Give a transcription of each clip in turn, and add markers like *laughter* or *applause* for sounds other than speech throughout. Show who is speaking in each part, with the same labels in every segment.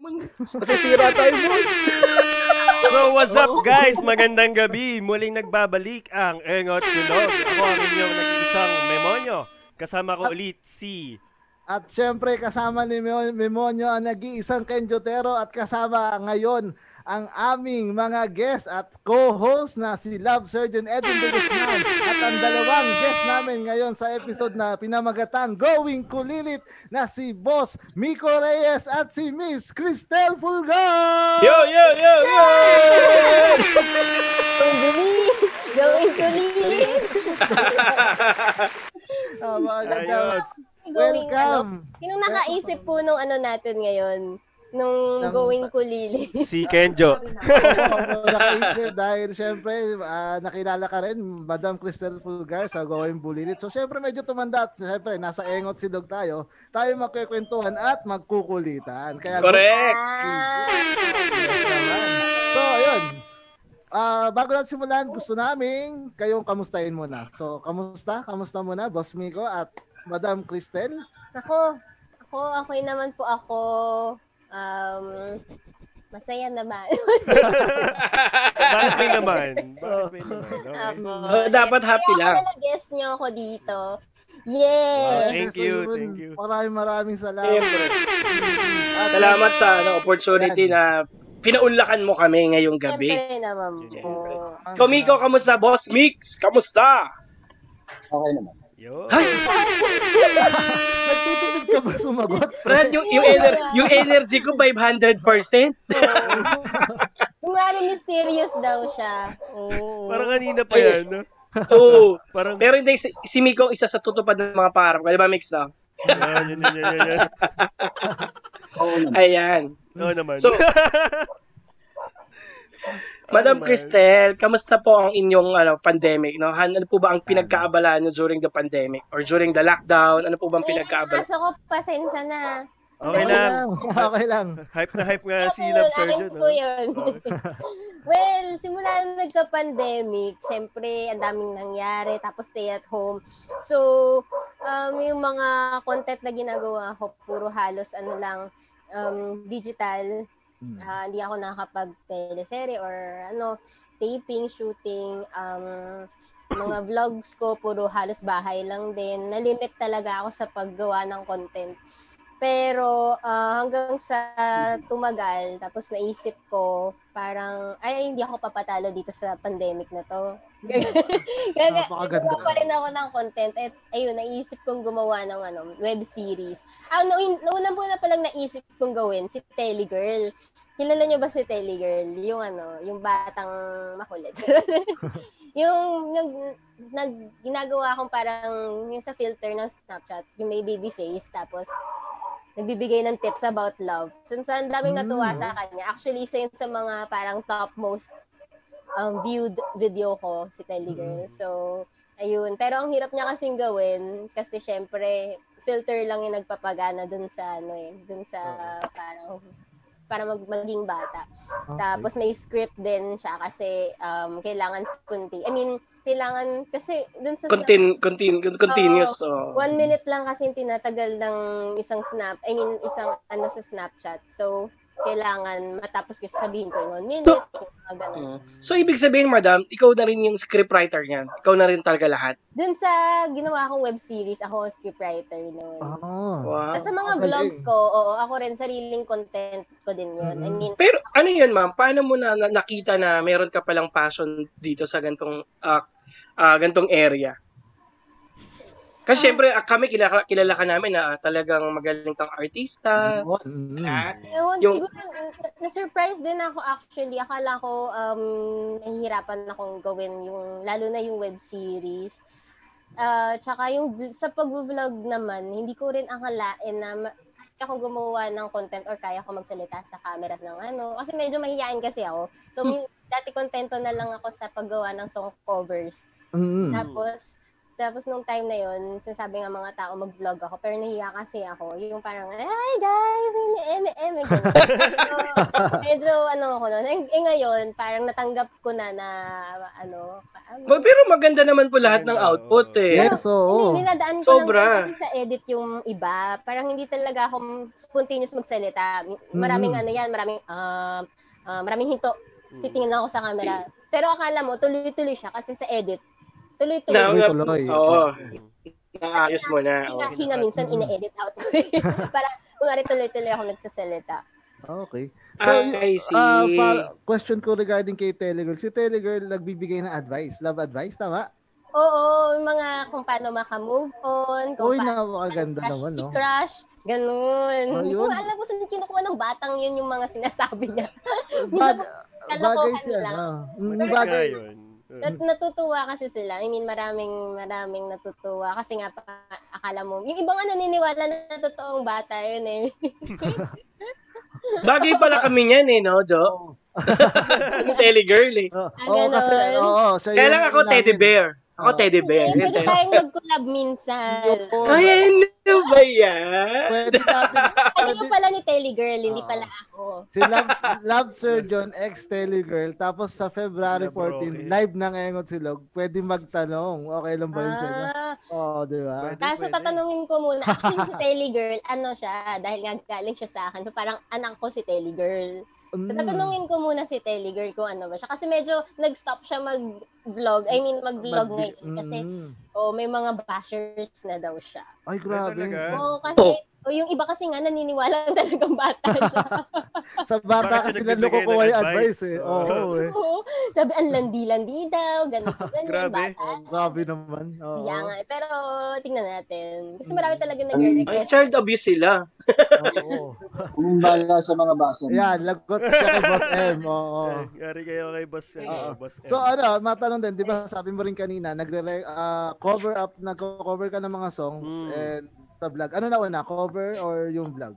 Speaker 1: Masisira tayo, boy.
Speaker 2: So what's
Speaker 3: Oh.
Speaker 2: up guys? Magandang gabi. Muling nagbabalik ang Engot Silog. Ako ang inyong nag-iisang memonyo. Kasama
Speaker 3: Ah.
Speaker 2: ko ulit si...
Speaker 3: At syempre kasama ni Memo- Memonyo ang nag-iisang Ken Jotero at kasama ngayon ang aming mga guest at co-host na si Love Surgeon Edwin de Guzman at ang dalawang guest namin ngayon sa episode na pinamagatang Going Kulilit na si Boss Miko Reyes at si Miss Cristel Fulgar!
Speaker 2: Yo, yo, yo, yo!
Speaker 4: Guli! Going guli!
Speaker 3: Ah, mga ganda.
Speaker 2: Ayos.
Speaker 4: Going,
Speaker 3: Welcome!
Speaker 4: ano, Sino nakaisip po nung ano natin ngayon? Nung
Speaker 3: Ng-
Speaker 4: going kulili.
Speaker 2: Si Kenjo.
Speaker 3: Oo, nakaisip dahil syempre ah, nakilala ka rin Madam Crystal Fulgar sa Going Bulilit. So syempre medyo tumanda at syempre nasa engot si Dog tayo. Tayo magkukwentuhan at magkukulitan. Kaya
Speaker 1: Correct.
Speaker 4: Ah,
Speaker 3: So ayun. Ah, bago natin simulan, gusto namin kayong kamustahin muna. So, kamusta? Kamusta muna, Boss Miko at Madam Cristel?
Speaker 4: ako, ako, okay naman po ako. Um, masaya naman.
Speaker 2: Bakit may naman? Bakit may naman? Okay.
Speaker 4: Ako.
Speaker 1: Oh, dapat happy
Speaker 4: Kaya
Speaker 1: lang.
Speaker 4: ako na guest niyo ako dito. Yay!
Speaker 2: Oh, thank
Speaker 3: So,
Speaker 2: you,
Speaker 3: yun,
Speaker 2: thank you.
Speaker 3: Maraming maraming salamat.
Speaker 1: Siyempre.
Speaker 3: At-
Speaker 1: Salamat sa ano, opportunity na pinaunlakan mo kami ngayong gabi.
Speaker 4: Siyempre naman po.
Speaker 1: Siyempre. Komiko, kamusta? Boss Mix, kamusta?
Speaker 5: Okay naman.
Speaker 2: Yo.
Speaker 1: Ay,
Speaker 3: Nagtitipid ka ba sumagot?
Speaker 1: Brad, yung, yung, ener- yung energy ko 500%.
Speaker 4: Kumari mysterious daw siya.
Speaker 3: Oo.
Speaker 2: Parang kanina pa yan. no?
Speaker 1: Oo.
Speaker 2: Parang...
Speaker 1: Pero hindi, si, si Miko ang isa sa tutupad ng mga parang. Kaya ba Mix na?
Speaker 2: Yan, yan, yan, yan, yan, yan.
Speaker 5: Oo naman.
Speaker 1: Ayan.
Speaker 2: Oo naman. *laughs*
Speaker 1: So- Madam
Speaker 2: naman.
Speaker 1: Cristel, kamusta po ang inyong ano, pandemic? No? Han, ano po ba ang pinagkaabalaan nyo during the pandemic? Or during the lockdown? Ano po bang
Speaker 4: Eh,
Speaker 1: pinagkaabalaan?
Speaker 4: Kaso ko, pasensya na.
Speaker 2: Okay lang.
Speaker 3: Okay lang.
Speaker 2: Hype na hype nga si
Speaker 4: Ako
Speaker 2: Love
Speaker 4: yun,
Speaker 2: Surgeon.
Speaker 4: akin
Speaker 2: no? Oh.
Speaker 4: po yun. *laughs* well, simula nung nagka-pandemic, syempre, ang daming nangyari, tapos stay at home. So, um, yung mga content na ginagawa ko, puro halos ano lang, um, digital.
Speaker 3: Mm.
Speaker 4: Ah, hindi ako nakakapag-teleserye or ano, taping, shooting, um, mga vlogs ko, puro halos bahay lang din. Nalimit talaga ako sa paggawa ng content. Pero ah, hanggang sa tumagal, tapos naisip ko, parang, ay, hindi ako papatalo dito sa pandemic na to. Gaga,
Speaker 3: Napakaganda.
Speaker 4: gumawa pa rin ako ng content. At ayun, naisip kong gumawa ng ano, web series. Ah, noon, noon muna palang naisip kong gawin, si Telegirl. Kilala niyo ba si Telegirl? Yung ano, yung batang makulit. *laughs* yung nag, nag, ginagawa akong parang yung sa filter ng Snapchat, yung may baby face, tapos nagbibigay ng tips about love. Since ang daming
Speaker 3: Mm.
Speaker 4: natuwa sa kanya. Actually, isa yun sa mga parang top most um, viewed video ko, si Telegirl. So, ayun. Pero ang hirap niya kasing gawin, kasi syempre, filter lang yung nagpapagana dun sa ano eh, dun sa parang para mag, maging bata. Tapos may script din siya kasi um, kailangan kunti. I mean, kailangan kasi dun sa snap,
Speaker 1: Contin- contin- continuous. oh.
Speaker 4: one minute lang kasi yung tinatagal ng isang snap. I mean, isang ano sa Snapchat. So, kailangan matapos ko sabihin ko yung one minute. mga ganun.
Speaker 1: Mm. So, ibig sabihin, madam, ikaw na rin yung scriptwriter niyan. Ikaw na rin talaga lahat.
Speaker 4: Dun sa ginawa kong web series, ako ang scriptwriter noon.
Speaker 3: Oh.
Speaker 1: Wow.
Speaker 4: Tapos sa mga
Speaker 3: Magaling.
Speaker 4: vlogs ko, oo, ako rin, sariling content ko din yun. I
Speaker 3: Mhm.
Speaker 4: mean,
Speaker 1: Pero ano yun, ma'am? Paano mo na na- nakita na meron ka palang passion dito sa gantong ah, ah, gantong area? Kasi syempre, ah, kami kilala, kilala ka namin na ah, talagang magaling kang artista.
Speaker 3: Mm.
Speaker 1: ah,
Speaker 4: Ewan,
Speaker 1: Yung-
Speaker 4: siguro, na- na-surprise din ako actually. Akala ko, um, nahihirapan akong gawin yung, lalo na yung web series. Ah, tsaka yung, vl- sa pag-vlog naman, hindi ko rin akalain na ma- kaya ako gumawa ng content or kaya ko magsalita sa camera ng ano. Kasi medyo mahihain kasi ako. So,
Speaker 3: Mm.
Speaker 4: min- dati kontento na lang ako sa paggawa ng song covers. Tapos, Tapos nung time na yun, sinasabi nga mga tao, mag-vlog ako. Pero nahiya kasi ako. Yung parang, hi guys, ini eme, eme. ganun. so, medyo ano ako nun. Eh, eh, ngayon, parang natanggap ko na na, ano, paano.
Speaker 1: Ma- Pero maganda naman po lahat ng
Speaker 2: Maganda,
Speaker 1: output
Speaker 2: oo.
Speaker 1: eh.
Speaker 3: Yes, oo.
Speaker 4: Hindi, niladaan ko
Speaker 1: Sobra.
Speaker 4: lang kasi sa edit yung iba. Parang hindi talaga ako spontaneous magsalita. Maraming
Speaker 3: Mhm.
Speaker 4: ano yan, maraming, um, ah, maraming hinto. Tapos Titingin lang ako sa camera. Pero akala mo, tuloy-tuloy siya kasi sa edit, tuloy-tuloy.
Speaker 1: Na-
Speaker 3: Tuloy-tuloy.
Speaker 1: Oo. Naayos mo na.
Speaker 4: Hinga,
Speaker 1: oo.
Speaker 4: hinga
Speaker 3: Mm.
Speaker 4: minsan, ina-edit out *laughs* ko. eh. Para, kunwari tuloy-tuloy ako nagsasalita.
Speaker 3: Okay. So,
Speaker 1: Ah,
Speaker 3: y-
Speaker 1: I see.
Speaker 3: ah, pa- question ko regarding kay Telegirl. Si Telegirl nagbibigay ng advice, love advice, tama?
Speaker 4: Oo, yung mga kung paano makamove on, kung
Speaker 3: Uy,
Speaker 4: paano
Speaker 3: napakaganda
Speaker 4: crush
Speaker 3: naman,
Speaker 4: si
Speaker 3: no?
Speaker 4: crush, ganun.
Speaker 3: Oh,
Speaker 4: Hindi
Speaker 3: yun.
Speaker 4: ko alam kung saan kinukuha ng batang yun yung mga sinasabi
Speaker 3: *laughs*
Speaker 4: niya.
Speaker 3: Bag,
Speaker 4: Kalokohan
Speaker 3: bagay siya,
Speaker 4: lang.
Speaker 3: no? Mm,
Speaker 2: Maganda
Speaker 3: Bagay.
Speaker 2: yun.
Speaker 4: Nat- natutuwa kasi sila. I mean, maraming, maraming natutuwa. Kasi nga, pa, akala mo, yung ibang nga naniniwala na totoong bata yun eh.
Speaker 1: Bagay pala kami niyan eh, no, Jo?
Speaker 3: Oo,
Speaker 1: Yung telegirl eh.
Speaker 3: Oo,
Speaker 4: Ah,
Speaker 3: Oh. oo, kasi,
Speaker 4: ganun.
Speaker 3: oo, siya
Speaker 1: Kaya
Speaker 3: yung
Speaker 1: lang ako
Speaker 3: namin.
Speaker 1: teddy bear. Ako
Speaker 3: Oo.
Speaker 1: teddy
Speaker 4: *laughs*
Speaker 1: bear.
Speaker 4: Eh, pwede
Speaker 1: Yun,
Speaker 4: tayong mag-collab minsan.
Speaker 3: Oo,
Speaker 1: *laughs* Ay, ano ba yan?
Speaker 3: Pwede natin,
Speaker 4: Ay,
Speaker 3: pwede,
Speaker 4: yung pala ni Telegirl, hindi
Speaker 3: Oo.
Speaker 4: pala ako.
Speaker 3: si Love, Love Sir John ex Telegirl tapos sa February
Speaker 2: Wala, bro,
Speaker 3: 14
Speaker 2: eh.
Speaker 3: live ng Engot Silog pwede magtanong okay lang ba yun sa inyo
Speaker 4: Ah,
Speaker 3: oo di ba
Speaker 2: Pwede,
Speaker 4: Kaso
Speaker 2: pwede.
Speaker 4: tatanungin ko muna, actually si Telly Girl, ano siya, dahil nga galing siya sa akin, so parang anak ko si Telly Girl. So
Speaker 3: Mm.
Speaker 4: tatanungin ko muna si Telly Girl kung ano ba siya. Kasi medyo nag-stop siya mag-vlog, I mean mag-vlog
Speaker 3: Magbi-
Speaker 4: ngayon. eh, Kasi
Speaker 3: Mm.
Speaker 4: oh, may mga bashers na daw siya.
Speaker 3: ay grabe
Speaker 2: Talaga?
Speaker 4: Oo, kasi oh, yung iba kasi nga naniniwala *laughs* talagang bata siya.
Speaker 3: sa bata
Speaker 2: Bakit
Speaker 3: kasi
Speaker 2: siya nagbibigay
Speaker 3: naluko ko yung
Speaker 2: ng
Speaker 3: advice
Speaker 2: advice?
Speaker 3: eh
Speaker 2: Oo.
Speaker 3: oo
Speaker 2: *laughs*
Speaker 3: eh
Speaker 4: Oo. Sabi, ang landi-landi daw, ganito, ganyan,
Speaker 2: Grabe.
Speaker 4: bata.
Speaker 3: Oh, grabe naman oo
Speaker 4: Kaya nga, eh, pero tingnan natin. Kasi marami
Speaker 3: Mm.
Speaker 4: talaga
Speaker 1: Ay,
Speaker 4: nag-request.
Speaker 1: child abuse sila.
Speaker 3: oo
Speaker 5: Kung bala sa mga basa.
Speaker 3: yan lagot siya kay Boss M oo
Speaker 2: Ay, Yari kayo kay boss. ano,
Speaker 3: Oo.
Speaker 2: boss M.
Speaker 3: So ano, matanong din, 'di ba? Sabi mo rin kanina, nagre ah, cover up, nagco-cover ka ng mga songs
Speaker 2: Mm.
Speaker 3: and sa vlog. Ano na una, cover or yung vlog?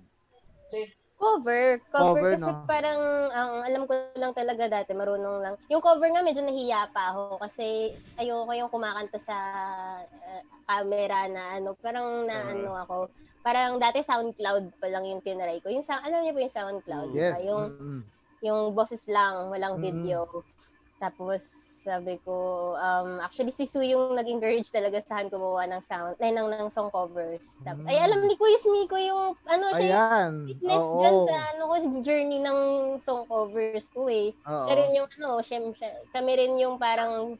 Speaker 4: Cover. Cover,
Speaker 3: Cover,
Speaker 4: kasi
Speaker 3: no?
Speaker 4: parang, ang alam ko lang talaga dati, marunong lang. Yung cover nga, medyo nahiya pa ako kasi ayoko yung kumakanta sa uh, camera na ano, parang na
Speaker 2: Ah.
Speaker 4: ano ako. Parang dati SoundCloud pa lang yung tinaray ko. Yung sound, alam niyo po yung SoundCloud?
Speaker 2: Mm.
Speaker 3: Yes.
Speaker 4: Ah, yung,
Speaker 3: Mm-mm.
Speaker 4: yung boses lang, walang
Speaker 3: Mm.
Speaker 4: video. Tapos, sabi ko, um, actually si Su yung nag-encourage talaga sa akin gumawa ng sound, ay, ng, ng song covers. Tapos, ay,
Speaker 3: Mm.
Speaker 4: alam ni Kuya Smiko yung, ano, siya yung
Speaker 3: Ayan.
Speaker 4: witness
Speaker 3: Oo.
Speaker 4: dyan sa ano ko journey ng song covers ko eh.
Speaker 3: Oo.
Speaker 4: Siya rin yung ano, siya, siya- kami rin yung parang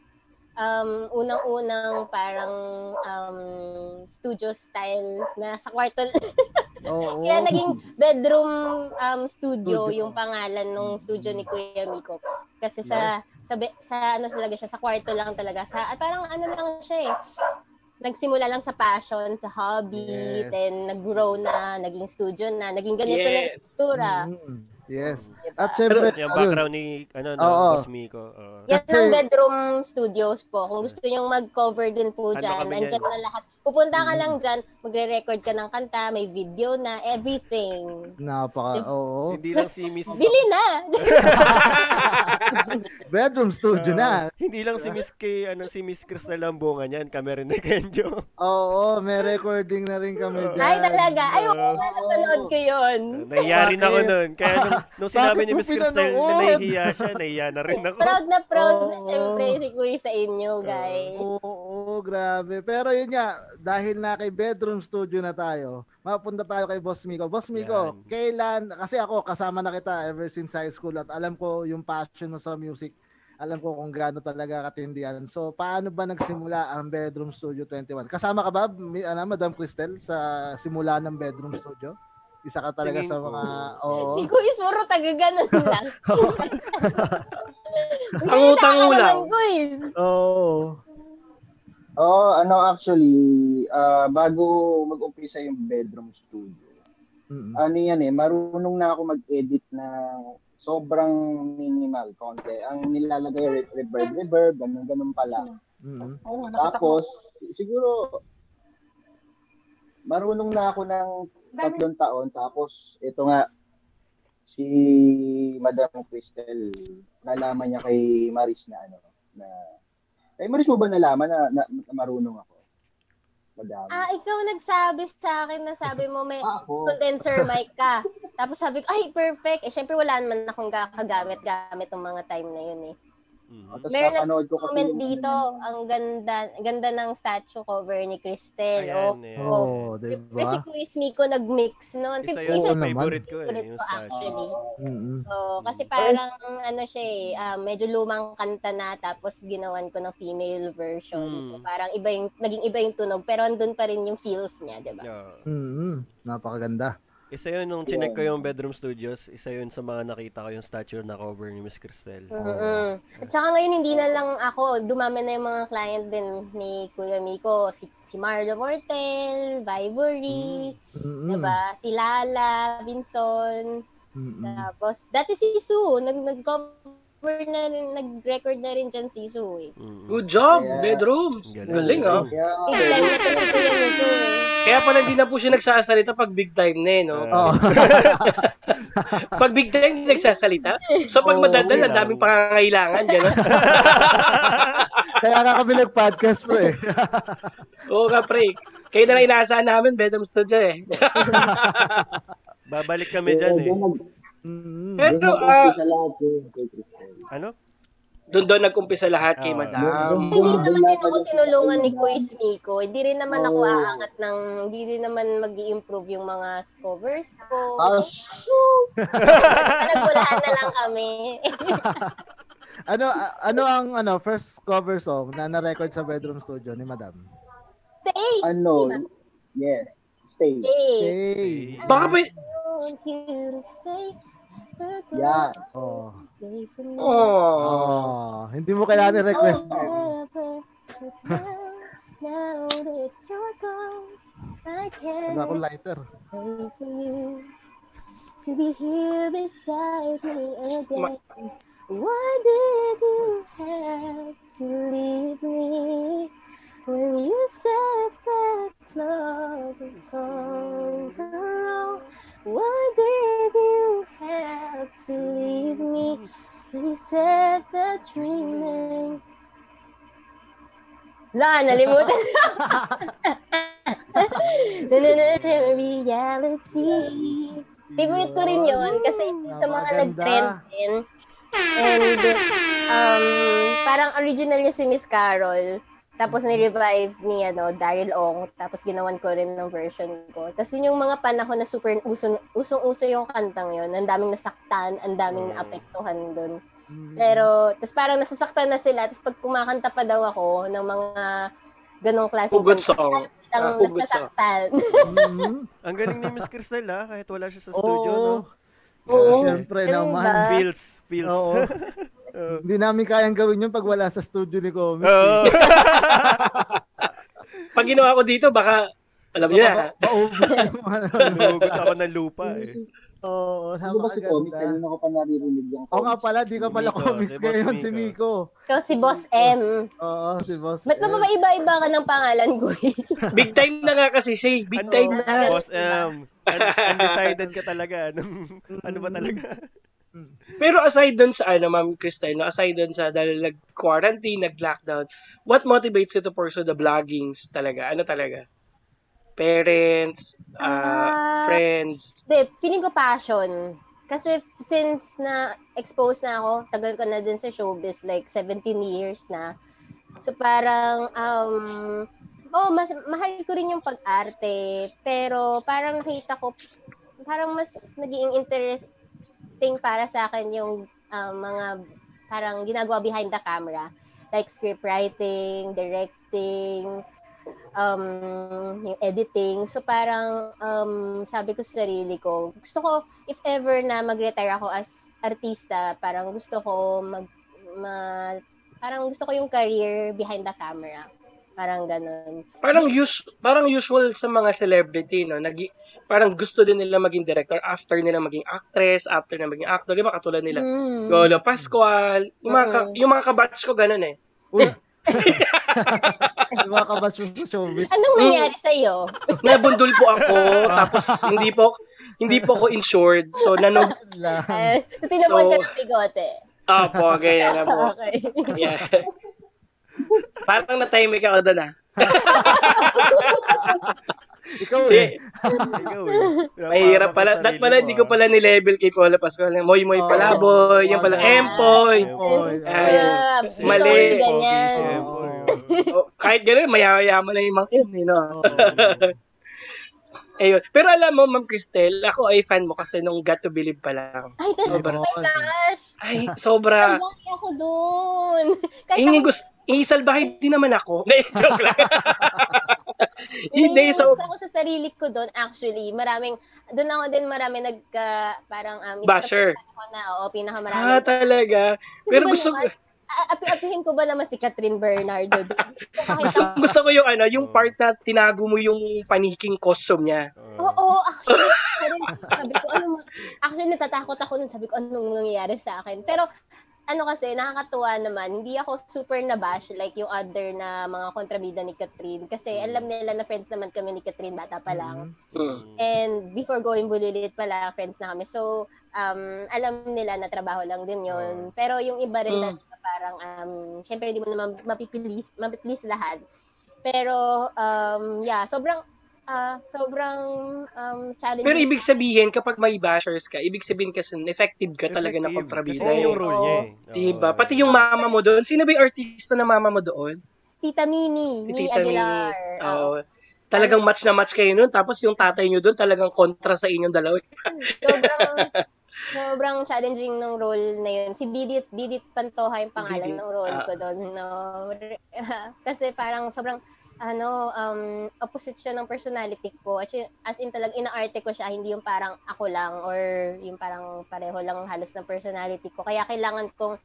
Speaker 4: um, unang-unang parang um, studio style na sa kwarto.
Speaker 3: Oo.
Speaker 4: Kaya naging bedroom um, studio,
Speaker 3: Studio.
Speaker 4: yung pangalan ng studio ni Kuya Miko. Kasi sa sa be- sa ano talaga siya sa kwarto lang talaga sa at parang ano lang siya eh. Nagsimula lang sa passion, sa hobby,
Speaker 3: Yes.
Speaker 4: then nag-grow na, naging studio na, naging ganito na
Speaker 1: Yes.
Speaker 4: itsura.
Speaker 3: Mm-mm. Yes.
Speaker 4: Diba?
Speaker 3: At
Speaker 1: Pero-
Speaker 3: syempre,
Speaker 2: Yung
Speaker 3: ano,
Speaker 2: background ni, ano, ng
Speaker 3: Oo.
Speaker 2: boss Miko. oo.
Speaker 4: Yan
Speaker 3: Kasi-
Speaker 4: ang bedroom studios po. Kung gusto nyo mag-cover din po
Speaker 2: Ano
Speaker 4: dyan,
Speaker 2: kami
Speaker 4: nandyan
Speaker 2: yan?
Speaker 4: na lahat. Pupunta ka lang dyan, magre-record ka ng kanta, may video na, everything.
Speaker 3: napaka,
Speaker 2: *laughs*
Speaker 3: oo.
Speaker 2: Hindi lang si Miss...
Speaker 4: Bili na!
Speaker 3: Bedroom studio na.
Speaker 2: Hindi lang si Miss K, ano, si Miss Chris na lambungan yan. Kami rin ni Kenjo.
Speaker 3: Oo, may recording na rin kami dyan.
Speaker 4: Ay, talaga. Ay,
Speaker 2: Oo.
Speaker 4: oo, nga, napanood ko yun.
Speaker 2: Nangyari na ako
Speaker 3: Bakit?
Speaker 2: nun. Kaya nung, nung sinabi
Speaker 3: Bakit
Speaker 2: ni
Speaker 3: mo
Speaker 2: Miss Chris na na
Speaker 3: pinanood?
Speaker 2: nahihiya siya, nahiya na rin ako.
Speaker 4: Proud na proud na
Speaker 3: Oo.
Speaker 4: siyempre si Kuya sa inyo, guys.
Speaker 3: Oo, oo, grabe. Pero yun nga, dahil na kay bedroom studio na tayo, mapunta tayo kay Boss Miko. Boss
Speaker 2: Yan.
Speaker 3: Miko, kailan, kasi ako kasama na kita ever since high school at alam ko yung passion mo sa music. Alam ko kung gaano talaga katindihan. So, paano ba nagsimula ang Bedroom Studio 21? Kasama ka ba, mi, ano, Madam Cristel, sa simula ng Bedroom Studio? Isa ka talaga
Speaker 2: Tingin
Speaker 3: sa
Speaker 2: ko. *laughs*
Speaker 3: mga... Oo.
Speaker 4: Si Kuya puro taga ganun lang.
Speaker 1: Ang utang-ulang.
Speaker 4: Kuya.
Speaker 3: Oo.
Speaker 5: Oo, ano actually, ah, bago mag-umpisa yung bedroom studio,
Speaker 3: Mm.
Speaker 5: ano yan eh, marunong na ako mag-edit na sobrang minimal, konti. Ang nilalagay, re- reverb, reverb, ganun, ganun pala.
Speaker 3: Mm.
Speaker 5: Tapos, siguro, marunong na ako ng tatlong taon. Tapos, ito nga, si Madam Crystal, nalaman niya kay Maris na ano, na, kay Maris mo ba nalaman na, na, na marunong ako? Madami.
Speaker 4: Ah, ikaw nagsabi sa akin na sabi mo may
Speaker 5: Ah, ako.
Speaker 4: condenser mic ka. Tapos sabi ko, ay, perfect. Eh, syempre wala naman akong kakagamit-gamit ng mga time na yun eh.
Speaker 2: Mhm.
Speaker 5: Ah, Tapos
Speaker 4: Meron
Speaker 5: napanood ko kasi
Speaker 4: Comment
Speaker 5: yung- ano.
Speaker 4: dito, ang ganda, ganda ng statue cover ni Christelle.
Speaker 2: Ayan,
Speaker 4: Oh,
Speaker 2: eh.
Speaker 3: Oo, oh,
Speaker 4: Pero si
Speaker 3: diba?
Speaker 4: Kuis Miko nag-mix noon.
Speaker 2: Isa
Speaker 4: Isa
Speaker 2: yun sa
Speaker 3: Oo
Speaker 4: yung
Speaker 3: naman. ah,
Speaker 2: favorite ko eh,
Speaker 4: favorite
Speaker 2: yung
Speaker 4: ko
Speaker 2: statue.
Speaker 4: actually.
Speaker 3: Mm-mm.
Speaker 4: Oo, kasi parang ano siya eh, ah, medyo lumang kanta na tapos ginawan ko ng female version.
Speaker 2: Mm.
Speaker 4: So parang iba yung, naging iba yung tunog pero andun pa rin yung feels niya, diba? di ba?
Speaker 2: Yeah.
Speaker 3: Mm-mm. Napakaganda.
Speaker 2: Isa yun nung chinek ko yung Bedroom Studios, isa yun sa mga nakita ko yung statue na cover ni Miss Cristel.
Speaker 4: mm At saka ngayon hindi na lang ako, dumami na yung mga client din ni Kuya Miko, si, si Marlo Mortel, Vivory,
Speaker 3: Mm-mm.
Speaker 4: diba? Si Lala, Vinson,
Speaker 3: Mm-mm.
Speaker 4: tapos dati si Su, nag nag-cover na rin, nag-record na rin dyan si Su eh.
Speaker 2: Mm-mm.
Speaker 1: Good job,
Speaker 5: Yeah.
Speaker 1: bedrooms.
Speaker 2: Galing.
Speaker 1: Galing, oh.
Speaker 5: Kaya,
Speaker 4: Big time na to si Kuya Miko eh.
Speaker 1: Kaya pala hindi na po siya nagsasalita pag big time na eh, no?
Speaker 2: Ah.
Speaker 3: Oo.
Speaker 1: *laughs* Pag big time, hindi nagsasalita. So pag
Speaker 3: Oo,
Speaker 1: madadal,
Speaker 2: okay
Speaker 1: ang
Speaker 2: lang.
Speaker 1: daming pangangailangan,
Speaker 2: *laughs*
Speaker 1: gano'n.
Speaker 3: Kaya nga kami nag-podcast po eh.
Speaker 1: Oo ka, pre. Kayo na lang inaasahan namin, bedroom studio eh.
Speaker 2: Babalik kami dyan eh.
Speaker 5: Doon nag-
Speaker 3: Mm-mm.
Speaker 5: doon
Speaker 1: Pero, ah,
Speaker 5: nag-umpisa lahat yun kay Christelle.
Speaker 2: Ano?
Speaker 1: doon doon nagkumpisa lahat
Speaker 2: Ah.
Speaker 1: kay madam.
Speaker 4: Hindi naman
Speaker 5: Doon
Speaker 4: din
Speaker 5: lahat
Speaker 4: ako
Speaker 5: nag-
Speaker 4: tinulungan ni Kuya Miko. Hindi rin naman ako
Speaker 5: Oh.
Speaker 4: aangat ng, hindi rin naman mag improve yung mga covers ko.
Speaker 3: Oh.
Speaker 5: Ah,
Speaker 4: Nagulahan na lang kami. *laughs*
Speaker 3: Ano a- ano ang ano first cover song na na-record sa bedroom studio ni Madam?
Speaker 4: Stay!
Speaker 5: ano, yes, stay.
Speaker 4: Stay!
Speaker 3: Hey.
Speaker 1: Baka pwede...
Speaker 4: Don't you stay?
Speaker 5: Yeah.
Speaker 3: Oh.
Speaker 4: Stay for me.
Speaker 1: Oh.
Speaker 3: oh. Hindi mo kailangan i-request.
Speaker 4: Forever. But now, now that you're gone, I can't
Speaker 3: Ano ako lighter?
Speaker 4: wait for you to be here beside me again. Why did you have to leave me when you said that love would conquer all? Why did you have to leave me when you said that dreaming? La, *laughs* nalimutan Reality. Favorite ko rin yun kasi sa mga
Speaker 3: Napakaganda.
Speaker 4: nag-trend din. And um, parang original niya si Miss Carol. Tapos ni-revive ni ano, Daryl Ong. Tapos ginawan ko rin ng version ko. Tapos yun yung mga panahon na super uso, usong-uso yung kantang yun. Ang daming nasaktan, ang daming naapektuhan dun. Pero, tapos parang nasasaktan na sila. Tapos pag kumakanta pa daw ako ng mga ganong klaseng
Speaker 1: Hugot
Speaker 4: kanta,
Speaker 1: Oh, song.
Speaker 4: ang
Speaker 1: Ah, hugot song.
Speaker 4: nasasaktan.
Speaker 3: Mm.
Speaker 2: Ang galing ni Miss Cristel ah, kahit wala siya sa
Speaker 3: Oo.
Speaker 2: Mm-hmm. studio, no?
Speaker 3: Oo.
Speaker 4: *laughs*
Speaker 2: Grabe.
Speaker 3: Oh. Siyempre
Speaker 4: Ano
Speaker 3: naman.
Speaker 4: ba?
Speaker 2: Feels, feels. *laughs*
Speaker 3: Oo.
Speaker 2: Oo.
Speaker 3: Hindi namin kayang gawin yun pag wala sa studio ni Comics. eh.
Speaker 2: Oo.
Speaker 1: Pag ginawa ko dito, baka... Alam niyo
Speaker 3: *laughs*
Speaker 1: na.
Speaker 3: Maubos yung
Speaker 5: *laughs*
Speaker 3: ano.
Speaker 2: Nagugot ako ng
Speaker 4: *laughs*
Speaker 2: lupa eh.
Speaker 3: Oo,
Speaker 5: Ano ba si Tony?
Speaker 3: napakaganda.
Speaker 5: Kanina ko pa naririnig yung
Speaker 3: Oo nga pala, di ka pala
Speaker 2: Miko,
Speaker 3: comics
Speaker 2: si Boss
Speaker 3: ngayon, si
Speaker 2: Miko.
Speaker 3: Miko.
Speaker 4: Ikaw si Boss M.
Speaker 3: Oo, si Boss. M.
Speaker 4: Ba't mo ba iba-iba ka ng pangalan ko eh?
Speaker 1: Big time na nga kasi siya eh. Big
Speaker 2: Ano?
Speaker 1: time na.
Speaker 2: Boss M, un- undecided ka talaga. Anong- ano ba
Speaker 4: *laughs*
Speaker 2: talaga?
Speaker 1: Pero aside dun sa ano, Ma'am Christine, no, aside dun sa dahil nag-quarantine, nag-lockdown, what motivates you to pursue the vloggings talaga? Ano talaga? Parents,
Speaker 4: Ah.
Speaker 1: uh, friends.
Speaker 4: Hindi, feeling ko passion. Kasi f- since na exposed na ako, tagal ko na din sa showbiz, like 17 years na. So parang, um, oh, mas, mahal ko rin yung pag-arte. Pero parang nakita ko, parang mas naging interesting para sa akin yung um, mga parang ginagawa behind the camera. Like script writing, directing, um, yung editing. So parang um, sabi ko sa sarili ko, gusto ko if ever na mag-retire ako as artista, parang gusto ko mag, ma- parang gusto ko yung career behind the camera. Parang ganun.
Speaker 1: Parang us parang usual sa mga celebrity, no. Nag parang gusto din nila maging director after nila maging actress, after nila maging actor, di ba? Katulad nila.
Speaker 4: Mm.
Speaker 1: Lolo Pascual, yung mga, ka-
Speaker 4: Mm.
Speaker 1: yung mga kabatch ko ganun eh.
Speaker 3: Uy. Di ba kabatch mo sa showbiz?
Speaker 4: Anong
Speaker 1: Mm.
Speaker 4: nangyari sa iyo?
Speaker 1: *laughs* Nabundol po ako, tapos hindi po hindi po ako insured. So nanog
Speaker 3: Lang.
Speaker 4: Uh, Sinabon
Speaker 1: So-
Speaker 4: ka ng bigote.
Speaker 1: Opo, ganyan na po.
Speaker 4: Okay.
Speaker 1: Yeah. Parang na-timing ako doon ah.
Speaker 3: Ikaw eh. ah.
Speaker 1: Hindi,
Speaker 2: Ikaw eh.
Speaker 1: mahirap pala. That pala, di ko
Speaker 2: ah.
Speaker 1: pala ni-level kay Paula Pascual. Moy-moy
Speaker 3: Oo.
Speaker 1: palaboy, yung pala,
Speaker 3: Oh, Wala.
Speaker 1: empoy.
Speaker 3: Oy,
Speaker 1: Ay,
Speaker 4: Ah,
Speaker 2: Kasi-
Speaker 4: mali.
Speaker 1: Mali.
Speaker 4: Totoo ganyan.
Speaker 2: eh, oh.
Speaker 1: O, Oh, kahit gano'n, mayayaman na yung mga yun, you know?
Speaker 3: Oo.
Speaker 1: Ayun. Pero alam mo, Ma'am Cristel, ako ay fan mo kasi nung Got to Believe pa lang.
Speaker 4: Ay, talaga.
Speaker 3: Oo.
Speaker 4: Oh my gosh.
Speaker 1: Ay, sobra.
Speaker 4: Tabahi ako dun. Kahit
Speaker 1: Ah. Ingin
Speaker 4: ako,
Speaker 1: gusto, isalbahin din naman ako. *laughs* Hindi, joke lang. Hindi,
Speaker 4: hindi,
Speaker 1: so,
Speaker 4: ako sa sarili ko dun, actually. Maraming, dun ako din marami nagka, parang, um, isa
Speaker 1: basher.
Speaker 4: pa ako na, oo, pinakamarami.
Speaker 1: Ah, talaga.
Speaker 4: Gusto
Speaker 1: Pero
Speaker 4: ko
Speaker 1: gusto,
Speaker 4: naman, a- api-apihin ko ba naman si Catherine Bernardo dun?
Speaker 1: *laughs* *laughs* gusto, gusto ko yung ano,
Speaker 2: Oh.
Speaker 1: yung part na tinago mo yung paniking costume niya.
Speaker 4: Oo, actually, parang sabi ko, ano, ma- actually natatakot ako nun, sabi ko, anong nangyayari sa akin. Pero, ano kasi, nakakatuwa naman, hindi ako super nabash like yung other na mga kontrabida ni Katrin. Kasi alam nila na friends naman kami ni Katrin bata pa lang.
Speaker 1: Mm.
Speaker 4: And before going bulilit pala, friends na kami. So, um, alam nila na trabaho lang din
Speaker 1: Ah.
Speaker 4: yon Pero yung iba rin
Speaker 1: Mm.
Speaker 4: na parang, um, syempre hindi mo naman mapipilis, mapipilis lahat. Pero, um, yeah, sobrang, ah, sobrang um, challenging.
Speaker 1: Pero ibig sabihin, kapag may bashers ka, ibig sabihin kasi effective ka talaga na kontrabida.
Speaker 2: Kasi yung
Speaker 1: eh.
Speaker 2: role niya eh.
Speaker 1: Diba?
Speaker 2: Oo.
Speaker 1: Pati yung mama mo doon, sino ba yung artista na mama mo doon?
Speaker 4: Tita Mini,
Speaker 1: Si
Speaker 4: ni
Speaker 1: Tita Mini.
Speaker 4: Aguilar. Oo.
Speaker 1: Oo. Talagang match na match kayo noon. Tapos yung tatay nyo doon, talagang kontra sa inyong dalawa. *laughs*
Speaker 4: sobrang, sobrang challenging ng role na yun. Si Didit, Didit Pantoja yung pangalan
Speaker 1: Didit,
Speaker 4: ng role
Speaker 1: ah.
Speaker 4: ko doon. No? *laughs* Kasi parang sobrang ano, um, opposite siya ng personality ko. As in, as in talagang inaarte ko siya, hindi yung parang ako lang or yung parang pareho lang halos ng personality ko. Kaya kailangan kong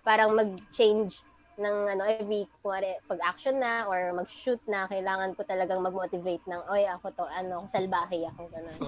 Speaker 4: parang mag-change ng ano every kuwari, pag action na or mag-shoot na kailangan ko talagang mag-motivate ng oy ako to ano salbahe ako ganun.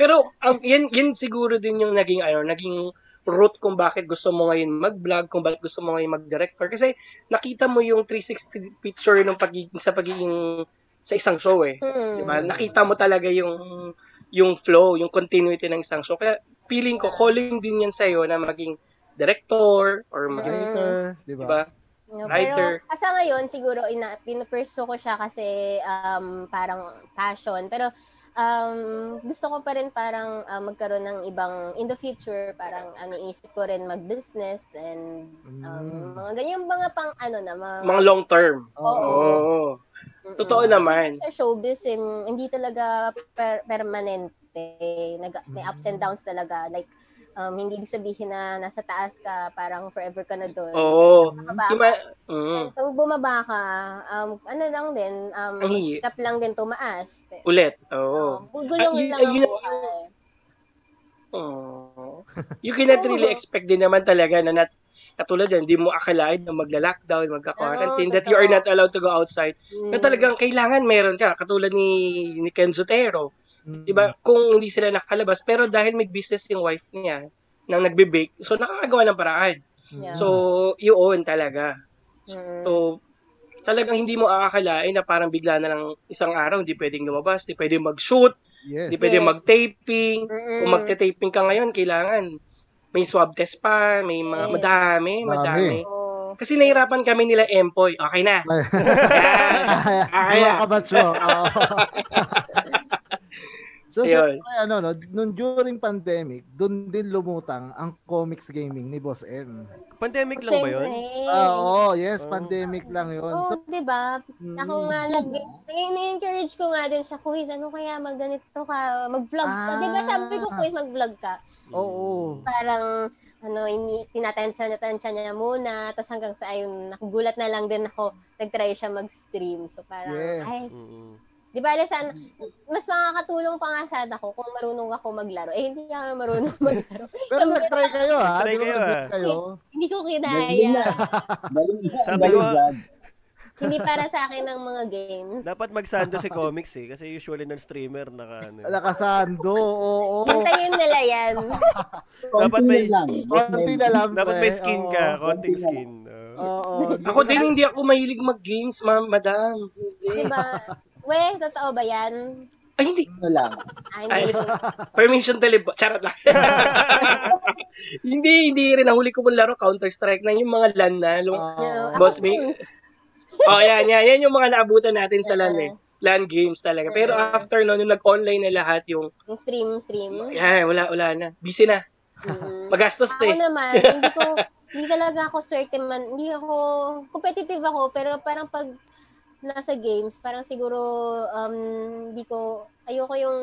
Speaker 1: Pero ang yan, yan siguro din yung naging ano, naging root kung bakit gusto mo ngayon mag-vlog, kung bakit gusto mo ngayon mag-director. Kasi nakita mo yung 360 picture ng pagiging, sa pagiging sa isang show eh.
Speaker 4: Hmm.
Speaker 1: Diba? Nakita mo talaga yung yung flow, yung continuity ng isang show. Kaya feeling ko, calling din yan sa'yo na maging director or maging,
Speaker 3: Creator, di ba?
Speaker 1: diba?
Speaker 4: No,
Speaker 1: Writer.
Speaker 4: Pero asa ngayon siguro ina pinupursue ko siya kasi um, parang passion. Pero um, gusto ko pa rin parang uh, magkaroon ng ibang in the future parang ano isip ko rin mag-business and um,
Speaker 3: Mm.
Speaker 4: mga ganyan mga pang ano na mga,
Speaker 1: mga long term.
Speaker 4: Oo.
Speaker 1: Oo.
Speaker 4: Mm-mm.
Speaker 1: Totoo
Speaker 4: Kasi
Speaker 1: naman.
Speaker 4: Sa showbiz eh, hindi talaga per- permanente. Nag- may ups
Speaker 1: Mm.
Speaker 4: and downs talaga like um, hindi ibig sabihin na nasa taas ka parang forever ka na doon.
Speaker 1: Oo.
Speaker 4: Mababa
Speaker 1: Yung ma- mm,
Speaker 4: And Kung bumaba ka, um, ano lang din, um,
Speaker 1: Ang hi-
Speaker 4: step lang din tumaas.
Speaker 1: ulit. Oo.
Speaker 4: Um, Gulong
Speaker 1: Ay, yun-
Speaker 4: lang
Speaker 1: ay,
Speaker 4: ang
Speaker 1: yun-
Speaker 4: buhay.
Speaker 1: Oh. You cannot really expect din naman talaga na nat katulad yan, hindi mo akalain na magla-lockdown, magka-quarantine,
Speaker 4: Oo,
Speaker 1: that you are
Speaker 4: totoo.
Speaker 1: not allowed to go outside.
Speaker 4: Mm.
Speaker 1: Na talagang kailangan meron ka, katulad ni, ni Ken Zotero.
Speaker 4: Mm.
Speaker 1: Diba? Kung hindi sila nakalabas, pero dahil may business yung wife niya, nang nagbe-bake, so nakakagawa ng paraan.
Speaker 2: Mm.
Speaker 4: Yeah.
Speaker 1: So,
Speaker 4: Ah.
Speaker 1: yun talaga.
Speaker 4: Mm.
Speaker 1: So, talagang hindi mo aakalain na parang bigla na lang isang araw, hindi pwedeng lumabas, hindi pwedeng mag-shoot,
Speaker 2: Diba?
Speaker 3: yes. *laughs*
Speaker 1: hindi pwedeng
Speaker 4: Yes.
Speaker 1: mag-taping,
Speaker 4: Mm-mm.
Speaker 1: kung magte-taping ka ngayon, kailangan may swab test pa, may mga
Speaker 4: Yes.
Speaker 1: madami, madami.
Speaker 4: Oo.
Speaker 1: Kasi nahirapan kami nila Empoy. Okay na. Yes. Okay
Speaker 3: Mga
Speaker 1: na.
Speaker 3: kabats mo.
Speaker 2: *laughs*
Speaker 3: Oo. so,
Speaker 1: Ayun.
Speaker 3: syempre, ano, no, nung during pandemic, dun din lumutang ang comics gaming ni Boss M.
Speaker 2: Pandemic lang ba yun?
Speaker 4: Siyempre.
Speaker 3: Ah, oo, yes,
Speaker 2: Oh.
Speaker 3: pandemic lang yun.
Speaker 4: Oo,
Speaker 3: So,
Speaker 4: di ba?
Speaker 3: mm,
Speaker 4: Ako nga, nag, encourage ko nga din siya, Kuis, ano kaya magganito ka, mag-vlog ka.
Speaker 3: Ah.
Speaker 4: Di ba sabi ko, Kuis, mag-vlog ka.
Speaker 3: oo.
Speaker 4: Parang, ano, ini, tinatansya na tansya niya muna, tapos hanggang sa ayun, nagulat na lang din ako, nag-try siya mag-stream. So parang,
Speaker 3: Yes.
Speaker 4: ay,
Speaker 2: Mm.
Speaker 4: Di ba, Alasan, mas makakatulong pa nga sana ako kung marunong ako maglaro. Eh, hindi nga marunong maglaro.
Speaker 3: Pero
Speaker 4: Sabi ko,
Speaker 3: nag-try kayo ha?
Speaker 2: Nag-try
Speaker 3: Di ba
Speaker 2: kayo,
Speaker 3: nag-try
Speaker 2: ah.
Speaker 3: kayo?
Speaker 4: hindi ko
Speaker 5: Galing
Speaker 4: kinaya.
Speaker 5: na. Galing na.
Speaker 2: Sabi
Speaker 5: Galing
Speaker 2: ko-
Speaker 5: Brad.
Speaker 4: hindi para sa akin ang mga games.
Speaker 2: Dapat magsando si comics eh. Kasi usually ng streamer naka ano.
Speaker 3: Nakasando, oo.
Speaker 4: Hintayin nila yan.
Speaker 2: Dapat
Speaker 5: Konti
Speaker 2: may-
Speaker 5: na lang.
Speaker 3: Konti na lang.
Speaker 2: Dapat may
Speaker 3: pre.
Speaker 2: skin
Speaker 3: eh? Oo.
Speaker 2: ka. Konting skin. Oo.
Speaker 3: Oo.
Speaker 4: *laughs*
Speaker 1: Ako din hindi ako mahilig mag-games, ma'am, madam.
Speaker 4: Di
Speaker 1: Hindi.
Speaker 4: ba? We, totoo ba yan?
Speaker 1: Ay, hindi.
Speaker 5: Ano lang.
Speaker 4: Ah, hindi.
Speaker 1: Permission to live. Charot lang. hindi, hindi rin. Ang huli ko mong laro, Counter-Strike na yung mga LAN na. Lung...
Speaker 3: Oo.
Speaker 4: No, ako
Speaker 1: Boss,
Speaker 4: games.
Speaker 1: Oh, yan, yan. Yan yung mga naabutan natin sa LAN eh. LAN games talaga. Pero
Speaker 4: Mm.
Speaker 1: after noon, yung nag-online na lahat, yung,
Speaker 4: Yung stream, stream.
Speaker 1: yan, wala, wala na. Busy na.
Speaker 4: Mm.
Speaker 1: Magastos
Speaker 4: Ako
Speaker 1: eh.
Speaker 4: naman, hindi ko, hindi talaga ako swerte man. Hindi ako, competitive ako, pero parang pag nasa games, parang siguro, um, hindi ko, ayoko yung,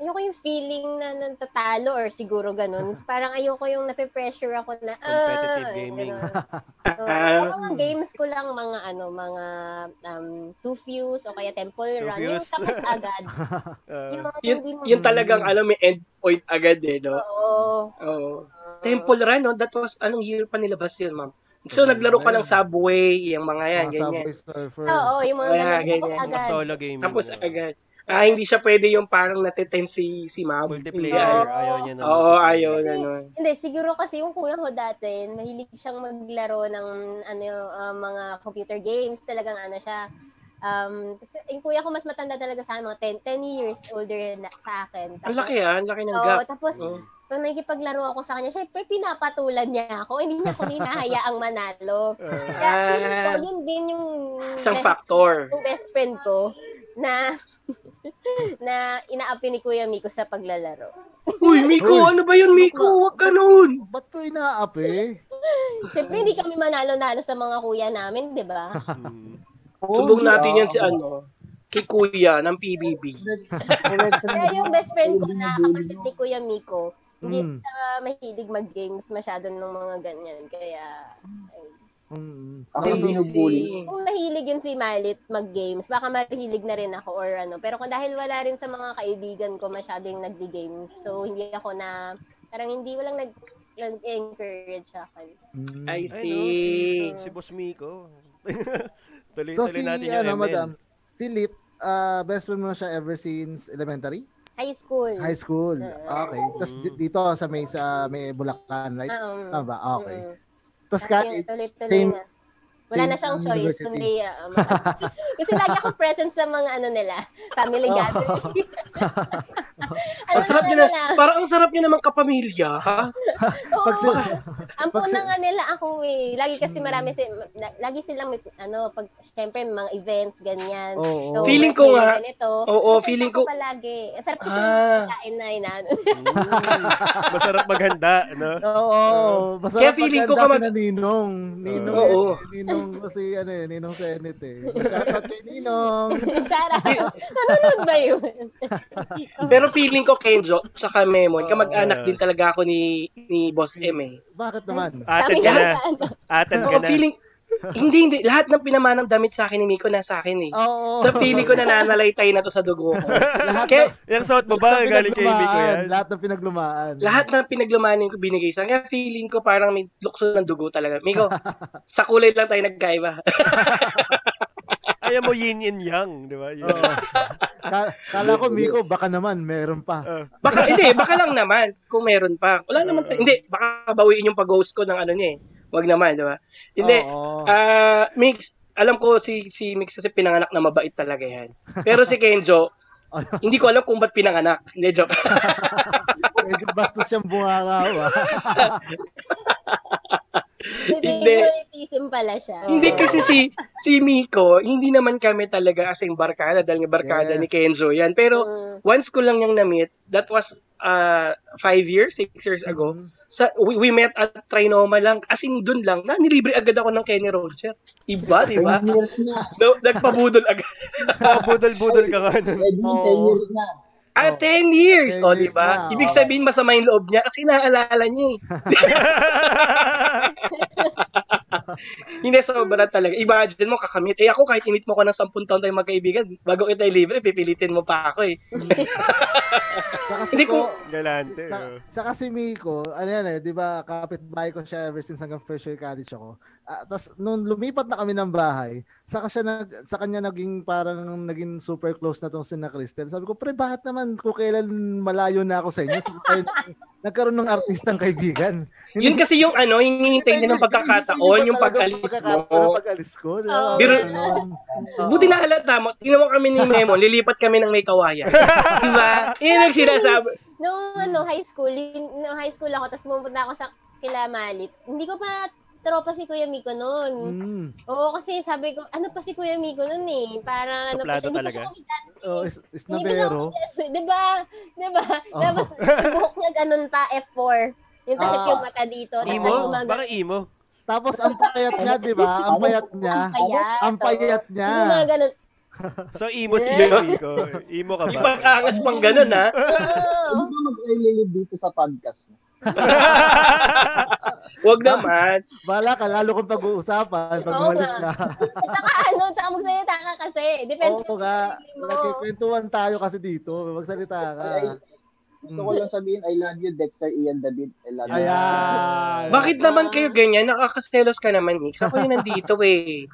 Speaker 4: ayoko yung feeling na natatalo or siguro ganun. Parang ayoko yung nape-pressure ako na, ah,
Speaker 2: Competitive gaming.
Speaker 4: ganun. Oo. Yung mga games ko lang, mga ano, mga um, two fuse o kaya temple
Speaker 2: Two
Speaker 4: run, yung
Speaker 2: Fuse.
Speaker 4: tapos agad.
Speaker 2: Uh,
Speaker 4: yung,
Speaker 1: Yun,
Speaker 4: hindi mo-
Speaker 1: yun talagang, alam, may end point agad eh, no?
Speaker 4: Oo.
Speaker 1: Oo.
Speaker 4: Ah.
Speaker 1: Temple Run, no? That was, anong year pa nilabas yun, ma'am? So, naglaro ka ng Subway, yung mga yan,
Speaker 3: Mga
Speaker 1: ganyan.
Speaker 3: Subway Surfer.
Speaker 4: Oo, yung mga
Speaker 1: Mm.
Speaker 4: ganun.
Speaker 1: Kaya,
Speaker 4: Tapos
Speaker 1: ganyan.
Speaker 2: mga
Speaker 4: agad.
Speaker 2: solo gaming.
Speaker 1: Tapos
Speaker 2: mga
Speaker 1: agad. Ah, hindi siya pwede yung parang nateten si, si ma'am. Hindi,
Speaker 2: Multiplayer.
Speaker 1: ayaw.
Speaker 4: Oo.
Speaker 2: Ayaw niya na.
Speaker 1: Oo, ayaw
Speaker 4: Kasi-
Speaker 1: na nun.
Speaker 4: Hindi, siguro kasi yung kuya ko dati, mahilig siyang maglaro ng ano, uh, mga computer games. Talagang ano siya. Um, kasi yung kuya ko mas matanda talaga sa akin, mga 10, 10 years older na, sa akin.
Speaker 1: Ang laki ah, ang laki ng
Speaker 4: Oo,
Speaker 1: gap.
Speaker 4: tapos
Speaker 1: Oo.
Speaker 4: nung nakikipaglaro ako sa kanya, syempre pinapatulan niya ako. Hindi niya ako hinahayaang manalo.
Speaker 1: *laughs*
Speaker 4: Kaya feeling ko, yun din yung...
Speaker 1: Ah. Isang factor.
Speaker 4: Yung best friend ko na *laughs* na inaapi ni Kuya Miko sa paglalaro.
Speaker 1: Uy, Miko, ano ba yun, Miko? Huwag ka nun!
Speaker 3: Ba't ko inaapi?
Speaker 4: Siyempre, hindi kami manalo-nalo sa mga kuya namin, di
Speaker 3: *laughs*
Speaker 4: ba?
Speaker 2: Mm.
Speaker 1: Subong natin yan si ano, kay Kuya ng PBB.
Speaker 4: Kaya *laughs* yung best friend ko na kapatid ni Kuya Miko, hindi
Speaker 3: Mm.
Speaker 4: siya mahilig mag-games masyado ng mga ganyan. Kaya,
Speaker 3: Mm.
Speaker 5: Ako
Speaker 1: Ay,
Speaker 5: yung binubuli.
Speaker 1: si-
Speaker 4: kung mahilig yun si Malit mag-games, baka mahilig na rin ako or ano. Pero kung dahil wala rin sa mga kaibigan ko masyado yung nagdi-games, so hindi ako na, parang hindi, walang nag, nag-encourage sa akin.
Speaker 3: Mm.
Speaker 1: I
Speaker 2: Ay, no, si,
Speaker 1: see.
Speaker 2: si Boss Miko. *laughs* tuloy,
Speaker 3: So
Speaker 2: tuloy
Speaker 3: si,
Speaker 2: natin yung
Speaker 3: ano,
Speaker 2: ML.
Speaker 3: madam, si Lit, ah, best friend mo na siya ever since elementary?
Speaker 4: High school.
Speaker 3: High school. Okay. Tapos
Speaker 2: Mm.
Speaker 3: di- dito sa may, sa may Bulacan, right?
Speaker 4: Oo.
Speaker 3: Tama Ah, ba? Okay.
Speaker 4: Mm-mm.
Speaker 3: Tapos ka,
Speaker 4: Yun, tuloy-tuloy
Speaker 3: same-
Speaker 4: na. Wala
Speaker 3: same
Speaker 4: na siyang choice,
Speaker 3: university.
Speaker 4: kundi ah, mga- *laughs* Kasi lagi ako present sa mga ano nila, family gathering.
Speaker 1: *laughs*
Speaker 4: ano
Speaker 1: Ang sarap
Speaker 4: na
Speaker 1: niya
Speaker 4: nila?
Speaker 1: na, parang ang sarap niya naman kapamilya, ha?
Speaker 4: Oo.
Speaker 3: Pag si-
Speaker 4: ang
Speaker 3: pag
Speaker 4: puna
Speaker 3: si-
Speaker 4: nga nila ako eh. Lagi kasi
Speaker 1: Mm.
Speaker 4: marami si, la- lagi silang may, ano, pag syempre may mga events ganyan.
Speaker 3: Oo.
Speaker 4: So,
Speaker 1: Feeling
Speaker 4: birthday
Speaker 1: ko
Speaker 4: na
Speaker 1: nga-
Speaker 4: Ganito.
Speaker 1: Oo,
Speaker 4: Present
Speaker 1: feeling
Speaker 4: ako
Speaker 1: ko-
Speaker 4: palagi. Ang sarap kasi
Speaker 1: Ah.
Speaker 4: kain na inan. *laughs*
Speaker 2: Masarap maghanda, no?
Speaker 3: Oo, oo. Masarap
Speaker 1: Kaya feeling ko
Speaker 3: maganda
Speaker 1: kamag-
Speaker 3: sila Ninong. Ninong,
Speaker 1: Oo.
Speaker 3: eh, Ninong kasi ano eh, Ninong Senate
Speaker 4: *laughs*
Speaker 3: eh. Shoutout kay Ninong.
Speaker 4: Shout
Speaker 1: *laughs*
Speaker 4: out. Nanonood ba yun?
Speaker 1: Pero feeling ko Kenzo, saka Memon, kamag-anak din talaga ako ni ni Boss M eh.
Speaker 3: Bakit naman?
Speaker 2: Atin
Speaker 4: Sabi
Speaker 2: ka na.
Speaker 4: nga, ano,
Speaker 2: Atin ka
Speaker 3: Oh,
Speaker 1: Oo,
Speaker 2: na.
Speaker 1: feeling, hindi, hindi. Lahat ng pinamanang damit sa akin ni Miko nasa akin eh.
Speaker 3: Oo.
Speaker 1: Sa feeling ko nananalaytay na to sa dugo ko.
Speaker 3: Oh. Lahat
Speaker 1: Kaya
Speaker 2: Yung suot mo ba?
Speaker 3: ng
Speaker 2: Galing kay Miko
Speaker 3: pinaglumaan,
Speaker 2: yan.
Speaker 3: Lahat ng pinaglumaan.
Speaker 1: lahat ng pinaglumanin ko binigay sa akin. Kaya feeling ko parang may lukso ng dugo talaga. Miko, sa kulay lang tayo nagkaiba.
Speaker 2: Ayaw mo yin and yang, di ba? Yun.
Speaker 3: Oo. Ka- Kala ko, Miko, baka naman, meron pa.
Speaker 1: Baka, hindi, baka lang naman. Kung meron pa. Wala naman. tayo- Hindi, baka bawiin yung pag-host ko ng ano niya eh. Wag naman, di ba? Hindi.
Speaker 3: Oo.
Speaker 1: Ah, Mix, alam ko si si Mix kasi pinanganak na mabait talaga yan. Pero si Kenjo, hindi ko alam kung ba't pinanganak. Hindi, joke.
Speaker 3: Medyo bastos siyang bunganga.
Speaker 1: Hindi.
Speaker 4: favoritism pala siya.
Speaker 1: hindi kasi si si Miko, hindi naman kami talaga as in barkada dahil nga barkada
Speaker 3: Yes.
Speaker 1: ni Kenzo yan. Pero
Speaker 4: Mm.
Speaker 1: once ko lang niyang na-meet, that was uh, five years, six years ago. Sa, we, we met at Trinoma lang. As in, dun lang. Na, nilibre agad ako ng Kenny Roger. Iba, di ba?
Speaker 5: 10 years na.
Speaker 1: No, nagpabudol agad.
Speaker 2: Budol-budol ka nga nun.
Speaker 5: Edwin,
Speaker 3: Oo.
Speaker 5: 10 Eh, years na.
Speaker 1: Ah, 10 years!
Speaker 3: 10
Speaker 1: O,
Speaker 3: Oh. years
Speaker 1: di ba?
Speaker 3: na, oh.
Speaker 1: Ibig
Speaker 3: oo.
Speaker 1: sabihin, masama yung loob niya kasi naaalala niya eh.
Speaker 3: *laughs*
Speaker 1: Hindi, sobra talaga. Imagine mo, kakamit. Eh ako, kahit imit mo ko ng 10 taon tayong magkaibigan, bago kita libre, pipilitin mo pa ako eh. Hindi
Speaker 3: Hindi
Speaker 1: ko-
Speaker 3: ko...
Speaker 2: Galante. oh.
Speaker 3: Sa, sa kasi Miko, ano yan eh, di ba, kapitbahay ko siya ever since hanggang first year college ako. Ah, Tapos nung lumipat na kami ng bahay, saka siya nag, sa kanya naging parang naging super close na tong sina Crystal. Sabi ko, pre, bakit naman kung kailan malayo na ako sa inyo? Saka kayo, nagkaroon ng artistang kaibigan.
Speaker 1: Yun kasi yung ano, hinihintay niya ng pagkakataon, yung pagalis
Speaker 3: Yung
Speaker 1: mo.
Speaker 3: pagalis ko. di
Speaker 4: Oo.
Speaker 3: ba?
Speaker 1: Pero-
Speaker 3: Ganun. Oo.
Speaker 1: Buti na halata mo, ginawa kami ni Memo, lilipat kami ng may
Speaker 3: *laughs*
Speaker 1: kawayan. diba? Yun ang sinasabi.
Speaker 3: Hmm.
Speaker 4: Nung ano, high school, yun- nung high school ako, tapos pumunta ako sa kila Malit. Hindi ko pa tropa si Kuya Miko noon.
Speaker 3: Mm.
Speaker 4: Oo, kasi sabi ko, ano pa si Kuya Miko noon eh? Parang ano
Speaker 2: Suplado
Speaker 4: pa siya, hindi pa siya
Speaker 2: talaga?
Speaker 4: kumikita.
Speaker 3: Oh, is, is
Speaker 4: Hindi pa siya
Speaker 3: nabero.
Speaker 4: *laughs* kumikita. Diba? Diba?
Speaker 3: Oh. *laughs*
Speaker 4: Tapos, yung buhok niya ganun pa, F4. Yung takip
Speaker 3: Ah.
Speaker 4: yung mata dito. Tapos
Speaker 2: Imo?
Speaker 4: yung mga
Speaker 2: Parang imo.
Speaker 3: Tapos ang payat niya, di ba? Ang payat niya.
Speaker 4: Ang payat.
Speaker 3: Ah, Ang payat niya.
Speaker 4: Yung mga ganun.
Speaker 2: So, imo si Kuya Miko. Imo ka
Speaker 1: Yung
Speaker 2: ba?
Speaker 1: pagkaangas bang ganun, ha?
Speaker 4: Oo.
Speaker 5: Hindi ka mag-ililid dito sa podcast. mo.
Speaker 1: Huwag
Speaker 3: Diba?
Speaker 1: naman.
Speaker 3: Bala ka, lalo kong pag-uusapan pag
Speaker 4: Oo
Speaker 3: umalis na.
Speaker 4: nga. At saka ano, tsaka magsalita ka kasi. Depende
Speaker 3: Oo nga.
Speaker 4: mo.
Speaker 3: Nagkikwentuhan tayo kasi dito. Magsalita ka.
Speaker 5: Gusto ko
Speaker 3: Ah. Mm.
Speaker 5: lang sabihin, I love you, Dexter, Ian, David. I love you.
Speaker 3: Ayan.
Speaker 1: Bakit naman kayo ganyan? Nakakaselos ka naman, Mix. Ako yung nandito, eh.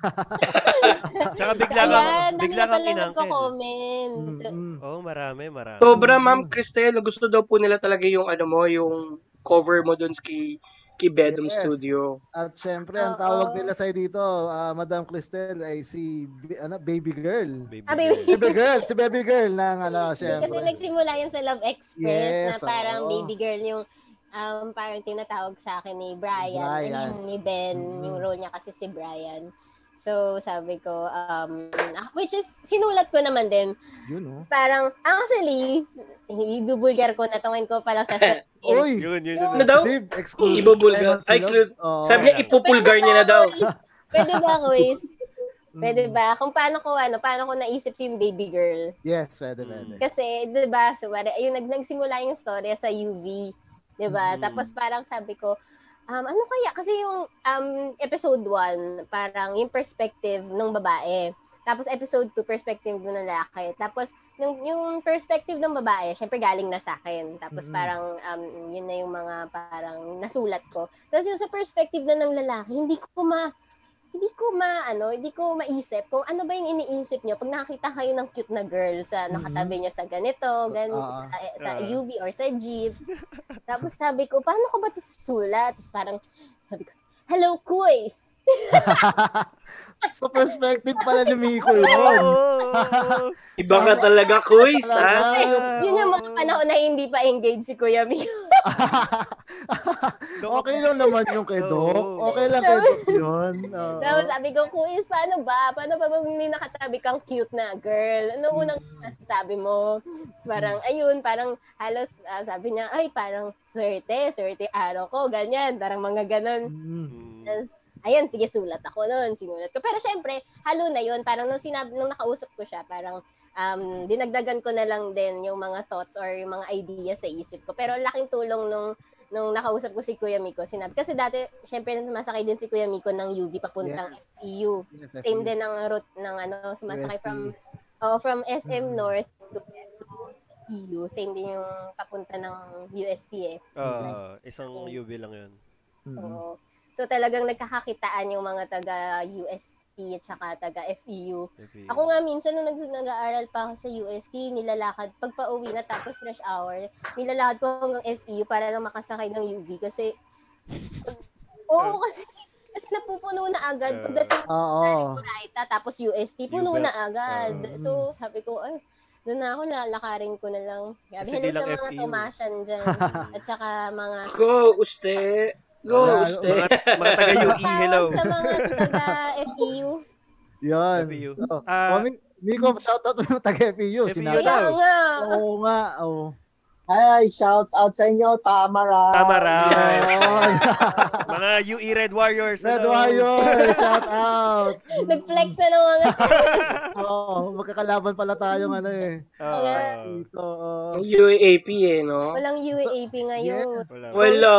Speaker 2: Tsaka bigla ka,
Speaker 4: Ayan, dami
Speaker 2: bigla
Speaker 4: na
Speaker 2: kang
Speaker 4: pala
Speaker 2: inangkin.
Speaker 4: nagko-comment.
Speaker 3: Mm, mm.
Speaker 2: Oo, oh, marami, marami.
Speaker 1: Sobra, Ma'am Cristel. Gusto daw po nila talaga yung, ano mo, yung cover mo dun kay, kay Bedroom
Speaker 3: Yes.
Speaker 1: Studio.
Speaker 3: At syempre, ang
Speaker 4: Oo.
Speaker 3: tawag nila sa'yo dito, ah, Madam Cristel, ay si ba- ano, Baby Girl.
Speaker 2: Baby.
Speaker 4: Ah, baby.
Speaker 3: Baby Girl, si Baby Girl ng ano, syempre.
Speaker 4: Kasi nagsimula yan sa Love Express
Speaker 3: Yes,
Speaker 4: na parang
Speaker 3: oo.
Speaker 4: baby girl yung um, parang tinatawag sa akin ni Brian.
Speaker 3: Brian.
Speaker 4: Brian. ni Ben.
Speaker 3: Mm.
Speaker 4: Yung role niya kasi si Brian. So, sabi ko, um, ah, which is, sinulat ko naman din.
Speaker 3: Yun, oh.
Speaker 4: Parang, "Ah, actually, ibubulgar ko na tungin ko pala
Speaker 1: *laughs*
Speaker 4: sa set.
Speaker 3: Uy!
Speaker 2: Yun, yun, yun.
Speaker 1: Ano daw?
Speaker 3: Sib, exclusive.
Speaker 1: Ibubulgar.
Speaker 3: Diamond
Speaker 1: Ay,
Speaker 3: Silog.
Speaker 1: exclusive.
Speaker 3: Oo.
Speaker 1: Sabi niya, ipupulgar niya na daw.
Speaker 4: Pwede
Speaker 3: *laughs*
Speaker 4: ba ako is?
Speaker 3: Mm.
Speaker 4: Pwede ba? Kung paano ko, ano, paano ko naisip yung baby girl?
Speaker 3: Yes, pwede, pwede.
Speaker 4: Mm. Kasi, di ba, so, wari- yung nag, nagsimula yung story sa UV, di ba? Tapos parang sabi ko, um, ano kaya? Kasi yung um, episode 1, parang yung perspective ng babae. Tapos episode 2, perspective ng lalaki. Tapos yung, yung perspective ng babae, syempre galing na sa akin. Tapos
Speaker 3: Mm.
Speaker 4: parang um, yun na yung mga parang nasulat ko. Tapos yung sa perspective na ng lalaki, hindi ko ma hindi ko ma ano, hindi ko maisip kung ano ba yung iniisip niyo pag nakakita kayo ng cute na girl sa nakatabi niyo sa ganito, gan
Speaker 3: Ah.
Speaker 4: sa, eh, sa
Speaker 2: Ah.
Speaker 4: UV or sa
Speaker 3: *laughs*
Speaker 4: jeep. Tapos sabi ko, paano ko ba tisulat? Tapos parang sabi ko, hello kuys.
Speaker 3: Sa perspective pala ni Miko
Speaker 2: Oo, *laughs*
Speaker 3: yun.
Speaker 2: oo, oo.
Speaker 1: Iba ka talaga, Kuys, ha?
Speaker 3: Talaga.
Speaker 2: Ah,
Speaker 4: Yun yung mga
Speaker 3: Oh.
Speaker 2: oo.
Speaker 4: panahon na hindi pa engaged si Kuya Mio.
Speaker 3: okay lang naman yung kay Doc.
Speaker 2: Oo.
Speaker 3: Okay lang kay Doc yun. Oo.
Speaker 4: Tapos sabi ko, kuys, paano ba? Paano ba pag may nakatabi kang cute na girl? Ano unang masasabi mo? Tapos parang, ayun, parang halos ah, sabi niya, ay, parang swerte, swerte araw ko, ganyan. Parang mga ganon.
Speaker 3: Mm.
Speaker 2: Hmm.
Speaker 4: Tapos, ayun, sige, sulat ako noon. Sinulat ko. Pero syempre, halo na yun. Parang nung, sinab- nung nakausap ko siya, parang um, dinagdagan ko na lang din yung mga thoughts or yung mga ideas sa isip ko. Pero ang laking tulong nung nung nakausap ko si Kuya Miko, sinabi. Kasi dati, syempre, masakay din si Kuya Miko ng UV papuntang
Speaker 3: Yes.
Speaker 4: EU.
Speaker 3: Yes, I
Speaker 4: Same
Speaker 3: feel-
Speaker 4: din ang route ng ano, sumasakay
Speaker 3: UST.
Speaker 4: from oh, from SM
Speaker 3: Mm.
Speaker 4: North to, to EU. Same din yung papunta ng UST eh.
Speaker 2: Ah, isang UV lang yun.
Speaker 3: Mm.
Speaker 4: Oo. So talagang nagkakakitaan yung mga taga UST at saka taga FEU.
Speaker 2: Maybe.
Speaker 4: Ako nga minsan nung nag- nag-aaral pa ako sa UST, nilalakad pag pauwi na tapos rush hour, nilalakad ko hanggang FEU para lang makasakay ng UV
Speaker 2: *laughs*
Speaker 4: kasi Oo kasi kasi napupuno na
Speaker 2: Ah.
Speaker 4: agad pagdating
Speaker 3: Oo.
Speaker 4: Raita tapos UST puno
Speaker 2: You bet.
Speaker 4: na agad.
Speaker 2: Ah.
Speaker 3: Oo.
Speaker 4: so sabi ko ay doon na ako lalakarin ko na lang. Grabe
Speaker 2: Kasi di
Speaker 4: hello
Speaker 2: lang E
Speaker 4: sa mga
Speaker 2: FEU.
Speaker 4: Tomasian dyan.
Speaker 2: *laughs*
Speaker 4: at saka mga
Speaker 1: Go, uste. Go,
Speaker 3: Wala,
Speaker 1: uste.
Speaker 2: Mga, *laughs* mga taga UE, hello.
Speaker 4: Tawag sa mga taga
Speaker 2: *laughs*
Speaker 4: E FEU.
Speaker 3: Yun.
Speaker 2: FEU.
Speaker 3: Oo.
Speaker 2: Ah.
Speaker 3: Oh, Mi- Miko, shoutout mo yung taga-FEU.
Speaker 2: FEU
Speaker 3: Sinabi.
Speaker 4: Kaya
Speaker 2: daw.
Speaker 4: nga.
Speaker 3: Oo nga. oh. Oo.
Speaker 5: Hi, shout out sa inyo, Tamara.
Speaker 2: Tama raw.
Speaker 3: Ayun.
Speaker 2: Mga UE Red Warriors. ano?
Speaker 3: Oh, Red
Speaker 2: hello.
Speaker 3: Warrior, shout out.
Speaker 4: Nag-flex na ng
Speaker 3: *laughs*
Speaker 4: mga
Speaker 3: Oo, magkakalaban pala tayong ano eh.
Speaker 2: Ah,
Speaker 4: Yeah.
Speaker 3: Dito, oo.
Speaker 1: *laughs* UAP eh, no?
Speaker 4: Walang UAP ngayon.
Speaker 3: Yes.
Speaker 2: wala.
Speaker 1: Wala.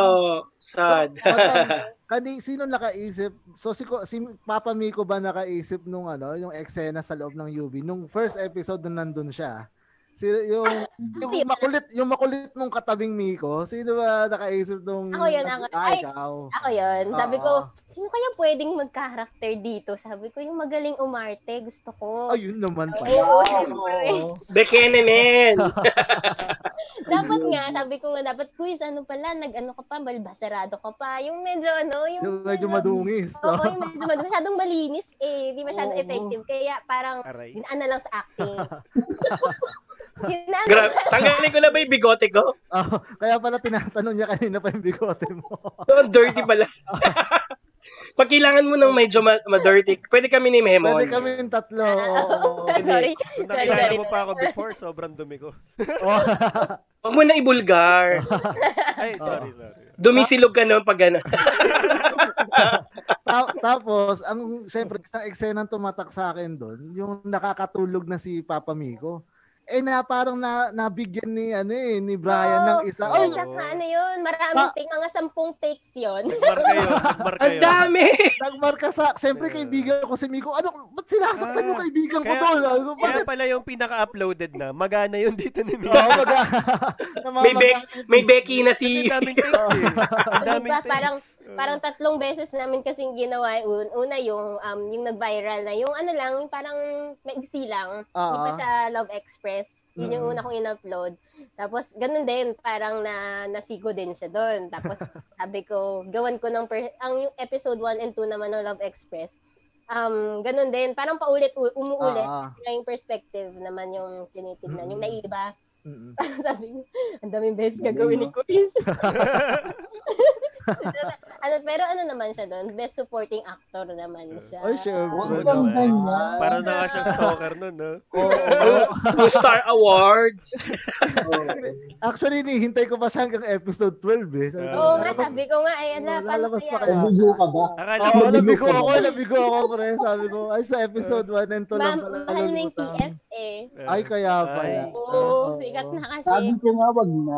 Speaker 1: Sad.
Speaker 3: Madam, kani sino nakaisip? So si Ko- si Papa Miko ba nakaisip nung ano, yung eksena sa loob ng UB nung first episode nung nandun siya? Si yung yung makulit, yung makulit nung katabing Miko, sino ba nakaisip nung
Speaker 4: Ako yun, ako.
Speaker 3: Ah,
Speaker 4: Ay!
Speaker 3: ikaw.
Speaker 4: Ako yon Sabi ko,
Speaker 3: Oo.
Speaker 4: sino kaya pwedeng mag-character dito? Sabi ko, yung magaling umarte. Gusto ko.
Speaker 3: Ayun naman pala.
Speaker 4: Oo, syempre.
Speaker 3: Oo.
Speaker 1: Bekene, men.
Speaker 4: Dapat nga, sabi ko nga, dapat quiz, ano pala, nag-ano ka pa, balbasarado ka pa. Yung medyo, ano, yung,
Speaker 3: Yung medyo madungis.
Speaker 4: Oo, yung medyo madungis. Masyadong malinis eh. Di masyadong
Speaker 3: Oo.
Speaker 4: effective. Kaya parang,
Speaker 2: Aray.
Speaker 4: dinaan na lang sa
Speaker 3: *laughs*
Speaker 4: acting. *laughs* ano. dinaan na
Speaker 1: Grabe. Tanggalin ko na ba yung bigote ko?
Speaker 3: Ah, Oo, kaya pala tinatanong niya kanina pa yung bigote mo.
Speaker 1: *laughs* So, ang dirty pala. Pag kailangan mo ng medyo ma- ma-dirty, pwede kami ni Memon.
Speaker 3: Pwede kami yung tatlo. oo.
Speaker 4: *laughs* sorry.
Speaker 2: Kung
Speaker 4: Sorry,
Speaker 2: nakilala
Speaker 4: sorry.
Speaker 2: mo pa ako before, sobrang dumi ko.
Speaker 3: Oh.
Speaker 1: Huwag mo na ibulgar.
Speaker 2: Ay, sorry, sorry.
Speaker 1: Dumisilog ka noon pag gano'n.
Speaker 3: Ta- tapos, ang siyempre, isang eksenang tumatak sa akin doon, yung nakakatulog na si Papa Miko. Eh na parang na, nabigyan ni ano eh, ni Brian ng
Speaker 4: Oo.
Speaker 3: isa. Oh. Ah.
Speaker 2: Oo.
Speaker 3: Ay,
Speaker 4: At saka ano yun, maraming
Speaker 3: Pa-
Speaker 4: take, mga sampung takes yun.
Speaker 2: Nagmar kayo, nagmar
Speaker 1: Ang
Speaker 2: kayo.
Speaker 1: dami!
Speaker 3: nagmarka sa, siyempre kaibigan ko si Miko. Ano, ba't sinasaktan yung kaibigan ko
Speaker 2: Kaya-
Speaker 3: doon? Ano,
Speaker 2: Kaya
Speaker 3: bakit?
Speaker 2: pala yung pinaka-uploaded na, magana yun dito ni Mika.
Speaker 3: Oo, *laughs* baga,
Speaker 1: May, Beck, may Becky na
Speaker 2: Kasi
Speaker 1: si...
Speaker 2: daming takes eh. Ang daming Ah,
Speaker 4: Diba?
Speaker 2: takes.
Speaker 4: Parang-
Speaker 3: Mm.
Speaker 4: Parang tatlong beses namin kasing ginawa yun. Una yung, um, yung nag-viral na. Yung ano lang, yung parang maigsi lang. Hindi pa
Speaker 3: Oo.
Speaker 4: siya Love Express. Yun yung
Speaker 3: Mm.
Speaker 4: una kong in-upload. Tapos, ganun din. Parang na, nasigo din siya doon. Tapos,
Speaker 3: *laughs*
Speaker 4: sabi ko, gawan ko ng... Per- ang yung episode 1 and 2 naman ng Love Express. Um, ganun din. Parang paulit, u- umuulit.
Speaker 3: Ah,
Speaker 4: Kaya yung perspective naman yung tinitignan. Yung
Speaker 3: Mm.
Speaker 4: naiba.
Speaker 3: mm-mm.
Speaker 4: Parang *laughs* sabi ko, ang daming beses
Speaker 5: Galing,
Speaker 4: gagawin ni
Speaker 5: no?
Speaker 4: Chris. *laughs* ano, pero ano naman siya doon? Best supporting actor naman siya.
Speaker 3: Ay, syempre.
Speaker 5: Huwag
Speaker 3: naman.
Speaker 5: kang ganyan.
Speaker 2: Parang na nga siyang stalker nun, no?
Speaker 3: Oh, Oo.
Speaker 1: Two Star Awards.
Speaker 3: Actually, nihintay ko pa siya hanggang episode 12 eh. Sabi ko,
Speaker 4: Oo nga, sabi ko nga, ay, ala, paano
Speaker 3: Lalabas pa
Speaker 4: kaya?
Speaker 3: kaya?
Speaker 5: Nabigo ka ba?
Speaker 2: Akala ko,
Speaker 3: Oo,
Speaker 5: Alam mo,
Speaker 3: labigo
Speaker 5: nabigo
Speaker 3: ako,
Speaker 5: ka ba?
Speaker 3: labigo ako, pre. Sabi ko, ay, sa episode 1 and 2 lang
Speaker 4: Ma-
Speaker 3: pala.
Speaker 4: mahal na yung
Speaker 3: nalutang.
Speaker 4: PF eh.
Speaker 2: eh,
Speaker 3: Ay, kaya pala.
Speaker 2: Ay.
Speaker 4: Oo, sikat na
Speaker 5: Sabi
Speaker 4: kasi.
Speaker 5: ko nga, wag na.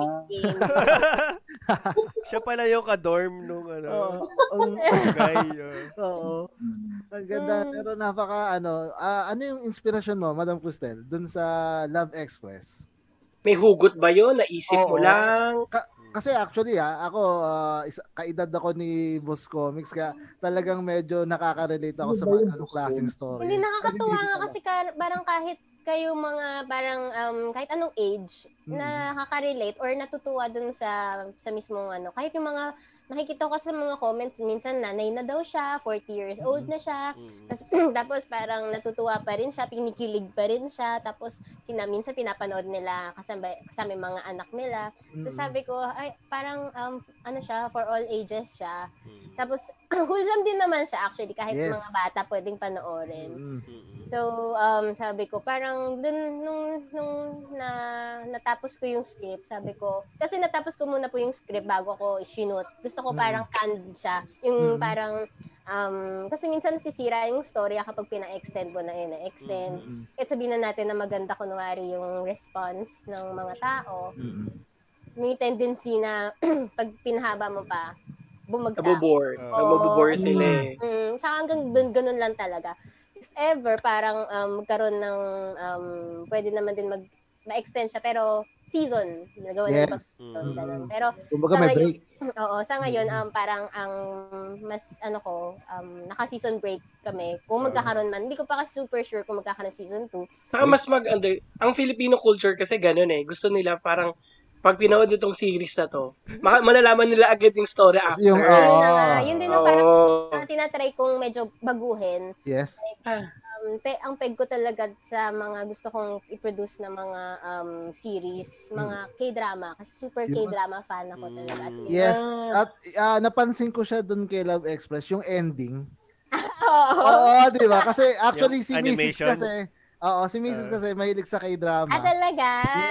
Speaker 4: 16.
Speaker 2: siya pala yung kadorm nung
Speaker 3: Oo.
Speaker 2: ano,
Speaker 3: ang-
Speaker 2: guy.
Speaker 1: *laughs*
Speaker 2: oh.
Speaker 3: Oo. Ang ganda.
Speaker 4: Mm.
Speaker 3: Pero napaka, ano, ah, ano yung inspiration mo, Madam Cristel, dun sa Love Express?
Speaker 1: May hugot ba yun? Naisip
Speaker 3: Oo.
Speaker 1: mo lang?
Speaker 3: Kasi actually ha, ako ah, isa, kaedad ako ni Boss Comics kaya talagang medyo nakaka-relate ako sa mga ano, klaseng story.
Speaker 4: Hindi nakakatuwa nga Oh, kasi kar- parang kahit kayo mga parang um, kahit anong age
Speaker 3: Mm.
Speaker 4: nakaka-relate or natutuwa dun sa sa mismong ano kahit yung mga nakikita ko sa mga comments minsan nanay na daw siya 40 years old na siya *clears throat*
Speaker 2: Mm.
Speaker 4: tapos, tapos parang natutuwa pa rin siya pinikilig pa rin siya tapos kina, minsan pinapanood nila kasama kasama yung mga anak nila
Speaker 3: Mm.
Speaker 4: tapos sabi ko ay parang um, ano siya for all ages siya tapos *clears throat* wholesome din naman siya actually kahit
Speaker 3: Yes.
Speaker 4: mga bata pwedeng panoorin
Speaker 3: Mm.
Speaker 4: So, um, sabi ko, parang dun, nung, nung na, natapos ko yung script, sabi ko, kasi natapos ko muna po yung script bago ko sinut. Gusto ko
Speaker 3: Mm.
Speaker 4: parang canned siya.
Speaker 3: Mm.
Speaker 4: Yung parang, um, kasi minsan nasisira yung story ah, kapag pina-extend mo na yun, extend.
Speaker 3: Mm.
Speaker 4: Kahit sabihin na natin na maganda kunwari yung response ng mga tao,
Speaker 3: Mm.
Speaker 4: may tendency na *clears throat* pag pinahaba mo pa, bumagsak.
Speaker 1: Nabobore.
Speaker 2: Oo.
Speaker 1: Nabobore
Speaker 4: Oo.
Speaker 1: sila eh.
Speaker 4: Mm, tsaka hanggang dun, ganun lang talaga. If ever, parang um, magkaroon ng, um, pwede naman din mag, ma-extend siya, pero season. Nagawa
Speaker 3: Yes.
Speaker 4: yes. ng season,
Speaker 3: Mm.
Speaker 4: ganun. Pero,
Speaker 5: Kumbaga
Speaker 4: Sa
Speaker 5: may
Speaker 4: ngayon-
Speaker 5: break.
Speaker 4: oo, sa ngayon, um, parang ang mas, ano ko, um, naka-season break kami. Kung magkakaroon man, hindi ko pa kasi super sure kung magkakaroon ng season 2.
Speaker 1: Saka mas mag under ang Filipino culture kasi ganun eh. Gusto nila parang pag pinanood nitong series na to, maka- malalaman nila agad yung story
Speaker 3: Tapos
Speaker 1: after.
Speaker 3: yung,
Speaker 4: Yun
Speaker 3: oo.
Speaker 4: na nga, yun din ang parang
Speaker 1: Oo.
Speaker 4: na tinatry kong medyo baguhin.
Speaker 3: Yes.
Speaker 4: Um, pe, ang peg ko talaga sa mga gusto kong i-produce na mga um, series, mga K-drama. Kasi super
Speaker 3: Yun. Mm.
Speaker 4: K-drama fan ako talaga. As in,
Speaker 3: Yes.
Speaker 1: Ah.
Speaker 3: At ah, napansin ko siya dun kay Love Express, yung ending.
Speaker 4: Oo.
Speaker 3: Oo, di ba? Kasi actually
Speaker 2: Yung
Speaker 3: si Mrs.
Speaker 2: animation. Ah.
Speaker 3: kasi, oo, si Mrs. kasi mahilig sa K-drama.
Speaker 4: Ah, talaga?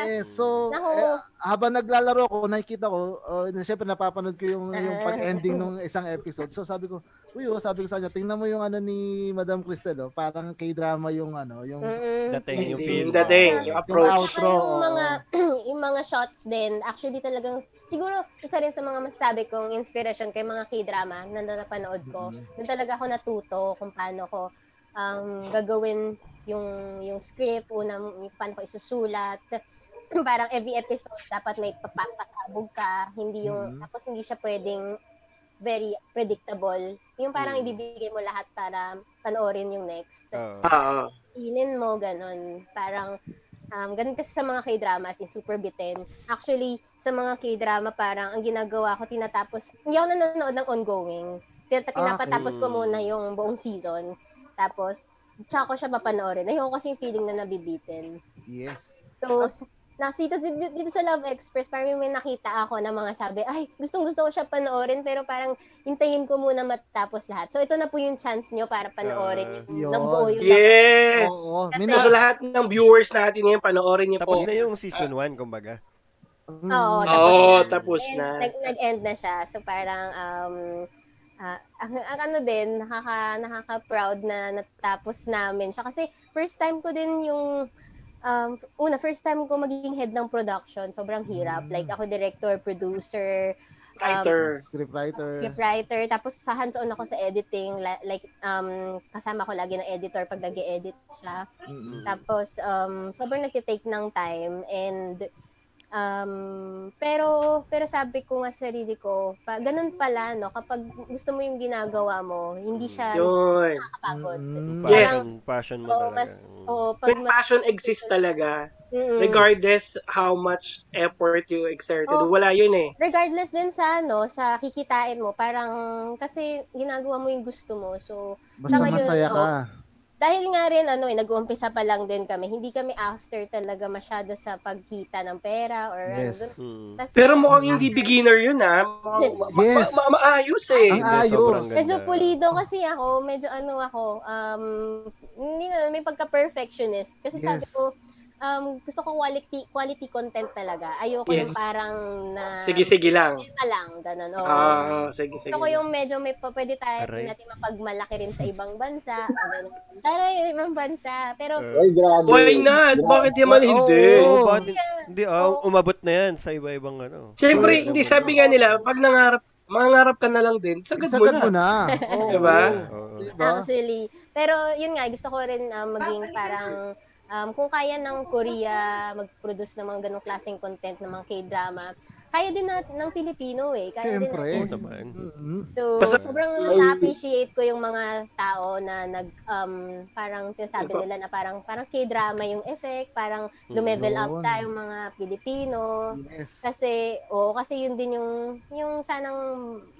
Speaker 3: Yes, so
Speaker 4: Naku.
Speaker 3: eh, habang naglalaro ko, nakikita ko, oh, na- syempre napapanood ko yung, yung
Speaker 4: Ah.
Speaker 3: pag-ending ng isang episode. So sabi ko, uy, oh, sabi ko sa kanya, tingnan mo yung ano ni Madam Cristel, oh, parang K-drama yung ano, yung
Speaker 4: Mm-mm.
Speaker 2: Dating yung
Speaker 1: Hindi,
Speaker 2: feel.
Speaker 1: yung dating, yung
Speaker 3: yung
Speaker 1: approach.
Speaker 4: Saka
Speaker 3: outro.
Speaker 4: yung
Speaker 3: oo.
Speaker 4: mga, *clears throat* yung mga shots din, actually talagang, siguro, isa rin sa mga masasabi kong inspiration kay mga K-drama na napanood ko.
Speaker 3: Mhm.
Speaker 4: Doon talaga ako natuto kung paano ko um, gagawin yung yung script, unang yung paano ko isusulat. *clears throat* Parang every episode dapat may papapasabog ka, hindi yung
Speaker 3: Mhm.
Speaker 4: tapos hindi siya pwedeng very predictable. Yung parang
Speaker 2: Mm.
Speaker 3: Mm-hmm.
Speaker 4: ibibigay mo lahat para panoorin yung next
Speaker 2: Oo.
Speaker 1: Oo.
Speaker 4: inin mo, ganun. Parang, um, ganun kasi sa mga k-dramas, yung super bitin. Actually, sa mga k-drama, parang ang ginagawa ko, tinatapos, hindi ako nanonood ng ongoing. Tinata-
Speaker 3: Ah,
Speaker 4: pinapatapos ko
Speaker 2: mm.
Speaker 4: muna yung buong season. Tapos, tsaka ko siya papanoorin. Ayoko kasi yung feeling na nabibitin.
Speaker 3: Yes.
Speaker 4: So,
Speaker 3: At-
Speaker 4: s- Nas, dito, dito, dito sa Love Express, parang may nakita ako na mga sabi, ay, gustong-gusto ko siya panoorin, pero parang hintayin ko muna matapos lahat. So, ito na po yung chance nyo para panoorin
Speaker 3: Ah,
Speaker 4: yung
Speaker 3: yun.
Speaker 4: nabuo yung
Speaker 1: Yes!
Speaker 3: Oo.
Speaker 4: Kasi-
Speaker 1: So, sa
Speaker 3: Mina,
Speaker 1: lahat ng viewers natin ngayon, panoorin niyo
Speaker 2: Tapos
Speaker 1: po.
Speaker 2: na yung season
Speaker 1: Ah.
Speaker 2: 1, kumbaga.
Speaker 4: Oo, tapos na.
Speaker 1: Oo, oh, tapos
Speaker 4: And
Speaker 1: na.
Speaker 4: Nag, nag-end na siya. So parang um ah, ang, ang ano din nakaka nakaka-proud na natapos namin siya kasi first time ko din yung um una first time ko magiging head ng production. Sobrang
Speaker 1: Mm.
Speaker 4: hirap. Like ako director, producer,
Speaker 1: Writer.
Speaker 3: Mm, scriptwriter.
Speaker 4: scriptwriter, tapos sa hands-on ako sa editing, la- like um kasama ko lagi ng editor pag nag-edit siya.
Speaker 3: Mm-mm.
Speaker 4: Tapos, um, sobrang nagtitake ng time and um, pero pero sabi ko nga sa sarili ko, pa, ganun pala no, kapag gusto mo yung ginagawa mo, hindi siya
Speaker 1: Yun.
Speaker 4: nakakapagod.
Speaker 3: Mm.
Speaker 1: Mm. Yes.
Speaker 2: Passion, passion mo
Speaker 4: Oo,
Speaker 2: talaga.
Speaker 4: mas oo, pag
Speaker 1: When
Speaker 4: ma-
Speaker 1: passion exists talaga,
Speaker 4: Mm-mm.
Speaker 1: regardless how much effort you exerted,
Speaker 4: Oh.
Speaker 1: wala yun eh.
Speaker 4: regardless din sa ano, sa kikitain mo, parang kasi ginagawa mo yung gusto mo. So,
Speaker 3: Basta
Speaker 4: Saka yun, oh.
Speaker 3: masaya ka.
Speaker 4: dahil nga rin ano, eh, nag-uumpisa pa lang din kami. Hindi kami after talaga masyado sa pagkita ng pera or ano.
Speaker 3: Yes.
Speaker 4: ganun.
Speaker 2: Mm.
Speaker 4: Basta-
Speaker 1: Pero mukhang hindi beginner yun ah. Mukhang ma- ma-
Speaker 3: Yes.
Speaker 1: ma- maayos eh.
Speaker 3: Ang
Speaker 2: Hindi, sobrang
Speaker 3: ayos.
Speaker 2: ganda.
Speaker 4: Medyo pulido kasi ako, medyo ano ako, um, hindi na, may pagka-perfectionist. Kasi sabi
Speaker 3: Yes.
Speaker 4: ko, um, gusto ko quality quality content talaga. Ayoko
Speaker 1: Yes.
Speaker 4: yung parang na...
Speaker 1: Sige, sige lang.
Speaker 4: Yun na lang, ganun. Oo.
Speaker 1: Ah, sige, sige.
Speaker 4: gusto ko yung medyo may pa- pwede tayo
Speaker 2: Aray.
Speaker 4: natin mapagmalaki rin sa ibang bansa. Ganun. Aray, ibang bansa. Pero,
Speaker 2: Eh.
Speaker 5: Ay, grabe.
Speaker 1: Why not? Bakit naman
Speaker 3: Oo.
Speaker 1: hindi?
Speaker 2: Oo, bakit-
Speaker 4: Yeah.
Speaker 2: Hindi, ah, umabot na yan sa iba-ibang ano.
Speaker 1: Siyempre,
Speaker 2: Iba-ibang
Speaker 1: hindi
Speaker 2: mundo.
Speaker 1: sabi nga nila, pag nangarap, mangarap ka na lang din, sagad,
Speaker 3: Sagad mo
Speaker 1: mo
Speaker 2: *laughs*
Speaker 1: na.
Speaker 3: na. Oo.
Speaker 1: Diba?
Speaker 2: Oo.
Speaker 3: Diba? Ah,
Speaker 4: Actually. Pero yun nga, gusto ko rin um, maging parang um, kung kaya ng Korea mag-produce ng mga ganong klaseng content ng mga K-drama, kaya din natin ng Pilipino eh. Kaya
Speaker 3: Siyempre.
Speaker 4: din natin.
Speaker 2: Oo naman.
Speaker 3: Mm-mm.
Speaker 4: So,
Speaker 1: Basta-
Speaker 4: sobrang na-appreciate ko yung mga tao na nag, um, parang sinasabi
Speaker 1: Ito.
Speaker 4: nila na parang, parang K-drama yung effect, parang lumevel up
Speaker 3: Yun.
Speaker 4: tayong mga Pilipino.
Speaker 3: Yes.
Speaker 4: Kasi, oo, kasi yun din yung, yung sanang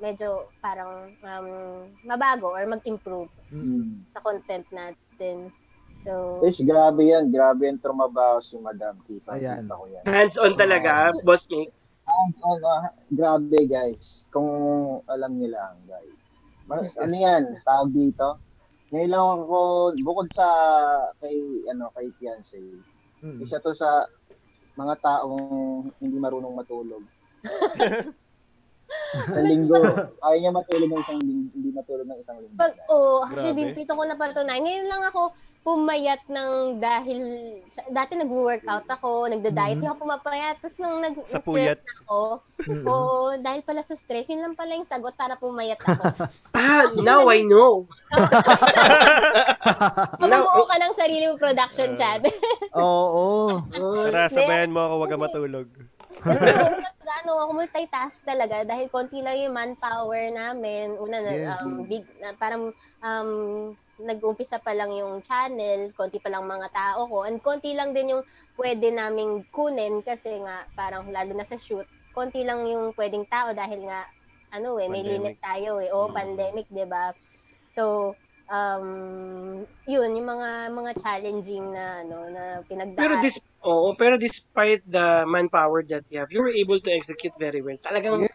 Speaker 4: medyo parang um, mabago or mag-improve
Speaker 5: Hmm.
Speaker 4: sa content natin. So,
Speaker 2: Eh,
Speaker 5: Ish, grabe yan. Grabe yan trumabaho si Madam Tita.
Speaker 3: Ayan.
Speaker 5: Kita ko yan.
Speaker 1: Hands-on talaga, boss mates.
Speaker 5: Ang, ang, ah, grabe guys. Kung alam nila ang guys. Ma- Ano yan? Tawag dito? Ngayon lang ako, bukod sa kay, ano, kay fiancé,
Speaker 3: Mm.
Speaker 5: isa to sa mga taong hindi marunong matulog. sa linggo. Ayaw niya matulog ng isang linggo. Hindi matulog ng isang linggo.
Speaker 4: pag, oo,
Speaker 2: Grabe.
Speaker 4: actually, dito ko napatunayan. Ngayon lang ako pumayat ng dahil, sa, dati nag-workout ako, nagda-diet,
Speaker 3: Mhm.
Speaker 4: hindi ako pumapayat. Tapos nung nag
Speaker 2: Mm-hmm. Sa
Speaker 4: stress
Speaker 2: puyat. Mm-hmm.
Speaker 4: na ako, oo, dahil pala sa stress, yun lang pala yung sagot para pumayat
Speaker 2: *laughs*
Speaker 4: ako.
Speaker 1: Ah, now I
Speaker 4: *laughs*
Speaker 1: know.
Speaker 2: eh.
Speaker 4: Mamamuo ka ng sarili mo
Speaker 2: Uh,
Speaker 4: production, Chad.
Speaker 3: Oo.
Speaker 2: Tara, sabayan mo ako, wag ka
Speaker 4: Kasi-
Speaker 2: matulog.
Speaker 4: Kasi yun, ano, ako multitask talaga dahil konti lang yung manpower namin. Una na,
Speaker 3: Yes.
Speaker 4: um, big, na, parang um, nag-umpisa pa lang yung channel, konti pa lang mga tao ko, and konti lang din yung pwede naming kunin kasi nga parang lalo na sa shoot, konti lang yung pwedeng tao dahil nga ano eh, may
Speaker 2: Pandemic.
Speaker 4: limit tayo eh. O,
Speaker 2: Mm.
Speaker 4: pandemic, 'di ba? So, um, yun, yung mga mga challenging na ano na pinagdaanan.
Speaker 1: Pero this oh, pero despite the manpower that you have, you were able to execute very well. Talagang
Speaker 3: Yes.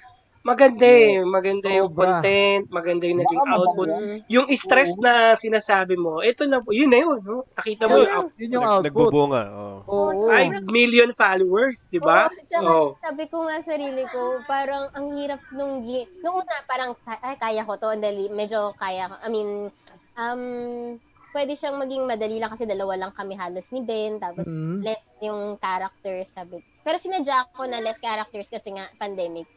Speaker 1: maganda eh, maganda yung
Speaker 3: Sobra.
Speaker 1: content, maganda yung naging
Speaker 5: Baka
Speaker 1: output.
Speaker 5: maganda.
Speaker 4: Mm.
Speaker 1: Yung stress na sinasabi mo, ito na po, yun na yun. No? Nakita
Speaker 3: Yun,
Speaker 1: mo yung
Speaker 3: yun yung
Speaker 2: Nag-
Speaker 3: output.
Speaker 2: Nagbubunga. oo.
Speaker 3: Oo.
Speaker 1: 5 million followers, di ba?
Speaker 4: Oo, tsaka
Speaker 1: Oo.
Speaker 4: sabi ko nga sarili ko, parang ang hirap nung, gi- nung una parang, ay, kaya ko to, ang dali, medyo kaya ko. I mean, um, pwede siyang maging madali lang kasi dalawa lang kami halos ni Ben, tapos
Speaker 3: Mhm.
Speaker 4: less yung characters, sabi Pero sinadya ko na less characters kasi nga pandemic.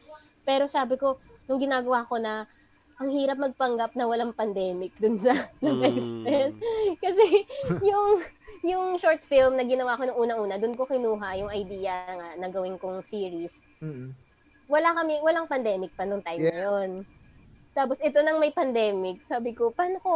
Speaker 4: Pero sabi ko, nung ginagawa ko na, ang hirap magpanggap na walang pandemic dun sa *laughs* Love
Speaker 2: Mm.
Speaker 4: Express. *laughs* Kasi yung yung short film na ginawa ko nung una-una, doon ko kinuha yung idea nga na gawin kong series.
Speaker 3: Mm-mm.
Speaker 4: Wala kami, walang pandemic pa nung time na
Speaker 3: Yes.
Speaker 4: yun. Tapos ito nang may pandemic, sabi ko, paano ko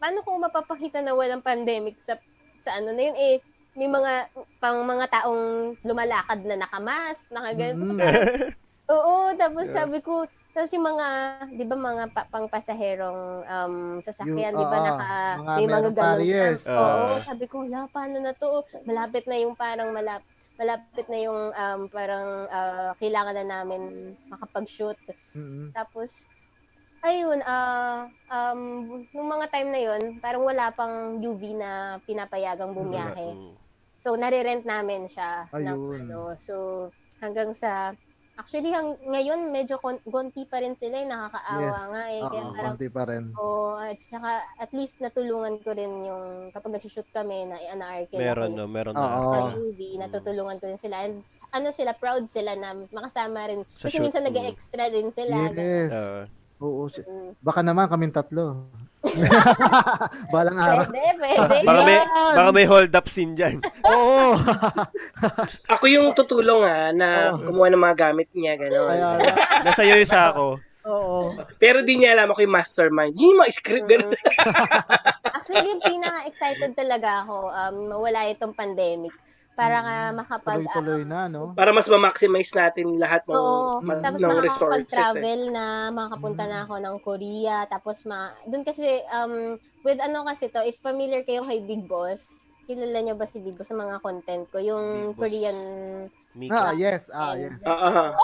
Speaker 4: paano ko mapapakita na walang pandemic sa sa ano na yun eh may mga pang mga taong lumalakad na nakamas, nakaganto.
Speaker 3: Mm.
Speaker 4: Oo, tapos
Speaker 2: Yeah.
Speaker 4: sabi ko, tapos yung mga, di ba mga pa, pangpasaherong um, sasakyan,
Speaker 3: Yung-
Speaker 4: di ba
Speaker 3: oo,
Speaker 4: naka,
Speaker 3: mga
Speaker 4: may mga
Speaker 3: merong
Speaker 4: ganun.
Speaker 3: barriers.
Speaker 4: Oo,
Speaker 2: Ah.
Speaker 4: sabi ko, wala, paano na to? Malapit na yung parang malap, malapit na yung um, parang ah, kailangan na namin makapag-shoot.
Speaker 3: Mm-mm.
Speaker 4: Tapos, ayun, ah um, nung mga time na yun, parang wala pang UV na pinapayagang
Speaker 3: Mm-hmm.
Speaker 4: bumiyahe.
Speaker 2: Mm,
Speaker 4: So, nare-rent namin siya. Ng,
Speaker 3: Ayun.
Speaker 4: ano, so, hanggang sa... Actually, hang, ngayon, medyo kon- gonti pa rin sila. eh, Nakakaawa
Speaker 3: Yes.
Speaker 4: nga eh. Kaya
Speaker 3: Oo,
Speaker 4: parang,
Speaker 3: konti pa rin.
Speaker 4: oo, at saka at least natulungan ko rin yung... Kapag nagsushoot kami, na anarchy
Speaker 2: Meron Mm. na, meron na.
Speaker 3: Oo.
Speaker 4: sa UV, natutulungan ko rin sila. And ano sila, proud sila na makasama rin.
Speaker 2: Sa
Speaker 4: Kasi
Speaker 2: shoot,
Speaker 4: minsan
Speaker 2: mm.
Speaker 4: nag-extra din sila.
Speaker 3: Yes.
Speaker 2: Oo.
Speaker 3: Oo. si-
Speaker 4: Mm.
Speaker 3: Baka naman kaming
Speaker 4: *laughs*
Speaker 3: tatlo. Balang araw.
Speaker 4: Pwede, pwede.
Speaker 2: baka may
Speaker 3: Yan!
Speaker 2: baka may hold up scene
Speaker 3: *laughs*
Speaker 2: diyan.
Speaker 3: Oo.
Speaker 1: Ako yung tutulong ha, na
Speaker 3: Oo.
Speaker 1: kumuha ng mga gamit niya,
Speaker 4: *laughs*
Speaker 1: gano'n.
Speaker 3: Kaya,
Speaker 2: Nasa iyo yung sako.
Speaker 3: oo.
Speaker 1: Pero di niya alam ako yung mastermind. Yung mga script, gano'n.
Speaker 4: *laughs* Actually, yung pinaka-excited talaga ako, um, wala itong pandemic. Para nga makapag,
Speaker 3: Mm.
Speaker 4: ah,
Speaker 3: Tuloy-tuloy Mm. na, no?
Speaker 1: Para mas ma-maximize natin lahat ng,
Speaker 4: Oo,
Speaker 1: ma-
Speaker 4: tapos
Speaker 1: ng resources. Eh.
Speaker 4: makakapag-travel na makakapunta
Speaker 3: Mm.
Speaker 4: na ako ng Korea. Tapos, ma- dun kasi, um, with ano kasi to, if familiar kayo kay Big Boss, kilala niyo ba si Big Boss sa mga content ko?
Speaker 2: Big
Speaker 4: Yung
Speaker 2: Boss.
Speaker 4: Korean...
Speaker 3: Ah, yes. Ah,
Speaker 4: trend.
Speaker 3: yes.
Speaker 1: Ah, ah.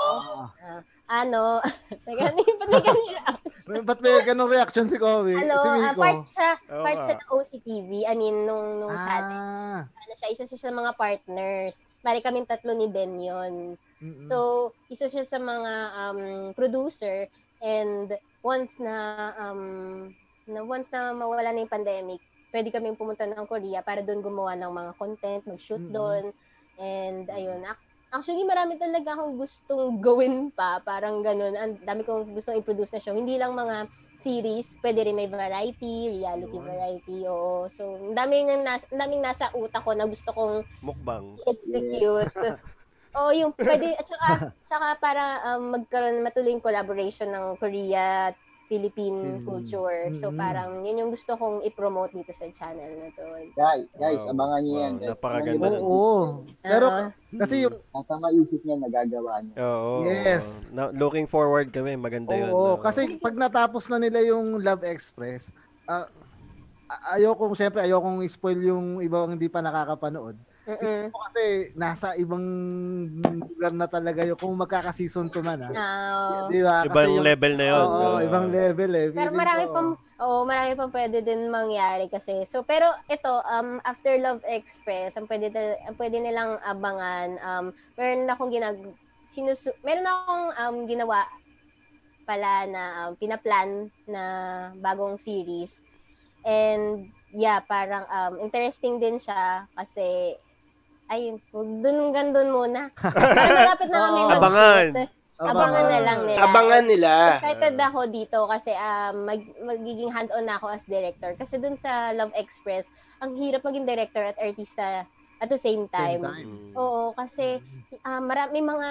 Speaker 3: Ah.
Speaker 4: Ano? *laughs* Teka, hindi pa teka, hindi na-
Speaker 3: Ba't may ganong reaction si Kobe?
Speaker 4: Ano,
Speaker 3: si
Speaker 4: ah,
Speaker 3: Miko?
Speaker 4: part siya,
Speaker 2: Oo ah,
Speaker 4: part
Speaker 2: nga.
Speaker 4: siya ng OCTV. I mean, nung, nung channel.
Speaker 3: Ah.
Speaker 4: Ano siya, isa siya sa mga partners. Bali kami tatlo ni Ben yun.
Speaker 3: Mm-mm.
Speaker 4: So, isa siya sa mga um, producer and once na um, na once na mawala na yung pandemic, pwede kaming pumunta ng Korea para doon gumawa ng mga content, mag-shoot
Speaker 3: Mm-mm.
Speaker 4: doon. And ayun, ac- actually marami talaga akong gustong gawin pa, parang ganun. Ang dami kong gustong i-produce na show. Hindi lang mga series, pwede rin may variety, reality
Speaker 3: Yun.
Speaker 4: variety, oo. So, ang daming, nas- ang daming nasa utak ko na gusto kong
Speaker 2: Mukbang.
Speaker 4: execute. Oo, yung
Speaker 3: *laughs*
Speaker 4: pwede, at saka, saka para um, magkaroon, matuloy yung collaboration ng Korea,
Speaker 3: Mm.
Speaker 4: Philippine culture. So
Speaker 3: Mm-mm.
Speaker 4: parang yun yung gusto kong i-promote dito sa channel na to.
Speaker 5: Guys, guys,
Speaker 2: Wow.
Speaker 5: abangan niyo yan.
Speaker 2: Wow,
Speaker 5: guys.
Speaker 2: napakaganda
Speaker 5: Abangan niyo
Speaker 3: Oo. Pero
Speaker 4: Ah.
Speaker 3: kasi yung
Speaker 5: At ang maisip niya, nagagawa niya.
Speaker 2: Oo.
Speaker 3: Yes.
Speaker 2: Na, looking forward kami, maganda 'yun.
Speaker 3: Oo, kasi pag natapos na nila yung Love Express, ah, a- ayokong syempre ayokong spoil yung iba ang hindi pa nakakapanood.
Speaker 4: Mm-mm.
Speaker 3: Ako kasi nasa ibang lugar na talaga yung kung magkaka-season to man ah.
Speaker 4: Ah,
Speaker 3: Di ba? Kasi
Speaker 2: ibang
Speaker 3: yung-
Speaker 2: level na 'yon.
Speaker 3: Oo, ibang level eh.
Speaker 4: pero
Speaker 3: Feeling
Speaker 4: marami
Speaker 3: ko,
Speaker 4: pang oh, marami pang pwede din mangyari kasi. So pero ito um After Love Express, ang pwede tal- ang pwede nilang abangan um meron akong ginag sinusu- meron akong um ginawa pala na um, pinaplan na bagong series. And yeah, parang um interesting din siya kasi ayun, wag dun gandun muna. Parang malapit na kami
Speaker 3: Oo.
Speaker 4: mag-shoot.
Speaker 2: Abangan.
Speaker 4: Abangan na lang nila.
Speaker 1: Abangan nila.
Speaker 4: Excited ako dito kasi ah, mag, magiging hands-on na ako as director. Kasi dun sa Love Express, ang hirap maging director at artista at the
Speaker 3: Same
Speaker 4: same time.
Speaker 3: time.
Speaker 2: Mm.
Speaker 4: Oo, kasi ah, marami mga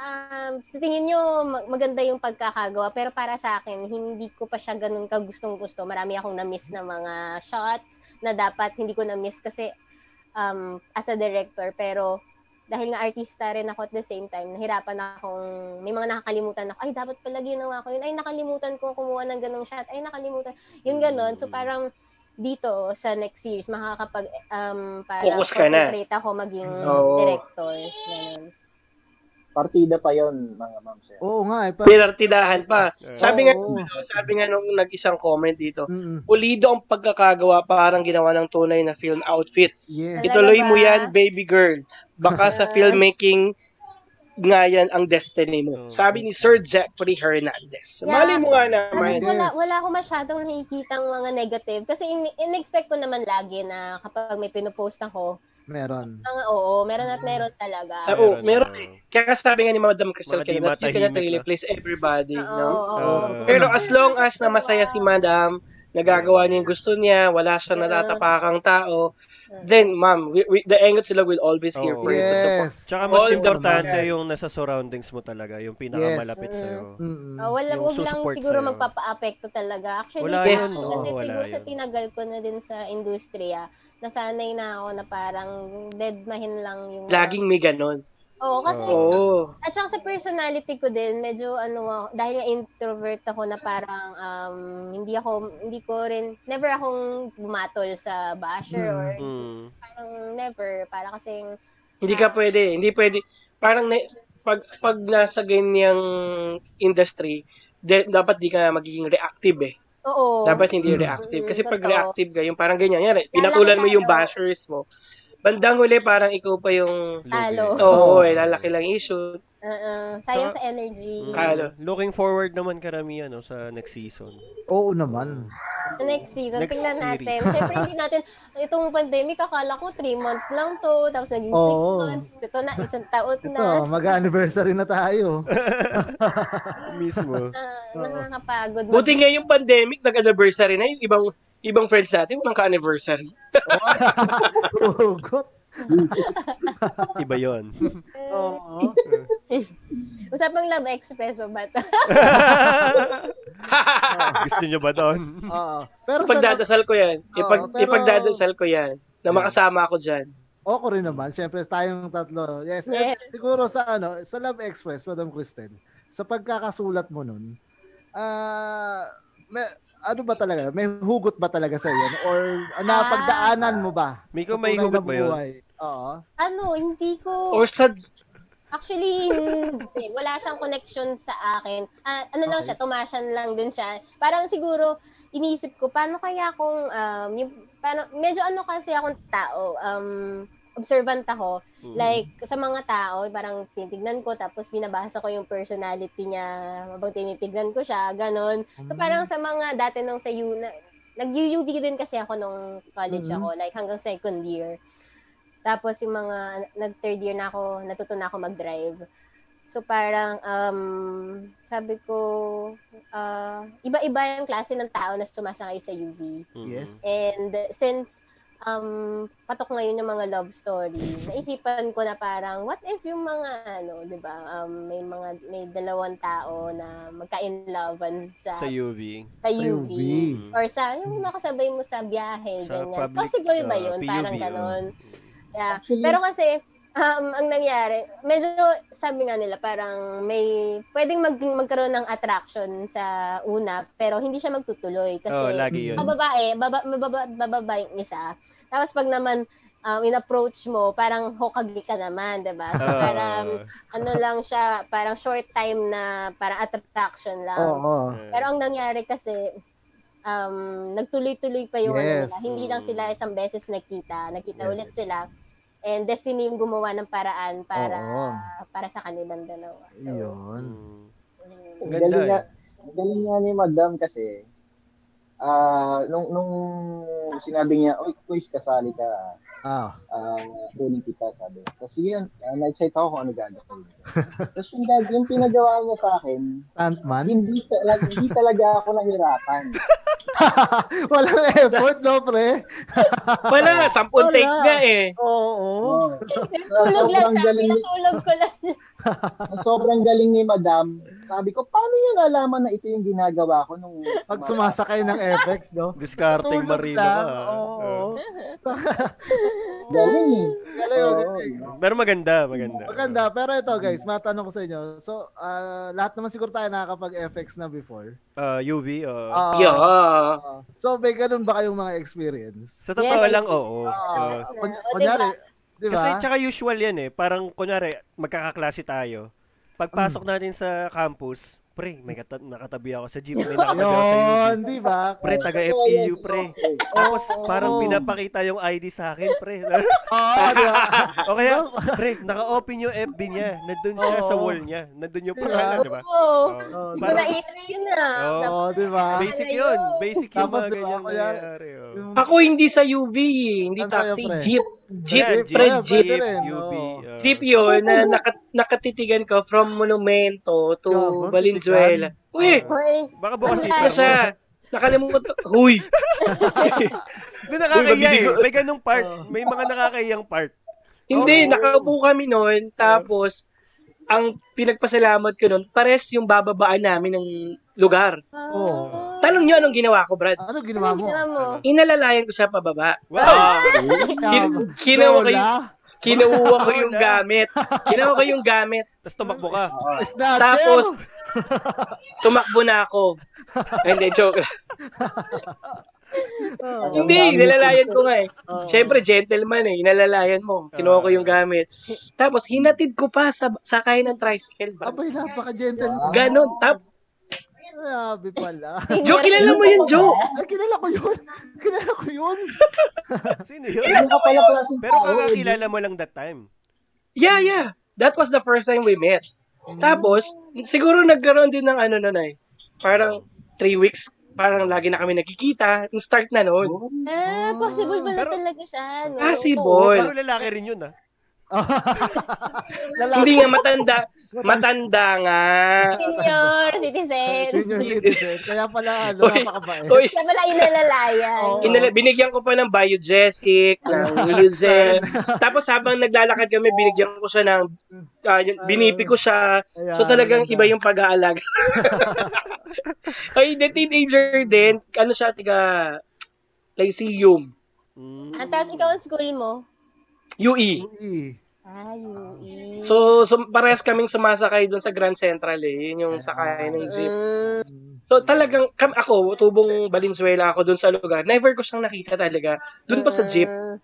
Speaker 4: um, sa tingin nyo mag- maganda yung pagkakagawa pero para sa akin hindi ko pa siya ganun kagustong gusto marami akong na-miss na mga shots na dapat hindi ko na-miss kasi um, as a director pero dahil nga artista rin ako at the same time, nahirapan akong, may mga nakakalimutan ako, ay dapat pala ginawa ko yun, ay nakalimutan ko kumuha ng ganong shot, ay nakalimutan, yun ganon.
Speaker 1: Mm.
Speaker 4: So parang dito sa next series, makakapag, um, para
Speaker 1: Focus ka na.
Speaker 4: concentrate ako maging
Speaker 1: Oo.
Speaker 4: director. Ganon.
Speaker 5: Partida pa yon mga ma'am sir.
Speaker 3: Oo nga eh. pa-
Speaker 1: Pinartidahan pa. Sabi nga,
Speaker 3: Oo.
Speaker 1: sabi nga nung nag-isang comment dito,
Speaker 3: Mm-mm.
Speaker 1: pulido ang pagkakagawa parang ginawa ng tunay na film outfit.
Speaker 3: Yes.
Speaker 4: It-
Speaker 1: Ituloy
Speaker 4: ba?
Speaker 1: mo yan, baby girl. Baka sa filmmaking nga yan ang destiny
Speaker 2: Oh.
Speaker 1: mo. Sabi ni Sir Jeffrey Hernandez.
Speaker 4: Yeah.
Speaker 1: Mali mo nga
Speaker 4: Tapos
Speaker 1: naman.
Speaker 3: Yes.
Speaker 4: wala, wala ako masyadong nakikita mga negative. Kasi in, in-expect ko naman lagi na kapag may pinopost ako,
Speaker 3: Meron.
Speaker 4: mga oo, meron at meron talaga.
Speaker 1: Sa- oh, meron eh. Kaya nga sabi nga ni Madam Crystal
Speaker 2: Mga di
Speaker 1: Kenneth, you cannot
Speaker 2: matahimik
Speaker 1: really
Speaker 2: na.
Speaker 1: please everybody.
Speaker 4: Oo,
Speaker 1: No?
Speaker 4: oo, oo.
Speaker 2: Ah.
Speaker 1: Pero as long as na masaya si Madam, nagagawa niya yung gusto niya, wala siya natatapakang tao, then ma'am, we, we- the Engot sila will always here
Speaker 2: Oo.
Speaker 1: for you to support.
Speaker 3: Yes.
Speaker 2: Tsaka mas
Speaker 1: All the
Speaker 2: importante
Speaker 1: time.
Speaker 2: yung nasa surroundings mo talaga, yung pinakamalapit
Speaker 3: Mm.
Speaker 4: Yes.
Speaker 2: sa'yo.
Speaker 3: Mm-mm.
Speaker 4: Oh, wala,
Speaker 2: Yung
Speaker 4: wag lang
Speaker 2: susupport
Speaker 4: siguro
Speaker 2: sa'yo.
Speaker 4: magpapa-apekto talaga. Actually,
Speaker 2: Wala
Speaker 4: sa
Speaker 1: yun,
Speaker 4: akin,
Speaker 1: oo,
Speaker 4: kasi
Speaker 2: wala
Speaker 4: siguro sa
Speaker 2: yun.
Speaker 4: tinagal ko na din sa industriya, nasanay na ako na parang deadmahin lang yung... mga-
Speaker 1: Laging may ganun.
Speaker 4: Oo, kasi...
Speaker 1: Oo.
Speaker 4: At saka sa personality ko din, medyo ano, ako- dahil nga introvert ako na parang um, hindi ako, hindi ko rin, never akong bumatol sa basher or
Speaker 1: Hmm.
Speaker 2: Mm.
Speaker 4: parang never. Para kasing
Speaker 1: Hindi
Speaker 3: Ah.
Speaker 1: ka pwede, hindi pwede. Parang na, pag pag nasa ganyang industry, de, dapat di ka magiging reactive eh.
Speaker 4: Oo.
Speaker 1: Dapat hindi
Speaker 4: Mm,
Speaker 1: reactive. Kasi pag
Speaker 4: totoo.
Speaker 1: reactive ka, yung parang ganyan, yan, pinatulan mo yung
Speaker 4: tayo.
Speaker 1: bashers mo. Bandang huli, parang ikaw pa yung,
Speaker 4: Talo.
Speaker 1: oo, oh, eh, lalaki lang yung issue.
Speaker 4: Oo. Sayang uh, sa energy.
Speaker 2: Mm.
Speaker 1: Talo.
Speaker 2: Looking forward naman karamihan no, sa next season.
Speaker 3: Oo naman.
Speaker 4: Next season,
Speaker 2: Next
Speaker 4: tingnan natin.
Speaker 2: series.
Speaker 1: *laughs*
Speaker 4: Siyempre, hindi natin, itong pandemic, akala ko 3 months lang to, tapos naging 6
Speaker 3: Oo.
Speaker 4: months, ito na, isang taon
Speaker 3: Ito,
Speaker 4: na.
Speaker 3: mag-anniversary na tayo. *laughs*
Speaker 2: Mismo.
Speaker 4: Ah, nakakapagod.
Speaker 1: Buti nga yung pandemic, nag-anniversary na yung ibang ibang friends natin, walang ka-anniversary.
Speaker 4: *laughs*
Speaker 3: Hugot.
Speaker 2: *laughs* Iba yon.
Speaker 3: Oo.
Speaker 4: Usapang Love Express ba ba?
Speaker 2: *laughs* Gusto nyo ba doon?
Speaker 3: Oo. Pero sa
Speaker 1: Ipagdadasal ko yan. Ipag,
Speaker 3: Oo, pero-
Speaker 1: Ipagdadasal ko yan. Na makasama ako dyan.
Speaker 3: Oko rin naman. Siyempre, tayong tatlo. Yes.
Speaker 4: Yes.
Speaker 3: At siguro sa ano, sa Love Express, Madam Kristen, sa pagkakasulat mo nun, ah, may, ano ba talaga? May hugot ba talaga sa iyo? Or napagdaanan mo ba?
Speaker 2: Miko,
Speaker 3: sa
Speaker 2: may
Speaker 3: tunay na
Speaker 2: hugot ba yun?
Speaker 3: buhay? Oo.
Speaker 4: ano, hindi ko,
Speaker 1: Or sa,
Speaker 4: actually, hindi. wala siyang connection sa akin. Ah, ano lang
Speaker 3: Okay.
Speaker 4: siya, tumasyan lang din siya. Parang siguro, iniisip ko, paano kaya kung, um, yung, paano, medyo ano kasi akong tao, um, observant ako.
Speaker 2: Mm.
Speaker 4: Like, sa mga tao, parang tinitignan ko, tapos binabasa ko yung personality niya, habang tinitignan ko siya, ganon. So, parang sa mga dati nung sa U, na, nag-UUB din kasi ako nung college
Speaker 3: Mhm.
Speaker 4: ako, like hanggang second year. Tapos yung mga, nag-third year na ako, natuto na ako mag-drive. So parang, um, sabi ko, ah, iba-iba yung klase ng tao na sumasakay sa UV.
Speaker 2: Mm.
Speaker 3: Yes.
Speaker 4: And since um patok ngayon yung mga love story, naisipan ko na parang what if yung mga ano, 'di ba? Um may mga may dalawang tao na magka-in lovean sa
Speaker 2: Sa UV.
Speaker 3: Sa
Speaker 4: sa
Speaker 3: UV.
Speaker 4: UV. Or sa, yung nakasabay mo sa biyahe,
Speaker 2: Sa
Speaker 4: ganyan.
Speaker 2: public,
Speaker 4: Possible ba
Speaker 2: uh,
Speaker 4: yun?
Speaker 2: PUV,
Speaker 4: Parang
Speaker 2: oh.
Speaker 4: ganon. Yeah. Pero kasi, um, ang nangyari, medyo sabi nga nila, parang may, pwedeng mag, magkaroon ng attraction sa una, pero hindi siya magtutuloy. Kasi,
Speaker 2: Oo, Oh, lagi
Speaker 3: *laughs*
Speaker 2: yun.
Speaker 3: Mm.
Speaker 4: ang babae, baba, mababa, bababa yung isa. Tapos pag naman, um, in-approach mo, parang hokage ka naman, 'di ba? So
Speaker 2: Ah.
Speaker 4: parang, ano lang siya, parang short time na parang attraction lang.
Speaker 3: Oo.
Speaker 4: Pero ang nangyari kasi, um, nagtuloy-tuloy pa yung ano
Speaker 3: Yes.
Speaker 4: nila. Hindi lang sila isang beses nagkita. Nagkita
Speaker 3: Yes.
Speaker 4: ulit sila. And destiny yung gumawa ng paraan para
Speaker 3: Oo.
Speaker 4: para sa kanilang dalawa. So,
Speaker 3: Yun.
Speaker 2: Mm.
Speaker 4: yun.
Speaker 5: Ang
Speaker 2: Ganda
Speaker 5: galing
Speaker 2: eh.
Speaker 5: nga, ang galing nga ni Madam kasi, ah, nung, nung sinabi niya, oy, quiz, kasali ka,
Speaker 3: Ah.
Speaker 5: ah, kunin kita, sabi. Tapos yun, ah, na-excite ako kung ano
Speaker 2: *laughs*
Speaker 5: gagawin. Tapos yung, gag- yung pinagawa niya sa akin,
Speaker 3: Stuntman. *laughs*
Speaker 5: hindi, talaga, hindi talaga ako nahirapan.
Speaker 3: Walang effort, no, pre?
Speaker 1: wala, sampun
Speaker 3: Wala.
Speaker 1: take nga eh.
Speaker 3: Oo.
Speaker 4: Oh. *laughs* Tulog lang
Speaker 5: Sobrang
Speaker 4: siya.
Speaker 5: galing.
Speaker 4: Pinatulog ko
Speaker 3: *laughs*
Speaker 4: lang.
Speaker 5: Ang sobrang galing ni Madam, sabi ko, paano niya nalaman na ito yung ginagawa ko nung...
Speaker 3: Pag sumasakay ng effects, no?
Speaker 2: Discarding Marino ka.
Speaker 3: lang.
Speaker 2: ah.
Speaker 3: Oo.
Speaker 2: Oh.
Speaker 5: Galing eh.
Speaker 3: Galing,
Speaker 5: Oo.
Speaker 3: galing.
Speaker 2: Ah. Pero maganda, maganda.
Speaker 3: Maganda. Pero ito guys, matanong ko sa inyo. So, ah, lahat naman siguro tayo nakakapag-FX na before.
Speaker 2: Uh, UV, oh.
Speaker 3: Ah,
Speaker 1: Yeah.
Speaker 3: ah. so, may ganun ba kayong mga experience?
Speaker 2: sa totoo
Speaker 4: Yes, I
Speaker 2: lang, oo. Ah.
Speaker 3: Ah, kuny-
Speaker 4: O,
Speaker 3: kunyari, di ba?
Speaker 2: Kasi tsaka usual yan eh. Parang kunyari, magkakaklase tayo. Pagpasok
Speaker 3: Mm.
Speaker 2: natin sa campus, pre, may kata- nakatabi ako sa jeep, may nakatabi ako sa
Speaker 3: Yun,
Speaker 2: UV.
Speaker 3: di ba?
Speaker 2: Pre, taga FEU, pre. Tapos
Speaker 3: Oo.
Speaker 2: parang pinapakita yung ID sa akin, pre. *laughs*
Speaker 3: Oo, Ah, di ba?
Speaker 4: *laughs*
Speaker 2: o kaya, pre, naka-open yung FB niya. Nandun siya sa
Speaker 3: Oo.
Speaker 2: wall niya. Nandun yung
Speaker 3: Diba?
Speaker 2: pangalan, di ba?
Speaker 4: Oo.
Speaker 2: Oo.
Speaker 3: Oo,
Speaker 4: Hindi ko
Speaker 2: Parang-
Speaker 4: naisip yun
Speaker 2: Oo. diba?
Speaker 4: ah. Tapos,
Speaker 3: Oo, di ba?
Speaker 2: Basic yun.
Speaker 4: Ano yun?
Speaker 2: Basic yung
Speaker 3: Tapos,
Speaker 2: mga
Speaker 3: di ba,
Speaker 2: ganyan
Speaker 3: kuya,
Speaker 2: nangyayari. oh.
Speaker 3: Yung-
Speaker 1: Ako hindi sa UV, hindi
Speaker 3: Saan sa'yo,
Speaker 1: taxi,
Speaker 3: pre?
Speaker 1: jeep. Jeep,
Speaker 2: Ayan,
Speaker 1: pre,
Speaker 3: jeep,
Speaker 1: jeep.
Speaker 3: pwede rin,
Speaker 2: UV,
Speaker 3: oo.
Speaker 2: ah.
Speaker 1: Jeep yun na naka, nakatitigan ko from Monumento to
Speaker 3: Gabon,
Speaker 1: Valenzuela.
Speaker 3: Ah.
Speaker 1: Uy,
Speaker 4: Uy,
Speaker 2: Baka bukas
Speaker 4: Ano
Speaker 2: si
Speaker 1: ano siya? Nakalimutan. Huy!
Speaker 2: Hindi nakakahiya eh.
Speaker 1: mabibigo.
Speaker 2: May ganung part.
Speaker 1: Ah.
Speaker 2: May mga nakakahiyang part.
Speaker 1: Hindi,
Speaker 3: Oo.
Speaker 1: nakaupo kami noon. Tapos, ang pinagpasalamat ko noon, pares yung bababaan namin ng lugar.
Speaker 3: Oo.
Speaker 4: ah,
Speaker 1: Tanong niyo anong ginawa ko, Brad.
Speaker 3: Oh, Ano ginawa
Speaker 4: Ano
Speaker 3: mo?
Speaker 4: ginawa mo?
Speaker 1: Inalalayan ko siya pababa.
Speaker 2: Wow!
Speaker 4: Ano
Speaker 1: Kin- kinawa ko yung, kinuha ko yung gamit. Kinawa ko yung gamit.
Speaker 2: Tapos tumakbo ka.
Speaker 1: Tapos, ano? *laughs* tumakbo na ako. Hindi, joke lang.
Speaker 3: Oo.
Speaker 1: Hindi, nilalayan ko nga eh.
Speaker 3: Oo.
Speaker 1: Siyempre, gentleman eh. Inalalayan mo. Kinuha ko yung gamit. Tapos, hinatid ko pa sa sakay ng tricycle ba?
Speaker 3: Abay, napaka-gentle.
Speaker 1: Ganon. Tap.
Speaker 3: Grabe pala.
Speaker 1: Joe, kilala mo yun, Joe.
Speaker 3: Ay, kilala ko yun. Kilala ko yun.
Speaker 1: Ah.
Speaker 2: Sino yun?
Speaker 5: Ano ka pala klaseng
Speaker 2: Pero
Speaker 5: tao, eh.
Speaker 2: kakakilala mo lang that time.
Speaker 1: Yeah, yeah. That was the first time we met. Tapos, siguro nagkaroon din ng ano nun eh. Parang three weeks, parang lagi na kami nagkikita. Yung start na noon.
Speaker 4: Ah, possible pala
Speaker 2: Pero-
Speaker 4: talaga siya, ano? no?
Speaker 1: Ah, si
Speaker 2: Oo,
Speaker 1: Bol.
Speaker 2: pero lalaki rin yun ah.
Speaker 3: Lalaki.
Speaker 1: Hindi nga *laughs* matanda. Matanda nga.
Speaker 4: Senior
Speaker 2: *laughs*
Speaker 4: citizen.
Speaker 3: Senior citizen. Kaya pala, ano,
Speaker 1: Uy,
Speaker 3: napakabait.
Speaker 1: Uy,
Speaker 4: Siya pala inalalayan.
Speaker 3: Oo.
Speaker 1: Inala- binigyan ko pa ng biogesic, ng
Speaker 3: *laughs*
Speaker 1: Wilzen. Tapos habang naglalakad kami, binigyan ko siya ng, ah, yun, binipi ko siya. So
Speaker 3: Ayan,
Speaker 1: talagang
Speaker 3: ganda.
Speaker 1: iba yung
Speaker 3: *laughs*
Speaker 1: pag-aalaga. Ay, the teenager din. Ano siya, tiga Lyceum.
Speaker 2: Mm.
Speaker 4: Ang Ah, tapos ikaw ang school mo. Ah,
Speaker 1: UE.
Speaker 3: Uy.
Speaker 4: Ay, UE.
Speaker 1: E. So, so parehas kaming sumasakay doon sa Grand Central eh. Yun yung sakay ng jeep.
Speaker 4: Mm.
Speaker 1: So talagang kam ako, tubong Valenzuela ako doon sa lugar. Never ko siyang nakita talaga. Doon pa sa jeep.
Speaker 4: Mm-mm.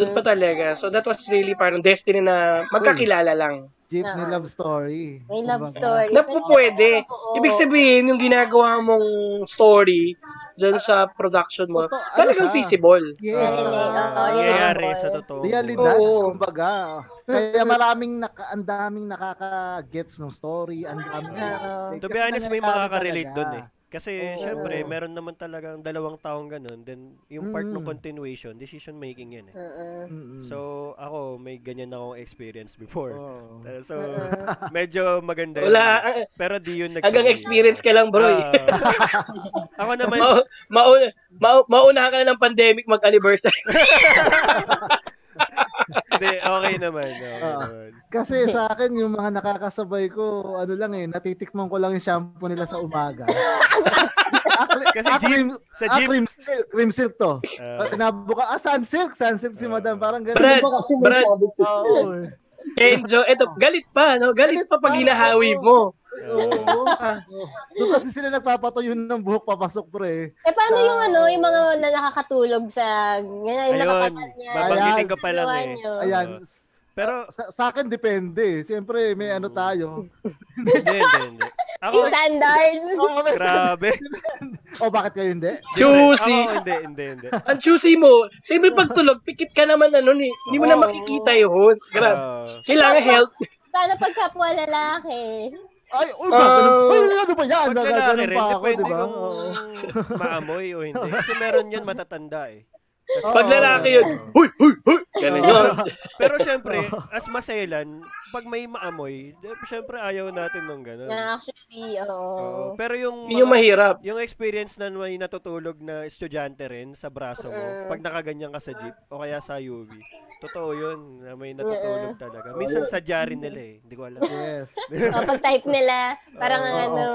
Speaker 1: Doon pa talaga. So that was really parang destiny na magkakilala lang.
Speaker 3: Jeepney love story.
Speaker 4: Ah. May love
Speaker 3: Kumbaga.
Speaker 4: story.
Speaker 1: Na po pwede.
Speaker 4: Oo.
Speaker 1: Ibig sabihin, yung ginagawa mong story dyan sa production mo,
Speaker 3: Totoo, ano
Speaker 1: talagang
Speaker 3: siya?
Speaker 1: feasible.
Speaker 3: Yes.
Speaker 4: Galing
Speaker 3: ah,
Speaker 4: eh. Oo, yeah.
Speaker 2: Nangyayari sa totoo. Oh.
Speaker 3: Realidad,
Speaker 1: Oo.
Speaker 3: kumbaga. Kaya maraming, naka, ang daming nakaka-gets ng story. Ang daming
Speaker 4: Oo.
Speaker 2: To be
Speaker 3: Kasi
Speaker 2: honest, may
Speaker 3: nangyayari
Speaker 2: makaka-relate
Speaker 3: talaga.
Speaker 2: doon eh. Kasi syempre, meron naman talagang dalawang taong ganun. Then yung part ng
Speaker 3: Mm.
Speaker 2: continuation, decision making yan eh.
Speaker 4: Mm-mm.
Speaker 3: Mm-mm.
Speaker 2: So ako, may ganyan akong experience before.
Speaker 3: Oo.
Speaker 2: Uh, So medyo maganda yun.
Speaker 1: Wala, ang-
Speaker 2: Pero di yun nag-
Speaker 1: hanggang experience ka lang bro. eh. *laughs*
Speaker 2: Ah. *laughs*
Speaker 1: Ah.
Speaker 2: ako naman,
Speaker 1: Ma- mauna, ma- mauna ka na ng pandemic mag-anniversary. *laughs*
Speaker 2: hindi, okay naman. Okay
Speaker 3: Ah.
Speaker 2: naman.
Speaker 3: Kasi sa akin, yung mga nakakasabay ko, ano lang eh, natitikman ko lang yung shampoo nila sa
Speaker 2: *laughs*
Speaker 3: umaga. Akli-
Speaker 2: Kasi
Speaker 3: ah,
Speaker 2: jeep-
Speaker 3: cream-
Speaker 2: sa
Speaker 3: ah,
Speaker 2: jeep-
Speaker 3: cream silk, cream silk to.
Speaker 2: Ah.
Speaker 3: Tinabuka, ah, sun silk, sun
Speaker 2: Oh.
Speaker 3: silk si madam. Parang
Speaker 1: Brad,
Speaker 3: ganun.
Speaker 5: Ano ba kasi may
Speaker 1: Brad.
Speaker 5: COVID to
Speaker 3: Oo,
Speaker 5: school?
Speaker 3: eh.
Speaker 1: Enjo, eto, galit pa, no? Galit pa pag
Speaker 3: Galit pa,
Speaker 1: hinahawi
Speaker 3: oo.
Speaker 1: mo.
Speaker 2: Oh.
Speaker 3: Oo. Oo. Doon kasi sila nagpapatuyo ng buhok papasok pre.
Speaker 4: Eh, paano yung ano, yung mga na nakakatulog sa, ngayon, yung
Speaker 2: Ayun,
Speaker 4: nakapatanya.
Speaker 2: babanggitin
Speaker 3: Ayan.
Speaker 2: ko pa
Speaker 4: ano?
Speaker 2: lang eh.
Speaker 3: Ayan.
Speaker 2: Oo.
Speaker 1: *laughs*
Speaker 2: Pero,
Speaker 3: Sa, sa akin depende. Siyempre, may ano tayo.
Speaker 2: hindi, hindi, hindi. Ako,
Speaker 4: Yung standards.
Speaker 2: *laughs*
Speaker 3: Oo, may
Speaker 2: grabe.
Speaker 3: O, Oh, bakit kayo hindi?
Speaker 2: Ako,
Speaker 1: Juicy.
Speaker 2: hindi, hindi, hindi.
Speaker 1: Ang juicy mo. Siyempre pag tulog, pikit ka naman ano ni. Hindi mo na
Speaker 3: Oo.
Speaker 1: makikita yun. Grabe.
Speaker 2: Ah.
Speaker 1: Kailangan help.
Speaker 4: Paano pag kapwa lalaki?
Speaker 3: Ay, uy, gagano.
Speaker 1: Ah.
Speaker 3: Ay, ano ba yan?
Speaker 2: Pag lalaki
Speaker 3: Gagano
Speaker 2: rin,
Speaker 3: pa ako,
Speaker 2: depende
Speaker 3: di ba?
Speaker 2: kung
Speaker 3: Oo.
Speaker 2: maamoy o hindi. Kasi meron yan matatanda eh.
Speaker 1: Pag lalaki yun, huy, huy, huy. Ganun yun.
Speaker 2: Pero syempre, as maselan, pag may maamoy, eh, syempre ayaw natin ng ganun.
Speaker 4: Na actually,
Speaker 2: Oo.
Speaker 4: oo.
Speaker 2: Pero yung,
Speaker 1: Yun yung
Speaker 2: mga-
Speaker 1: mahirap.
Speaker 2: yung experience na may natutulog na estudyante rin sa braso
Speaker 4: Mm.
Speaker 2: mo, pag nakaganyan ka sa jeep o kaya sa UV, totoo yun, na
Speaker 4: Mm.
Speaker 2: may natutulog talaga. Minsan sa rin nila eh, hindi ko alam.
Speaker 3: Yes.
Speaker 4: Kapag type nila, parang ang
Speaker 3: Oo.
Speaker 4: ano.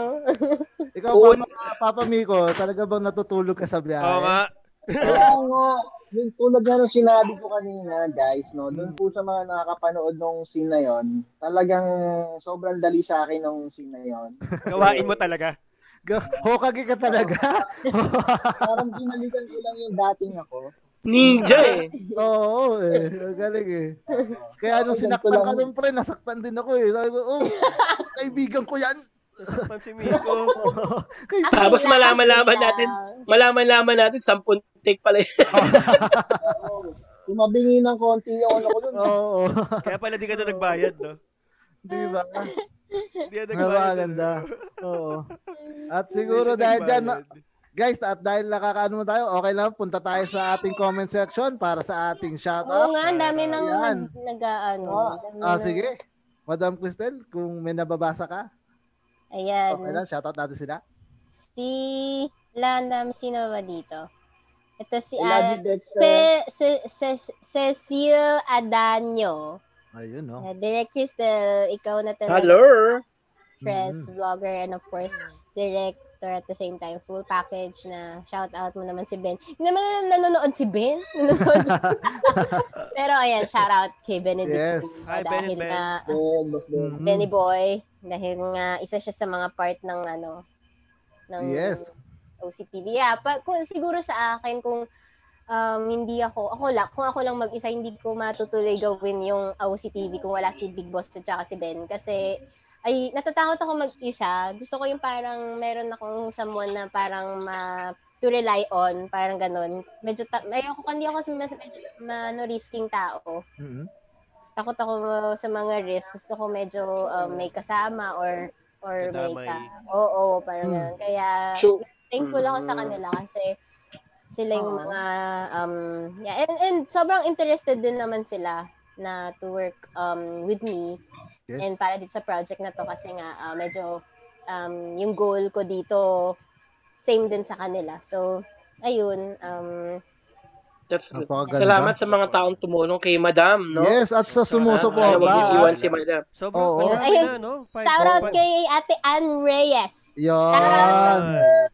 Speaker 3: Ikaw,
Speaker 1: Un-
Speaker 3: Papa, Papa Miko, talaga bang natutulog ka sa biyahe?
Speaker 2: Oo nga,
Speaker 5: Oo nga. Yung tulad nga nung sinabi ko kanina, guys, no, doon po sa mga nakakapanood nung scene na yon, talagang sobrang dali sa akin nung scene na yon.
Speaker 2: gawain mo talaga.
Speaker 3: Ga- Hokage ka talaga?
Speaker 5: Parang binalikan ko lang yung dating ako.
Speaker 1: Ninja eh.
Speaker 3: Oo, eh. Ang Galing eh. Kaya nung sinaktan ka nung pre, nasaktan din ako eh. Sabi ko, oh, kaibigan ko yan.
Speaker 2: Pan si Miko.
Speaker 3: Kaibigan.
Speaker 1: Tapos
Speaker 4: Kailangan
Speaker 1: malaman-laman
Speaker 4: nila.
Speaker 1: natin, malaman-laman natin, sampun take pala yun.
Speaker 5: Oo. Tumabingi ng konti yung ano ko doon.
Speaker 3: Oo. *laughs* diba?
Speaker 2: Kaya pala di ka na nagbayad, no?
Speaker 3: Di ba?
Speaker 2: Di ka nagbayad.
Speaker 3: Napakaganda.
Speaker 2: *laughs*
Speaker 3: Oo. At siguro dahil dyan, ma- guys, at dahil nakakaano mo tayo, okay lang, punta tayo sa ating comment section para sa ating
Speaker 4: Oo
Speaker 3: shoutout.
Speaker 4: nga, ang dami nang
Speaker 3: Yan.
Speaker 4: nag- nag-ano. dami
Speaker 3: Ah,
Speaker 4: nang-
Speaker 3: sige. Madam Kristen, kung may nababasa ka,
Speaker 4: Ayan.
Speaker 3: okay lang, shoutout natin sila.
Speaker 4: Si, wala, ang dami sino ba dito? Ito si
Speaker 5: Lagi
Speaker 4: Ad-
Speaker 5: Dexter.
Speaker 4: Se, se, se, Cecil Adanyo.
Speaker 3: Ayun, no?
Speaker 4: Uh, Direct Crystal, ikaw na talaga.
Speaker 1: Hello.
Speaker 4: press, vlogger, and of course, director at the same time. Full package na shout out mo naman si Ben. Hindi naman na- nanonood si Ben. *laughs* Nanonood. Pero ayan, shout out kay Benedict.
Speaker 3: Yes.
Speaker 4: Ah,
Speaker 2: Hi, Ben
Speaker 4: dahil
Speaker 2: and Ben.
Speaker 4: nga,
Speaker 5: Oo, mas
Speaker 1: Mm.
Speaker 5: doon.
Speaker 3: Mhm.
Speaker 4: Benny Boy, dahil nga isa siya sa mga part ng ano, ng
Speaker 3: Yes.
Speaker 4: OCTV. Yeah, pa, kung, siguro sa akin kung um, hindi ako, ako lang, kung ako lang mag-isa, hindi ko matutuloy gawin yung OCTV kung wala si Big Boss at saka si Ben. Kasi, ay, natatakot ako mag-isa. Gusto ko yung parang meron akong someone na parang ma to rely on, parang ganun. Medyo, ta- ayoko, hindi ako sa mas, medyo, ma, ano, risking tao.
Speaker 3: Mhm.
Speaker 4: Takot ako uh, sa mga risk. Gusto ko medyo um, may kasama or or may
Speaker 2: Kadamay.
Speaker 4: ka. Oo, oo parang
Speaker 3: Mm.
Speaker 4: ganun. Kaya,
Speaker 1: So,
Speaker 4: thankful ako sa
Speaker 1: Mm.
Speaker 4: kanila kasi sila yung
Speaker 5: Oo.
Speaker 4: mga um yeah and and sobrang interested din naman sila na to work um with me
Speaker 3: Yes.
Speaker 4: and para dito sa project na to kasi nga ah, medyo um yung goal ko dito same din sa kanila so ayun um
Speaker 1: that's good.
Speaker 3: Napakaganda.
Speaker 1: Salamat sa mga taong tumulong kay Madam, no?
Speaker 3: Yes, at sa
Speaker 2: Sana
Speaker 1: Sana wag niyo
Speaker 3: sumusuporta.
Speaker 1: iwan si Madam.
Speaker 2: Sobrang
Speaker 3: Oo.
Speaker 2: oh,
Speaker 4: Ayun.
Speaker 2: na, no? Five- oh,
Speaker 4: shout out
Speaker 2: five-
Speaker 4: kay Ate Ann Reyes
Speaker 3: Yan.
Speaker 4: Shoutout.
Speaker 2: Ayun.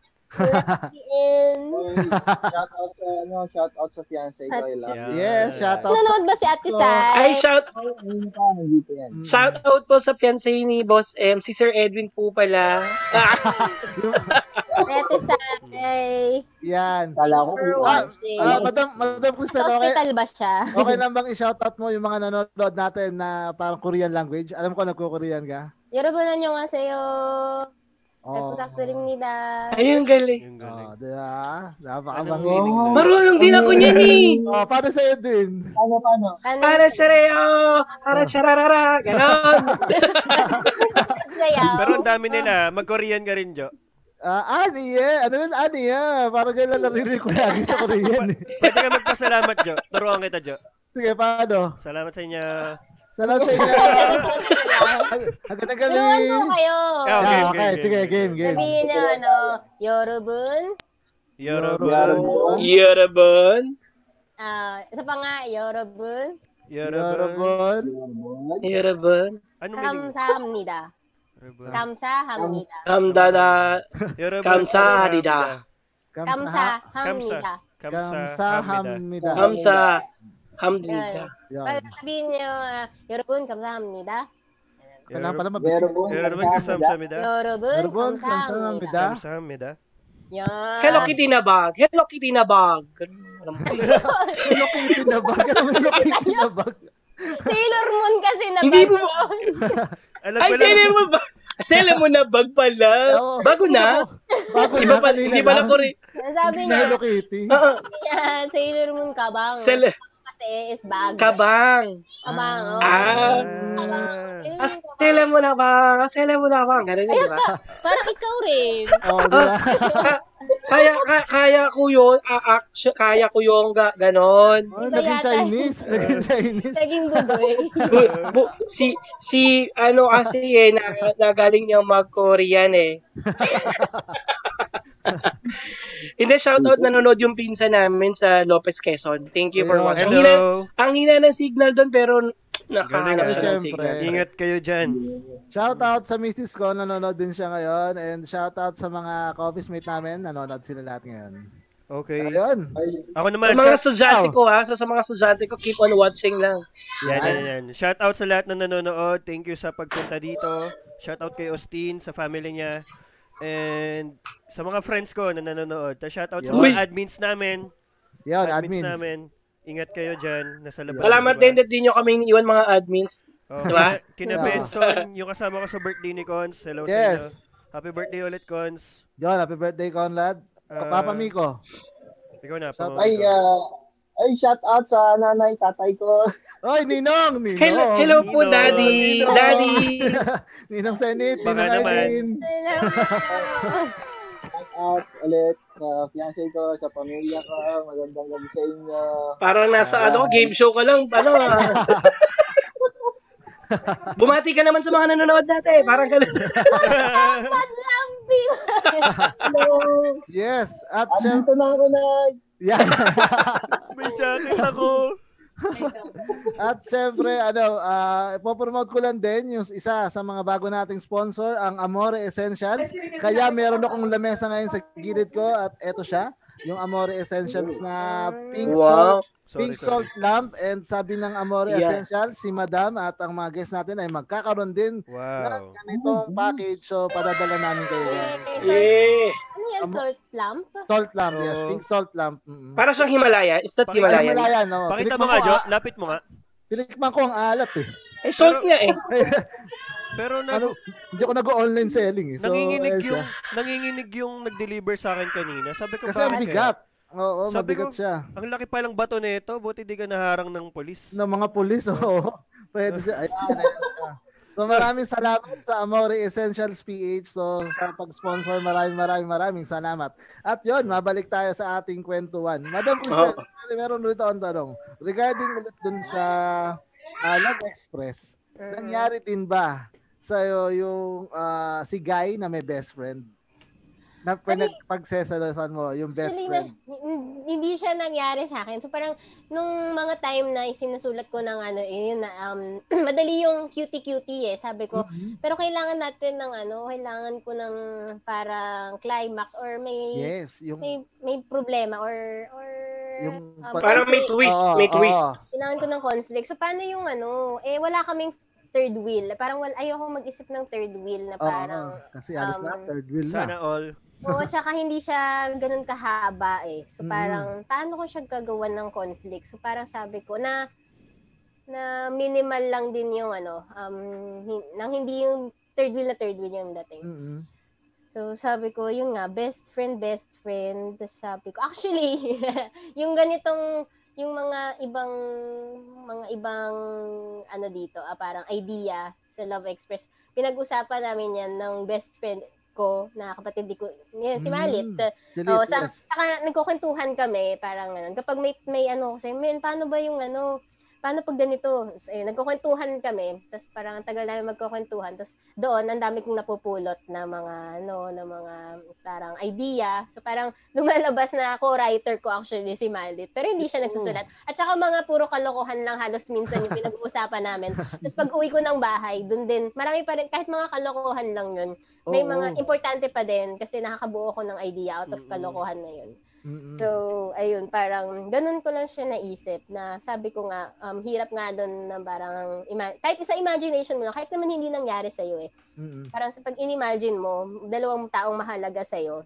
Speaker 4: And-
Speaker 5: shout out sa ano, shout out sa fiancé ko, I love you.
Speaker 3: Yes, shout out.
Speaker 4: Nanonood ba si Ate Sai?
Speaker 1: Ay, shout,
Speaker 5: Ay, ayun pa, nandito yan.
Speaker 1: shout out po sa fiancé ni Boss M, si Sir Edwin po pala.
Speaker 4: Ate Sai.
Speaker 3: Yan.
Speaker 5: Kala ko,
Speaker 4: For
Speaker 5: ah,
Speaker 4: watching.
Speaker 3: Ah, Madam, Madam
Speaker 4: Sa
Speaker 3: Crystal, okay,
Speaker 4: hospital ba siya?
Speaker 3: okay lang bang i-shoutout mo yung mga nanonood natin na parang Korean language? Alam ko nagko-Korean ka.
Speaker 4: 여러분 안녕하세요. 잘
Speaker 3: Oh.
Speaker 4: 부탁드립니다.
Speaker 1: Ayun, galing.
Speaker 2: Yung galing.
Speaker 3: Oh, di ba? Napakabangiling.
Speaker 5: Oo.
Speaker 1: Marunong din ako niyan eh.
Speaker 3: Oh, paano sa Edwin?
Speaker 5: Paano, paano?
Speaker 1: Para
Speaker 4: 반갑습니다.
Speaker 1: sa reo, para sa rarara, ganon.
Speaker 2: Pero ang dami nila, mag-Korean ka rin, Jo.
Speaker 3: Ah, Aniye. Ano yun, Aniye? Parang ganyan naririnig ko lagi sa Korean. eh.
Speaker 2: Pwede ka magpasalamat, Jo. Turuan kita, Jo.
Speaker 3: Sige, paano?
Speaker 2: Salamat sa inyo.
Speaker 3: Salamat sa inyo. Hagandang gabi.
Speaker 4: Tulungan ko kayo.
Speaker 2: Ah,
Speaker 3: Okay,
Speaker 2: game,
Speaker 3: okay,
Speaker 2: game,
Speaker 3: sige,
Speaker 2: game,
Speaker 3: game, game.
Speaker 4: Sabihin na ano, 여러분,
Speaker 2: Yorobon.
Speaker 5: Yorobon.
Speaker 1: Yorobon.
Speaker 4: ah, isa pa nga, 여러분,
Speaker 2: Yorobon.
Speaker 3: Yorobon.
Speaker 1: Yorobon.
Speaker 2: Anong meaning?
Speaker 4: 감사합니다.
Speaker 2: Yorobon.
Speaker 4: 감사합니다.
Speaker 1: Kamdada.
Speaker 2: Yorobon.
Speaker 1: Kamsahamnida.
Speaker 3: Kamsa.
Speaker 4: 감사합니다.
Speaker 2: Kamsahamnida.
Speaker 3: Kamsahamnida.
Speaker 1: Kamsa. Hamdulillah.
Speaker 3: Yan.
Speaker 4: Pag sabihin niyo, ah, 여러분, 감사합니다.
Speaker 3: Ito na pala mabilis.
Speaker 5: Yorobon.
Speaker 2: Yorobon. Kamsahamnida.
Speaker 4: 여러분,
Speaker 3: 여러분,
Speaker 4: 감사합니다.
Speaker 3: 감사합니다.
Speaker 2: Kamsahamnida.
Speaker 4: Yan.
Speaker 1: Hello Kitty na bag. Hello Kitty na bag. Ganun, alam ko.
Speaker 3: Hello Kitty na bag. *laughs* Ano yung Hello Kitty na bag?
Speaker 4: Sailor Moon kasi na
Speaker 1: Hindi mo-
Speaker 4: bago yun.
Speaker 2: Alam
Speaker 1: Ay,
Speaker 2: ko lang.
Speaker 1: sele mo ba? Sele mo na bag pala.
Speaker 3: Oo.
Speaker 1: Bago na.
Speaker 3: Bago na,
Speaker 1: Iba pa,
Speaker 3: kanina
Speaker 1: hindi pala
Speaker 3: lang.
Speaker 1: ko rin.
Speaker 4: Sabi
Speaker 3: Na
Speaker 4: niya,
Speaker 3: Hello Kitty.
Speaker 1: Oo.
Speaker 4: Yeah, Sailor Moon kabang.
Speaker 1: ah. Sele.
Speaker 4: kasi is bag.
Speaker 1: Kabang.
Speaker 4: Kabang. oh.
Speaker 1: Ah.
Speaker 2: Ah.
Speaker 4: Sailor
Speaker 1: Ah,
Speaker 4: Moon kabang.
Speaker 1: sele mo na bag. Ah, sele mo na bag. Ganun yun, di ba?
Speaker 4: Parang ikaw rin.
Speaker 3: Oh, di ba?
Speaker 1: Ka- kaya, ka- kaya ko yun. Ah, action, kaya ko yung ga, ganon.
Speaker 3: Oh,
Speaker 4: Iba
Speaker 3: naging
Speaker 4: yata.
Speaker 3: Chinese. Naging Chinese.
Speaker 4: Naging budoy.
Speaker 1: Bu- bu- si, si, ano kasi eh, na, nagaling niyang mag-Korean eh. Hindi, shoutout nanonood yung pinsa namin sa Lopez Quezon. Thank you for
Speaker 3: Hello.
Speaker 1: watching. Ang hina,
Speaker 2: Hello.
Speaker 1: ang hina ng signal doon pero nakahanap
Speaker 2: Galing,
Speaker 1: siya ng
Speaker 3: ah.
Speaker 1: signal.
Speaker 2: Ingat kayo dyan.
Speaker 3: Shout out sa misis ko, nanonood din siya ngayon. And shout out sa mga office mate namin, nanonood sila lahat ngayon.
Speaker 2: Okay.
Speaker 3: Ayun.
Speaker 2: Ako
Speaker 1: Sa
Speaker 2: naman,
Speaker 1: mga
Speaker 2: shout,
Speaker 1: estudyante
Speaker 3: Oh.
Speaker 1: ko ha, sa, sa mga estudyante ko, keep on watching lang.
Speaker 2: yan, yan, yan. shout out sa lahat na nanonood. Thank you sa pagpunta dito. Shout out kay Austin, sa family niya. And sa mga friends ko na nanonood. Ta shout out sa
Speaker 1: Uy!
Speaker 2: mga admins namin.
Speaker 3: Yun,
Speaker 2: admins,
Speaker 3: admins.
Speaker 2: namin. Ingat kayo dyan. Nasa labas.
Speaker 1: Salamat din that di nyo kami iniwan mga admins.
Speaker 2: Oh,
Speaker 1: Diba?
Speaker 3: *laughs*
Speaker 2: kina- Kina
Speaker 3: Yeah.
Speaker 2: Benson, yung kasama ko sa birthday ni Cons. Hello sa inyo.
Speaker 3: Yes.
Speaker 2: Happy birthday ulit, Cons.
Speaker 3: Yun, happy birthday, Conrad.
Speaker 2: Ah.
Speaker 3: Papa Miko.
Speaker 2: Ikaw na.
Speaker 3: Shout-
Speaker 2: pangalan
Speaker 5: Ay,
Speaker 2: ko.
Speaker 5: ah, ay, shout out sa nanay, tatay ko.
Speaker 3: Oy, Ninong! Ninong!
Speaker 1: Hello, hello po,
Speaker 2: Ninong.
Speaker 1: Daddy.
Speaker 3: Ninong.
Speaker 1: Daddy.
Speaker 3: *laughs* Ninong Senit,
Speaker 2: Baka
Speaker 3: Ninong
Speaker 2: naman.
Speaker 3: Irene.
Speaker 5: Shout out ulit sa fiancé ko, sa pamilya ko. Magandang gabi sa inyo.
Speaker 1: Parang nasa ano, game show ka lang. Ano,
Speaker 3: *laughs*
Speaker 1: ah. Bumati ka naman sa mga nanonood dati. Parang ganun.
Speaker 3: *laughs*
Speaker 1: *laughs*
Speaker 4: Lambi.
Speaker 3: Yes, at syem-
Speaker 1: Ano?
Speaker 5: Andito na ako, Nay.
Speaker 3: *laughs* yeah.
Speaker 2: May jacket ako.
Speaker 3: at syempre, ano, ah, ipopromote ko lang din yung isa sa mga bago nating sponsor, ang Amore Essentials. Kaya meron akong lamesa ngayon sa gilid ko at eto siya, yung Amore Essentials na pink
Speaker 1: Wow.
Speaker 3: salt Pink salt lamp and sabi ng Amore
Speaker 1: Yeah.
Speaker 3: Essential, si Madam at ang mga guests natin ay magkakaroon din ng
Speaker 2: Wow.
Speaker 3: ganitong package. So, padadala namin kayo. yan.
Speaker 1: Yeah.
Speaker 4: Ano Ano yan?
Speaker 3: Amo-
Speaker 4: Salt lamp?
Speaker 3: Salt lamp, yes.
Speaker 1: Oh.
Speaker 2: Oo.
Speaker 3: Pink salt lamp. Mm.
Speaker 1: Para siyang Himalaya. Is that
Speaker 2: Parang
Speaker 3: Ay,
Speaker 1: Himalaya?
Speaker 3: Himalaya, no.
Speaker 2: Pakita
Speaker 3: Tinikman
Speaker 2: mo nga,
Speaker 3: ko,
Speaker 2: Jo.
Speaker 3: ah,
Speaker 2: Lapit mo nga.
Speaker 3: tinikman ko ang alat eh.
Speaker 1: Eh, salt nga eh.
Speaker 2: Pero nag,
Speaker 3: ano, hindi ako nag-online selling eh. So,
Speaker 2: nanginginig
Speaker 3: ayun siya.
Speaker 2: yung nanginginig yung nag-deliver sa akin kanina. Sabi ko
Speaker 3: Kasi
Speaker 2: "Bakit
Speaker 3: ang
Speaker 2: kaya?"
Speaker 3: bigat. Oo,
Speaker 2: Sabi
Speaker 3: mabigat
Speaker 2: ko-
Speaker 3: siya.
Speaker 2: Ang laki pa lang bato nito, buti di ka naharang ng polis.
Speaker 3: Ng mga pulis, *laughs* oo. Pwede siya. Ayun, ayun, ayun. So maraming salamat sa Amore Essentials PH. So sa pag-sponsor, maraming maraming maraming salamat. At yon, mabalik tayo sa ating kwentuhan. Madam Cristel, meron ulit akong tanong. Regarding ulit dun sa ah, Love Express, nangyari din ba sa yung ah, si Guy na may best friend? Na pinagpagsesalosan mo yung best
Speaker 4: Actually,
Speaker 3: friend.
Speaker 4: na- hin- hindi siya nangyari sa akin. So parang nung mga time na isinusulat ko ng ano, yun na um, *clears throat* madali yung cutie-cutie eh, sabi ko.
Speaker 3: Mm-hmm.
Speaker 4: Pero kailangan natin ng ano, kailangan ko ng parang climax or may
Speaker 3: Yes, yung
Speaker 4: may may problema or or
Speaker 3: yung
Speaker 4: um,
Speaker 1: Parang may
Speaker 4: conflict.
Speaker 1: twist.
Speaker 3: Oo,
Speaker 1: may twist.
Speaker 3: oo.
Speaker 4: kailangan ko ng conflict. So paano yung ano, eh wala kaming third wheel. Parang wala, ayoko mag-isip ng third wheel na
Speaker 3: Oo,
Speaker 4: parang
Speaker 3: kasi alas na,
Speaker 4: um,
Speaker 3: third wheel na.
Speaker 2: Sana all.
Speaker 4: Oo, tsaka hindi siya ganun kahaba eh. So
Speaker 3: Mm.
Speaker 4: parang, paano ko siya gagawa ng conflict? So parang sabi ko na, na minimal lang din yung ano, um, hin- nang hindi yung third wheel na third wheel yung dating.
Speaker 3: Mm-mm.
Speaker 4: So sabi ko, yun nga, best friend, best friend. Tapos sabi ko, actually, *laughs* yung ganitong, yung mga ibang, mga ibang, ano dito, ah, parang idea sa Love Express, pinag-usapan namin yan ng best friend ko na kapatid ko, yun, si
Speaker 3: Mm.
Speaker 4: Malit.
Speaker 3: Delete,
Speaker 4: Oo, sa,
Speaker 3: yes.
Speaker 4: saka nagkukwentuhan kami, parang ganun. Kapag may, may ano, kasi, men, paano ba yung ano, paano pag ganito? So, ayun, nagkukwentuhan kami, tapos parang ang tagal namin magkukwentuhan, tapos doon, ang dami kong napupulot na mga, ano, na mga parang idea. So parang *laughs* lumalabas na ako, writer ko actually si Malit, pero hindi siya nagsusulat. At saka mga puro kalokohan lang halos minsan yung pinag-uusapan namin. Tapos pag uwi ko ng bahay, doon din, marami pa rin, kahit mga kalokohan lang yun, may
Speaker 3: Oo.
Speaker 4: mga importante pa din kasi nakakabuo ko ng idea out of
Speaker 2: Mm-mm.
Speaker 4: kalokohan na yun.
Speaker 3: Mm-mm.
Speaker 4: So, ayun, parang ganun ko lang siya naisip na sabi ko nga, um, hirap nga doon na parang, ima- kahit sa imagination mo, kahit naman hindi nangyari sa'yo eh.
Speaker 3: Mm-mm.
Speaker 4: Parang sa pag in-imagine mo, dalawang taong mahalaga sa'yo,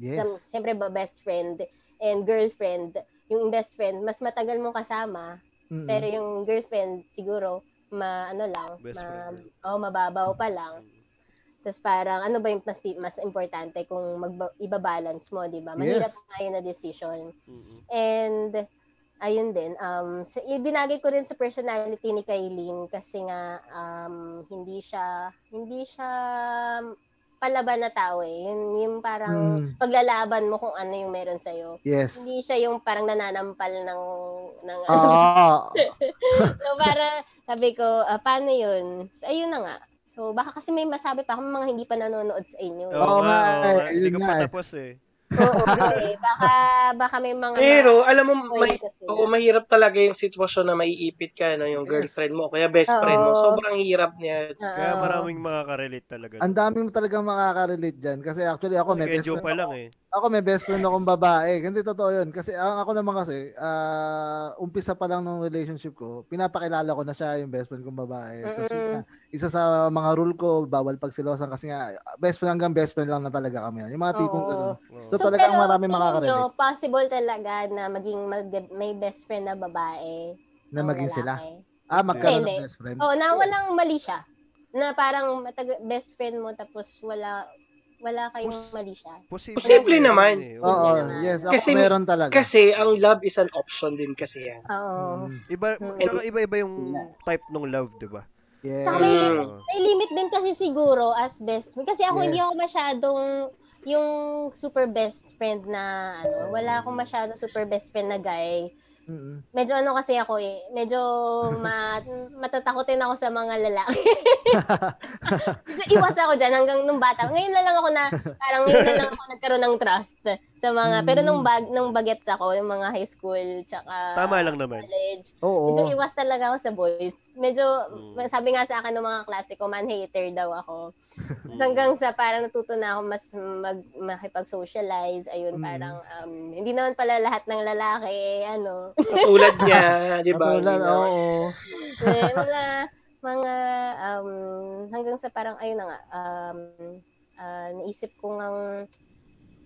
Speaker 3: Yes.
Speaker 4: Sam- Siyempre ba best friend and girlfriend, yung best friend, mas matagal mong kasama,
Speaker 3: Mm-mm.
Speaker 4: pero yung girlfriend siguro, ma ano lang,
Speaker 2: Best
Speaker 4: ma,
Speaker 2: friend.
Speaker 4: oh, mababaw pa lang. Tapos parang ano ba yung mas mas importante kung magba- ibabalance mo, 'di ba? Mahirap
Speaker 3: Yes.
Speaker 4: na yun na decision.
Speaker 2: Mm-mm.
Speaker 4: And ayun din, um sa, ibinagay ko rin sa personality ni Kailin kasi nga um hindi siya hindi siya palaban na tao eh. Yun yung parang
Speaker 3: Mm.
Speaker 4: paglalaban mo kung ano yung meron sa
Speaker 3: yes.
Speaker 4: Hindi siya yung parang nananampal ng ng *laughs*
Speaker 3: Ah,
Speaker 4: so para sabi ko, ah, paano yun? So, ayun na nga. So baka kasi may masabi pa akong mga hindi pa nanonood sa inyo.
Speaker 2: Oo
Speaker 3: Oo
Speaker 2: nga,
Speaker 3: nga,
Speaker 2: oo nga.
Speaker 3: eh,
Speaker 2: Hindi
Speaker 3: yun
Speaker 2: ko
Speaker 3: nga
Speaker 2: pa
Speaker 3: eh.
Speaker 2: tapos eh.
Speaker 4: Oo, eh, baka, baka may mga
Speaker 1: Pero, alam mo,
Speaker 4: ma-
Speaker 1: may,
Speaker 4: kasi.
Speaker 1: oo, mahirap talaga yung sitwasyon na maiipit ka, no? yung
Speaker 3: Yes.
Speaker 1: girlfriend mo, o kaya best friend mo.
Speaker 4: Oo.
Speaker 1: Sobrang hirap niya.
Speaker 4: Oo.
Speaker 2: Kaya maraming
Speaker 3: Ah.
Speaker 2: makaka-relate talaga.
Speaker 3: ang dami mo talagang makaka-relate dyan. Kasi actually ako, Ano, may
Speaker 2: Kay
Speaker 3: best
Speaker 2: Joe
Speaker 3: friend
Speaker 2: pa lang
Speaker 3: ako,
Speaker 2: eh.
Speaker 3: ako may best friend akong babae. Hindi totoo yun. Kasi ang ako naman kasi, ah, umpisa pa lang ng relationship ko, pinapakilala ko na siya yung best friend kong babae. So,
Speaker 4: Mm-mm.
Speaker 3: yun na. isa sa mga rule ko, bawal pagsilosan kasi nga, best friend hanggang best friend lang na talaga kami. Yung mga tipong
Speaker 4: Oo.
Speaker 3: ganun.
Speaker 2: Oo.
Speaker 3: So, talagang
Speaker 4: pero
Speaker 3: maraming
Speaker 4: tingin
Speaker 3: makaka-relate.
Speaker 4: nyo, possible talaga na maging mag- may best friend na babae.
Speaker 3: na
Speaker 4: ang
Speaker 3: maging sila.
Speaker 4: lalaki.
Speaker 3: Ah, magkaroon
Speaker 4: Hindi.
Speaker 3: ng best friend.
Speaker 4: Oo, na walang mali siya. Na parang matag- best friend mo tapos wala wala kayong
Speaker 2: Pos-
Speaker 4: mali siya.
Speaker 2: Posible,
Speaker 1: Posible
Speaker 2: yun
Speaker 1: naman.
Speaker 2: eh.
Speaker 3: Oo,
Speaker 4: Oo.
Speaker 3: yes. Ako
Speaker 1: Kasi-
Speaker 3: meron talaga.
Speaker 1: Kasi, ang love is an option din kasi yan.
Speaker 4: Oo.
Speaker 3: Mm,
Speaker 2: Iba,
Speaker 4: Mm.
Speaker 2: tsaka iba-iba yung type ng love, di ba?
Speaker 3: yes.
Speaker 4: Tsaka may
Speaker 1: Mm.
Speaker 4: limit,
Speaker 2: Oo.
Speaker 4: may limit din kasi siguro as best friend. Kasi ako hindi
Speaker 3: Yes.
Speaker 4: ako masyadong yung super best friend na ano, wala akong masyadong super best friend na guy.
Speaker 3: Mm-mm.
Speaker 4: Medyo ano kasi ako eh, medyo ma- matatakotin ako sa mga lalaki. medyo iwas ako dyan hanggang nung bata. Ngayon na lang ako na, parang ngayon na lang ako nagkaroon ng trust sa mga, pero nung, bag, nung bagets ako, yung mga high school, tsaka
Speaker 2: Tama lang naman.
Speaker 4: college, Medyo
Speaker 3: Oo.
Speaker 4: iwas talaga ako sa boys. Medyo,
Speaker 2: Mm.
Speaker 4: sabi nga sa akin ng mga klase ko, man-hater daw ako.
Speaker 2: Mm.
Speaker 4: Tapos Hanggang sa parang natuto na ako mas mag, makipag-socialize. Ayun,
Speaker 3: Mm.
Speaker 4: parang um, hindi naman pala lahat ng lalaki, ano.
Speaker 1: Katulad
Speaker 3: *laughs*
Speaker 1: niya, di ba?
Speaker 3: Katulad,
Speaker 1: Hindi na-
Speaker 3: oo.
Speaker 4: Eh, mga, mga, um, hanggang sa parang, ayun na nga, um, ah, naisip ko ngang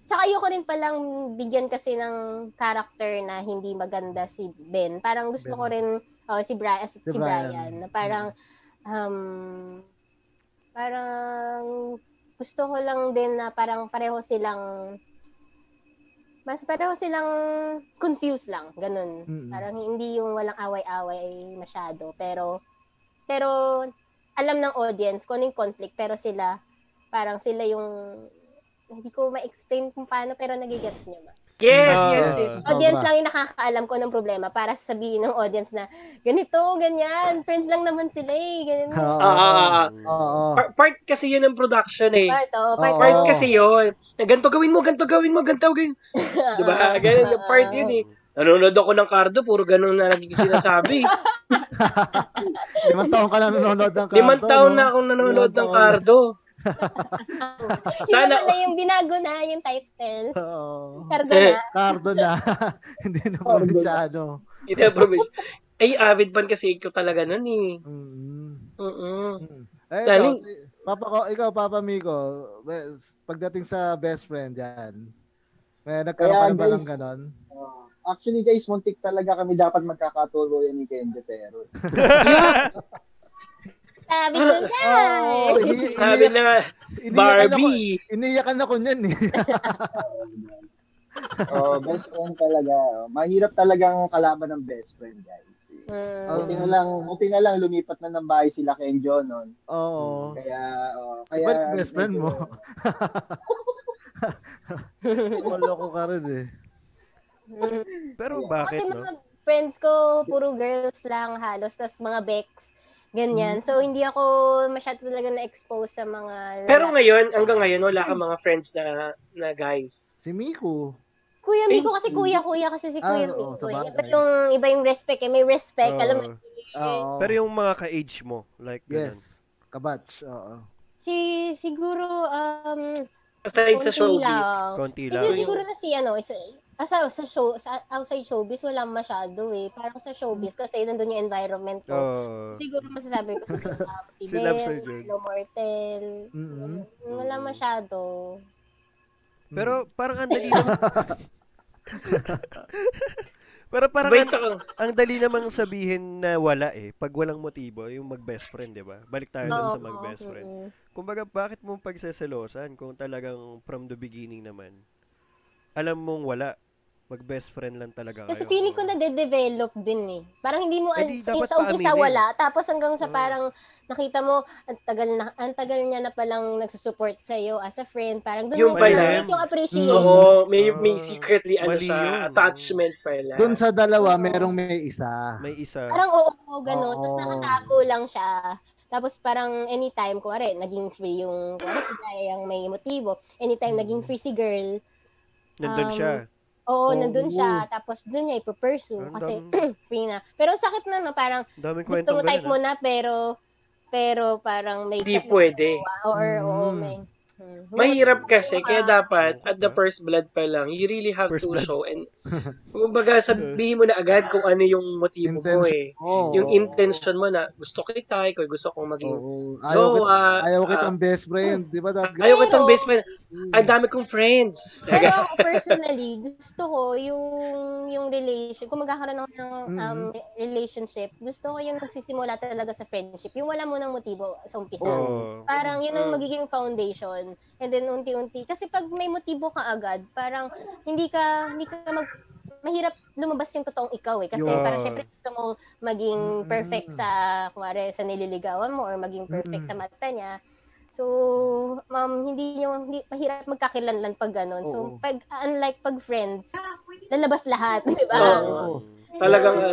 Speaker 4: Tsaka ayoko rin palang bigyan kasi ng character na hindi maganda si Ben. Parang gusto
Speaker 3: Ben.
Speaker 4: ko rin oh, si, Bri- si,
Speaker 3: Si
Speaker 4: si
Speaker 3: Brian.
Speaker 4: Brian. na parang um, parang gusto ko lang din na parang pareho silang mas pareho silang confused lang, ganun.
Speaker 3: Mm-mm.
Speaker 4: Parang hindi yung walang away-away masyado, pero pero alam ng audience kung ano yung conflict pero sila parang sila yung hindi ko ma-explain kung paano pero nagigets niyo ba?
Speaker 1: Yes,
Speaker 2: Ah.
Speaker 1: yes, yes.
Speaker 3: Sobra.
Speaker 4: Audience lang yung nakakaalam ko ng problema para sabihin ng audience na ganito, ganyan, friends lang naman sila eh, ganyan.
Speaker 3: Oo.
Speaker 1: Ah, ah, ah, ah.
Speaker 3: Oo.
Speaker 1: Par- part kasi yun ng production eh.
Speaker 4: Part,
Speaker 3: Oo.
Speaker 4: oh, part,
Speaker 1: Part
Speaker 3: Oo.
Speaker 1: kasi yun. Na ganito gawin mo, ganito gawin mo, ganito gawin.
Speaker 3: *laughs*
Speaker 1: Diba? Ganun yung part yun eh. Nanonood ako ng Cardo, puro ganun na naging
Speaker 3: *laughs*
Speaker 1: sinasabi. eh.
Speaker 3: Limang taon ka na nanonood ng kanto.
Speaker 1: Limang taon
Speaker 3: no?
Speaker 1: na akong nanonood
Speaker 3: Limang
Speaker 1: ng
Speaker 3: taon.
Speaker 1: Cardo.
Speaker 4: Yun
Speaker 1: Sana-
Speaker 4: pala yung binago na yung title.
Speaker 3: Oo.
Speaker 4: Karga na.
Speaker 3: Kardo na. *laughs* Hindi na ano. probinsyano.
Speaker 1: Ito yung promise. Ay, avid fan kasi ko talaga nun eh.
Speaker 3: Mm-mm.
Speaker 1: Mm-mm.
Speaker 3: Eh, ikaw,
Speaker 1: Galing.
Speaker 3: si- Papa ko, ikaw, Papa Miko, well, s- pagdating sa best friend yan, may nagkaroon ka
Speaker 5: Kaya,
Speaker 3: na ba
Speaker 5: guys,
Speaker 3: ng ganon?
Speaker 5: Oh. actually guys, muntik talaga kami dapat magkakatuloy ni Ken Jotero.
Speaker 4: Sabi ko na.
Speaker 3: Oh, ini,
Speaker 1: Sabi
Speaker 3: iniyak,
Speaker 1: na,
Speaker 3: iniyakan ako,
Speaker 1: Barbie.
Speaker 3: iniyakan ako niyan eh. *laughs*
Speaker 5: Oh, best friend talaga. Oh, Mahirap talagang kalaban ng best friend, guys.
Speaker 4: Mm.
Speaker 5: Buti na lang, buti na lang lumipat na ng bahay sila Kenjo noon.
Speaker 3: Oo.
Speaker 5: *laughs* Kaya, oh, kaya
Speaker 3: Ba't best friend mo? Maloko ka rin eh.
Speaker 4: Mm.
Speaker 2: Pero
Speaker 4: Kasi
Speaker 2: bakit, no?
Speaker 4: mga friends ko, puro girls lang halos, tas mga beks,
Speaker 2: Hmm.
Speaker 4: ganyan. So, hindi ako masyado talaga na-expose sa mga...
Speaker 1: Pero ngayon, hanggang ngayon, wala kang mga friends na, na guys.
Speaker 3: Si Miko.
Speaker 4: Kuya Miko
Speaker 2: Hmm.
Speaker 4: kasi kuya-kuya kasi si
Speaker 3: Ah,
Speaker 4: Kuya
Speaker 3: oo, sa
Speaker 4: Miko. eh.
Speaker 3: bagay.
Speaker 4: iba, yung, iba yung respect eh. May respect,
Speaker 2: Oo.
Speaker 4: alam mo.
Speaker 3: Oo.
Speaker 2: Pero yung mga ka-age mo, like, ganun.
Speaker 3: Yes. Kabatch. Oo.
Speaker 4: Si, siguro, um,
Speaker 1: Aside sa
Speaker 4: konti
Speaker 1: showbiz.
Speaker 4: lang.
Speaker 2: konti lang.
Speaker 4: Kasi siguro na si ano, isa, asa, sa show, sa outside showbiz, wala masyado eh. Parang sa showbiz kasi nandun yung environment ko.
Speaker 2: Oo.
Speaker 4: Siguro masasabi ko si, um, si
Speaker 2: Si
Speaker 4: Ben,
Speaker 2: Love Sir Jun.
Speaker 4: Lo Mortel.
Speaker 3: Mm-mm.
Speaker 4: Wala masyado.
Speaker 2: Pero parang ang dali naman. Pero parang ano,
Speaker 1: Wait
Speaker 2: ang,
Speaker 1: ako.
Speaker 2: ang dali namang sabihin na wala eh. Pag walang motibo, yung mag-best friend, di ba? Balik tayo dun sa
Speaker 4: Oo,
Speaker 2: mag-best
Speaker 4: oo,
Speaker 2: friend.
Speaker 4: oo.
Speaker 2: Kumbaga, bakit mo pagseselosan kung talagang from the beginning naman? Alam mong wala. Mag-best friend lang talaga
Speaker 4: Kasi
Speaker 2: kayo.
Speaker 4: feeling ko nade-develop din eh. Parang hindi mo,
Speaker 2: Eh di,
Speaker 4: sa,
Speaker 2: dapat
Speaker 4: sa
Speaker 2: paaminin.
Speaker 4: umpisa
Speaker 2: Mm.
Speaker 4: wala, tapos hanggang sa
Speaker 2: Oo.
Speaker 4: parang nakita mo, ang tagal, na, ang tagal niya na palang nagsusupport sa'yo as a friend. Parang doon
Speaker 1: Yung
Speaker 4: na
Speaker 1: pala.
Speaker 4: develop yung appreciation.
Speaker 1: Oo, may,
Speaker 2: Ah,
Speaker 1: may secretly ano
Speaker 2: mali yun.
Speaker 1: sa attachment pala.
Speaker 3: Doon sa dalawa,
Speaker 4: Oo.
Speaker 3: merong may isa.
Speaker 2: May isa.
Speaker 4: Parang oo, oo ganun.
Speaker 3: Oo.
Speaker 4: Tapos nakatago lang siya. Tapos parang anytime, kuwari, naging free yung, kuwari si Gaya yung may motibo.
Speaker 2: Mm.
Speaker 4: Anytime naging free si girl,
Speaker 2: Nandun
Speaker 4: um,
Speaker 2: siya.
Speaker 3: Oo.
Speaker 4: Oo, nandun siya. Tapos dun niya ipupursue
Speaker 2: Ang
Speaker 4: kasi *laughs* free na. Pero ang sakit na, no? parang
Speaker 2: Ang daming
Speaker 4: gusto
Speaker 2: kwentong
Speaker 4: mo type
Speaker 2: ganun. ah.
Speaker 4: mo na pero pero parang may
Speaker 1: Hindi pwede.
Speaker 4: Or, oo,
Speaker 3: Mm.
Speaker 4: may. Hmm.
Speaker 1: Mahirap kasi,
Speaker 4: Ah.
Speaker 1: kaya dapat, at the first blood pa lang, you really have
Speaker 2: First
Speaker 1: to
Speaker 2: blood.
Speaker 3: *laughs*
Speaker 1: show. And, kumbaga, sabihin mo na agad kung ano yung motibo mo
Speaker 3: Intention.
Speaker 1: eh.
Speaker 3: Oo.
Speaker 1: Yung intention mo na, gusto kita, ikaw gusto kong maging
Speaker 3: Oo. Ayaw,
Speaker 1: So,
Speaker 3: kit-
Speaker 1: ah,
Speaker 3: ayaw
Speaker 1: ah,
Speaker 3: kitang best friend. Di ba? dapat-
Speaker 1: ayaw kitang
Speaker 4: Pero-
Speaker 1: best friend.
Speaker 5: Oh.
Speaker 1: Ang dami kong friends. *laughs*
Speaker 4: Pero ako personally, gusto ko yung yung relation, kung magkakaroon ako ng um,
Speaker 2: Mm-hmm.
Speaker 3: Mm-mm.
Speaker 4: re- relationship, gusto ko yung nagsisimula talaga sa friendship. Yung wala mo ng motibo sa umpisa.
Speaker 2: ah. Oo.
Speaker 4: Parang yun ang
Speaker 1: Mm.
Speaker 4: magiging foundation. And then unti-unti. Kasi pag may motibo ka agad, parang hindi ka, hindi ka mag, mahirap lumabas yung totoong ikaw eh. Kasi
Speaker 2: Yun.
Speaker 4: parang syempre gusto mong maging perfect
Speaker 3: Mm.
Speaker 4: sa, kumare, sa nililigawan mo or maging perfect
Speaker 3: Mm.
Speaker 4: sa mata niya. So, ma'am, hindi nyo, hindi, mahirap magkakilanlan pag ganun. So,
Speaker 3: Oo.
Speaker 4: pag, unlike pag friends, lalabas lahat, *laughs* di ba?
Speaker 1: Oo. Talagang, uh,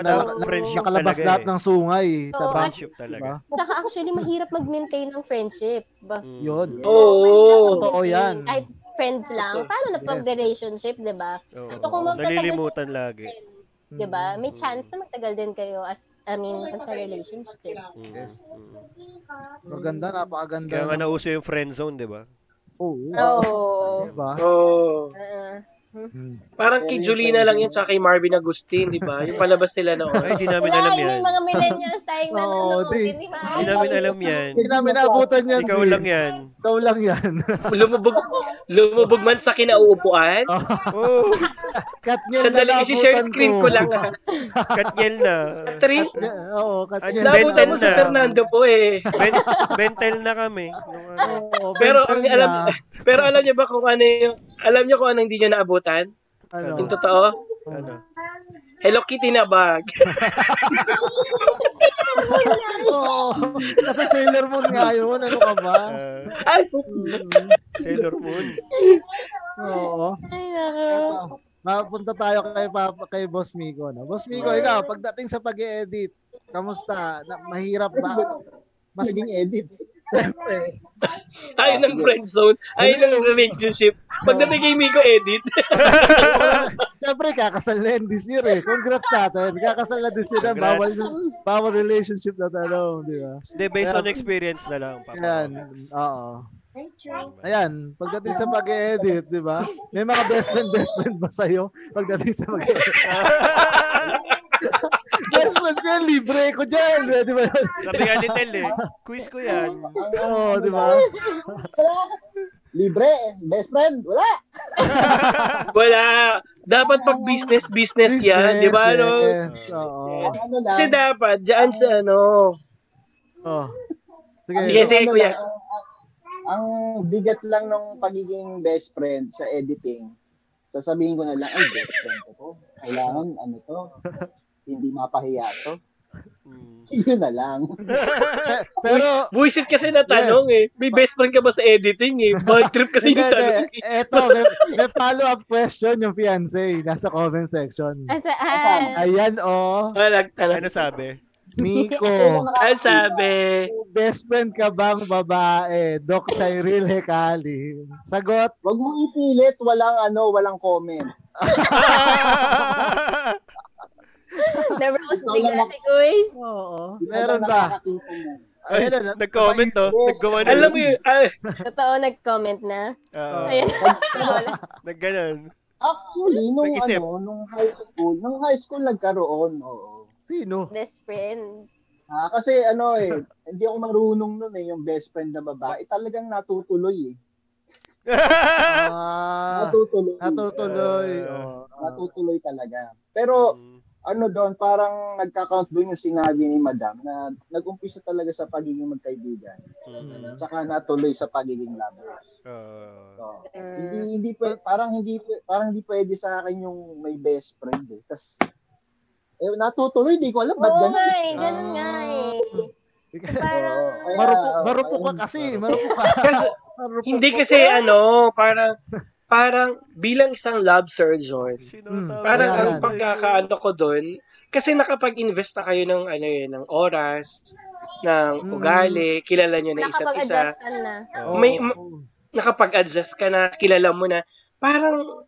Speaker 2: Tsaka
Speaker 3: Yung
Speaker 1: ano,
Speaker 3: naka-
Speaker 2: dapat friendship
Speaker 3: nakalabas
Speaker 2: talaga eh.
Speaker 3: lahat ng diba? sungay.
Speaker 4: Oo.
Speaker 3: Tapos,
Speaker 2: Friendship talaga.
Speaker 4: Saka actually, mahirap mag-maintain ng friendship. Ba?
Speaker 2: Mm.
Speaker 1: Oh,
Speaker 3: Yun.
Speaker 1: Oo.
Speaker 3: Totoo yan.
Speaker 4: Mm, Kahit friends lang. Paano na pag
Speaker 3: Yes.
Speaker 4: relationship, di ba?
Speaker 2: Oo.
Speaker 4: So, kung magtatagal
Speaker 2: Nalilimutan
Speaker 4: kayo as
Speaker 2: lagi. Mm.
Speaker 4: friends, Di ba? May chance na magtagal din kayo as, I mean, sa relationship.
Speaker 2: Mm. Mm.
Speaker 3: Maganda, napakaganda.
Speaker 2: Kaya nga
Speaker 3: ng-
Speaker 2: diba?
Speaker 5: Oh,
Speaker 2: nauso yung friend zone, di ba?
Speaker 3: Oo.
Speaker 4: Oo.
Speaker 3: Di ba?
Speaker 1: Oo.
Speaker 4: Ah,
Speaker 1: Parang kay Julina lang yun, tsaka kay Marvin Agustin, di ba? Yung palabas nila noon.
Speaker 3: *laughs*
Speaker 2: Ay, di namin
Speaker 4: Wala,
Speaker 2: alam
Speaker 4: yun
Speaker 2: yan.
Speaker 4: yung mga millennials tayong
Speaker 3: Oo,
Speaker 4: nanonood.
Speaker 3: di.
Speaker 4: Hindi ba?
Speaker 2: Di namin alam yan.
Speaker 3: Hindi namin naabutan yan.
Speaker 2: Ikaw
Speaker 3: Dre.
Speaker 2: lang yan.
Speaker 3: Ikaw lang yan. *laughs*
Speaker 1: Lumubog, lumubog man sa kinauupuan.
Speaker 2: Oh,
Speaker 3: Katniel
Speaker 1: Sandali,
Speaker 3: Ah. nalabutan
Speaker 1: isi-share screen ko lang. ha.
Speaker 2: Katniel na.
Speaker 1: Three,
Speaker 3: Yeah, Oo, Katniel.
Speaker 2: Ang
Speaker 1: naabutan mo
Speaker 2: na.
Speaker 1: sa Fernando po eh.
Speaker 2: Ben, bentel na kami. Nung ano.
Speaker 3: Oo,
Speaker 1: Pero
Speaker 3: Bentel
Speaker 1: ang alam
Speaker 3: na.
Speaker 1: *laughs* pero alam niyo ba kung ano yung alam niyo kung ano hindi niyo naabutan?
Speaker 3: Ano?
Speaker 1: Yung totoo?
Speaker 2: ano.
Speaker 1: Hello Kitty na bag. *laughs*
Speaker 3: Oo. Kasi Sailor Moon nga yun. Ano ka
Speaker 2: *laughs*
Speaker 3: ba?
Speaker 2: Ah,
Speaker 1: Ay,
Speaker 2: Sailor Moon.
Speaker 3: Oo.
Speaker 4: Ay, nako.
Speaker 3: Eto, Mapunta tayo kay, Papa, kay Boss Migo. No? Boss Migo, ikaw, pagdating sa pag edit kamusta? Na, mahirap ba? Mas
Speaker 5: Maging edit.
Speaker 3: Siyempre.
Speaker 1: ayun ang friend zone, ayun ang relationship. Pagdating kay Miko edit.
Speaker 3: *laughs*
Speaker 1: *laughs*
Speaker 3: Siyempre, kakasal na yan this year eh. Congrats natin. Kakasal na this year. na. Bawal, bawal relationship na tanong, di ba?
Speaker 2: Hindi, based on experience na lang. Papa.
Speaker 3: Ayan. Oo. Ayan. Pagdating sa pag edit di ba? May mga best friend, best friend ba sa'yo? Pagdating sa pag edit Best friend ko yan, libre ko dyan. Di ba yun?
Speaker 2: Sabi nga ni Tel eh, quiz ko yan.
Speaker 3: Oo, di ba?
Speaker 5: Libre, best friend, wala.
Speaker 1: Wala. Dapat pag business business yan, di ba no?
Speaker 3: Yes, oo.
Speaker 5: Ano lang,
Speaker 1: Kasi dapat diyan sa ano,
Speaker 3: Oh. Sige.
Speaker 1: Sige, sige,
Speaker 5: ano
Speaker 1: kuya.
Speaker 5: lang, ang- ang bigat lang ng pagiging best friend sa editing, sasabihin ko na lang, ay, best friend ko to. Kailangan, ano to, hindi mapahiya to. *laughs*
Speaker 2: Hmm.
Speaker 5: Yun na lang.
Speaker 3: Pe-
Speaker 1: *laughs*
Speaker 3: Pero,
Speaker 1: Buisit kasi na tanong eh. May best friend ka ba sa editing eh? Bad trip kasi
Speaker 3: hindi,
Speaker 1: yung tanong. eh.
Speaker 3: hindi. eh, Eto, may, may follow-up question yung fiancé. eh, Nasa comment section.
Speaker 4: Asaan?
Speaker 3: Ayan, oh.
Speaker 1: Wala, tanong.
Speaker 2: Ano
Speaker 3: *laughs*
Speaker 2: sabi?
Speaker 3: Miko,
Speaker 1: Ano sabi?
Speaker 3: best friend ka bang babae? Doc Cyril Hecali. Sagot,
Speaker 5: Huwag mong ipilit, walang ano, walang comment.
Speaker 4: *laughs* The roast bigla si Kuis.
Speaker 3: oo.
Speaker 5: Ikaw
Speaker 3: Oh, Meron
Speaker 5: lang
Speaker 3: ba?
Speaker 5: nakakita mo.
Speaker 2: Ay,
Speaker 3: Ayun,
Speaker 2: nag-comment oh. to.
Speaker 1: oh.
Speaker 3: Ano?
Speaker 2: Naggawa na.
Speaker 1: Alam mo yun, ah,
Speaker 4: Totoo, nag-comment na.
Speaker 2: eh. Oo,
Speaker 4: Ayan. *laughs*
Speaker 2: nagganon.
Speaker 5: Actually, nung
Speaker 2: Nag-isip.
Speaker 5: ano, nung high school, nung high school nagkaroon, oo.
Speaker 3: Sino?
Speaker 4: Best friend.
Speaker 5: Ah, kasi ano eh, hindi ako marunong nun eh, yung best friend na babae. Talagang natutuloy eh.
Speaker 1: *laughs*
Speaker 3: Ah,
Speaker 5: Natutuloy.
Speaker 3: natutuloy. Oh.
Speaker 2: Ah.
Speaker 3: oo.
Speaker 5: Natutuloy talaga. Pero
Speaker 3: Oh.
Speaker 2: Hmm.
Speaker 5: ano doon, parang nagka-count doon yung sinabi ni Madam na nag-umpisa talaga sa pagiging magkaibigan.
Speaker 2: Mm.
Speaker 5: Saka natuloy sa pagiging lover.
Speaker 2: Oo.
Speaker 5: So, hindi
Speaker 4: Mm.
Speaker 5: hindi pwe- parang hindi pwe- parang hindi pwede sa akin yung may best friend eh. Tas eh, natutuloy, di ko alam ba't
Speaker 4: Oo nga
Speaker 5: ganun.
Speaker 4: eh, ganun nga
Speaker 2: Ah.
Speaker 4: eh.
Speaker 1: ah.
Speaker 4: Parang,
Speaker 5: Oo, kaya-
Speaker 3: Marupok, marupok ka
Speaker 5: ayun.
Speaker 3: kasi. Marupok ka.
Speaker 1: kasi,
Speaker 3: Marupok
Speaker 1: hindi
Speaker 3: ka.
Speaker 1: kasi ano, parang, parang bilang isang lab surgeon,
Speaker 2: Sino
Speaker 3: Mm.
Speaker 2: tawag?
Speaker 1: parang
Speaker 3: Ayan.
Speaker 1: ang pagkakaano ko doon, kasi nakapag-invest na kayo ng ano yun, ng oras, ng
Speaker 3: Mm.
Speaker 1: ugali, kilala nyo na isa't isa.
Speaker 4: nakapag-adjustan na.
Speaker 2: Oo.
Speaker 3: Oh.
Speaker 1: May- ma- nakapag-adjust ka na, kilala mo na, parang,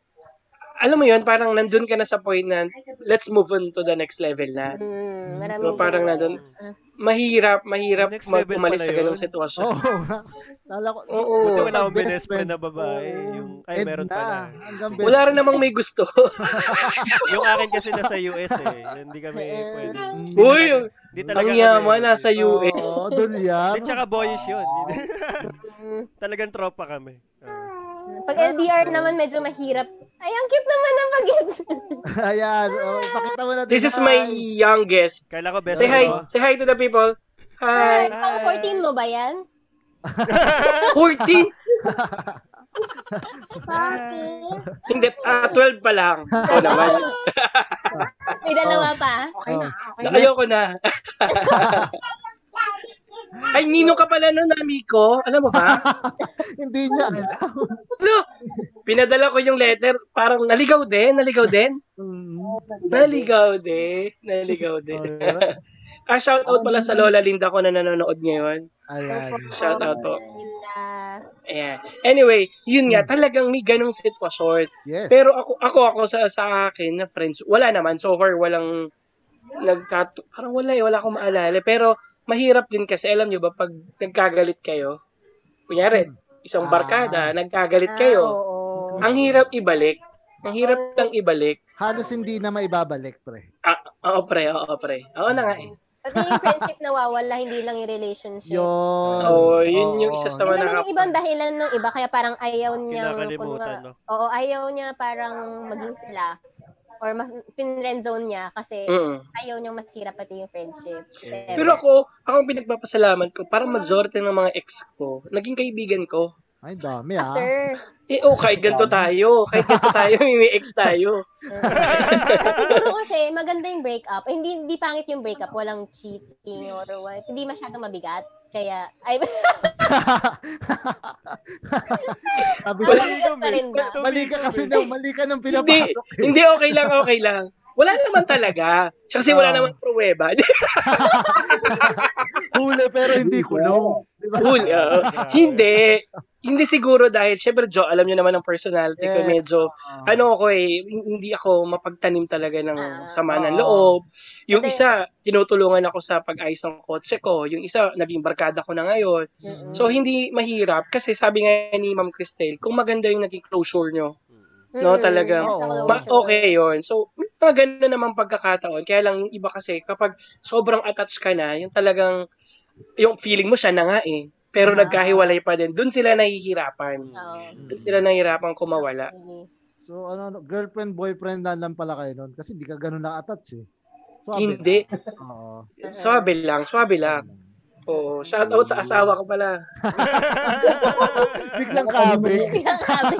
Speaker 1: alam mo yun, parang nandun ka na sa point na, let's move on to the next level
Speaker 4: Mm,
Speaker 1: na.
Speaker 2: Hmm.
Speaker 4: maraming
Speaker 1: So, parang nandun, mahirap, mahirap
Speaker 2: Next
Speaker 1: mag-
Speaker 2: level
Speaker 1: umalis
Speaker 2: pala
Speaker 1: sa ganung
Speaker 2: yun. Oh.
Speaker 1: sitwasyon.
Speaker 3: *laughs* Oo. Kala ko.
Speaker 1: Oo.
Speaker 2: Buti wala
Speaker 3: Ang
Speaker 2: akong
Speaker 3: best
Speaker 2: best friend na babae.
Speaker 3: Oo.
Speaker 2: eh, Yung, ay,
Speaker 3: Ed
Speaker 2: meron
Speaker 3: na.
Speaker 2: pala.
Speaker 3: Hanggang best
Speaker 1: Wala rin namang may gusto.
Speaker 2: Yung akin kasi nasa US eh. Hindi
Speaker 3: *laughs*
Speaker 2: kami pwede. *laughs* Hindi
Speaker 1: Uy,
Speaker 2: talaga- hindi talaga
Speaker 1: ang
Speaker 2: kami-
Speaker 1: yaman, nasa US.
Speaker 3: Oo, dolyar.
Speaker 2: Hindi, tsaka boyish yun.
Speaker 4: Mm.
Speaker 2: Talagang tropa kami. Ah. Oo.
Speaker 4: Pag LDR naman, medyo mahirap. Ay, ang cute naman ang pag
Speaker 1: *laughs*
Speaker 3: Ayan. Oh, pakita mo natin.
Speaker 1: This is my
Speaker 3: Ay,
Speaker 1: youngest.
Speaker 2: Kailan ko best
Speaker 1: Say hi.
Speaker 2: friend ko.
Speaker 1: Say hi to the people.
Speaker 4: Ay,
Speaker 1: Hi.
Speaker 4: pang 14 mo ba yan?
Speaker 1: 14? Hindi, ah, 12 pa lang. O naman.
Speaker 4: May dalawa pa.
Speaker 1: Ayoko na. *laughs* Ay, Nino ka pala nun, nami ko. Alam mo ba?
Speaker 3: Hindi niya. alam.
Speaker 1: Ano? Pinadala ko yung letter. Parang naligaw din, naligaw din.
Speaker 3: Mm.
Speaker 1: Naligaw din, naligaw din. *laughs* ah, shout out pala sa Lola Linda ko na nanonood ngayon.
Speaker 3: Ayan.
Speaker 1: Shout out po.
Speaker 4: Linda.
Speaker 1: Ayan. Anyway, yun nga, talagang may ganong sitwasyon.
Speaker 3: Yes.
Speaker 1: Pero ako, ako, ako sa, sa akin na friends, wala naman. So far, walang nagkatu... Parang wala eh, wala akong maalala. Pero mahirap din kasi, alam nyo ba, pag nagkagalit kayo, kunyari,
Speaker 3: Ah.
Speaker 1: isang barkada, nagkagalit
Speaker 4: Ah,
Speaker 1: kayo,
Speaker 4: oo.
Speaker 1: ang hirap ibalik. Ang hirap nang ibalik.
Speaker 3: Halos hindi na maibabalik, pre.
Speaker 1: Oo, pre. Oo, pre. Oo na nga eh.
Speaker 4: Pati yung friendship nawawala, hindi lang yung relationship.
Speaker 3: Yun.
Speaker 1: Oo, yun yung isa sa
Speaker 4: Ano
Speaker 1: mga
Speaker 4: din
Speaker 1: nakaka-
Speaker 4: yung ibang dahilan ng iba kaya parang ayaw niya
Speaker 2: Kinakalimutan, no?
Speaker 4: Oo, ayaw niya parang maging sila or ma- friend zone niya kasi
Speaker 1: Mm.
Speaker 4: ayaw niyang masira pati yung friendship.
Speaker 2: Eh,
Speaker 1: Pero ako, ako ang pinagpapasalamat ko, parang majority ng mga ex ko, naging kaibigan ko.
Speaker 3: Ay, dami ah.
Speaker 4: After,
Speaker 1: Eh, oh, kahit ganito tayo. Kahit ganito tayo, *laughs* may may ex tayo.
Speaker 4: Pero siguro kasi maganda yung breakup. Eh, hindi, hindi pangit yung breakup. Walang cheating or what. Hindi masyadong mabigat. Kaya, ay,
Speaker 3: Sabi
Speaker 4: Wala.
Speaker 3: siya,
Speaker 4: *laughs* Mabigat pa rin ba?
Speaker 3: mali ka kasi daw, mali ka nung
Speaker 1: Hindi,
Speaker 3: pinapasok.
Speaker 1: hindi okay lang, okay lang. Wala naman talaga. Siya kasi wala
Speaker 3: Oo.
Speaker 1: naman pruweba.
Speaker 3: Huli pero hindi kulong. Di ba? *laughs*
Speaker 1: Cool. oo. hindi. Hindi siguro dahil, syempre, Jo, alam niyo naman ang personality ko.
Speaker 3: Yes.
Speaker 1: Medyo, ano ako eh, hindi ako mapagtanim talaga ng
Speaker 4: Ah.
Speaker 1: sama ng
Speaker 3: Oo.
Speaker 1: loob. Yung
Speaker 4: Hindi.
Speaker 1: isa, tinutulungan ako sa pag-ayos ng kotse ko. Yung isa, naging barkada ko na ngayon.
Speaker 3: Mm.
Speaker 4: Mm-mm.
Speaker 1: So, hindi mahirap kasi sabi nga ni Ma'am Cristel, kung maganda yung naging closure nyo,
Speaker 4: Mm.
Speaker 1: no,
Speaker 4: Mm-mm.
Speaker 1: talaga.
Speaker 4: Nasa
Speaker 3: Oo.
Speaker 1: ma-
Speaker 4: closure.
Speaker 1: okay yon So, may mga ganun naman pagkakataon. Kaya lang yung iba kasi, kapag sobrang attached ka na, yung talagang, yung feeling mo siya na nga eh. Pero
Speaker 4: Ah.
Speaker 1: nagkahiwalay pa din. Doon sila nahihirapan.
Speaker 4: Oo.
Speaker 1: Doon sila nahihirapan kumawala.
Speaker 4: Sige.
Speaker 3: Mm.
Speaker 4: *laughs*
Speaker 3: So, ano, ano, girlfriend, boyfriend na lang pala kayo nun. Kasi hindi ka ganun na-attach eh. Swabe
Speaker 1: Hindi.
Speaker 3: lang. Oo.
Speaker 1: Swabe lang, swabe lang. Oo, shout out sa asawa ko pala.
Speaker 3: Biglang
Speaker 1: *laughs*
Speaker 3: kabig.
Speaker 4: Pinakabi.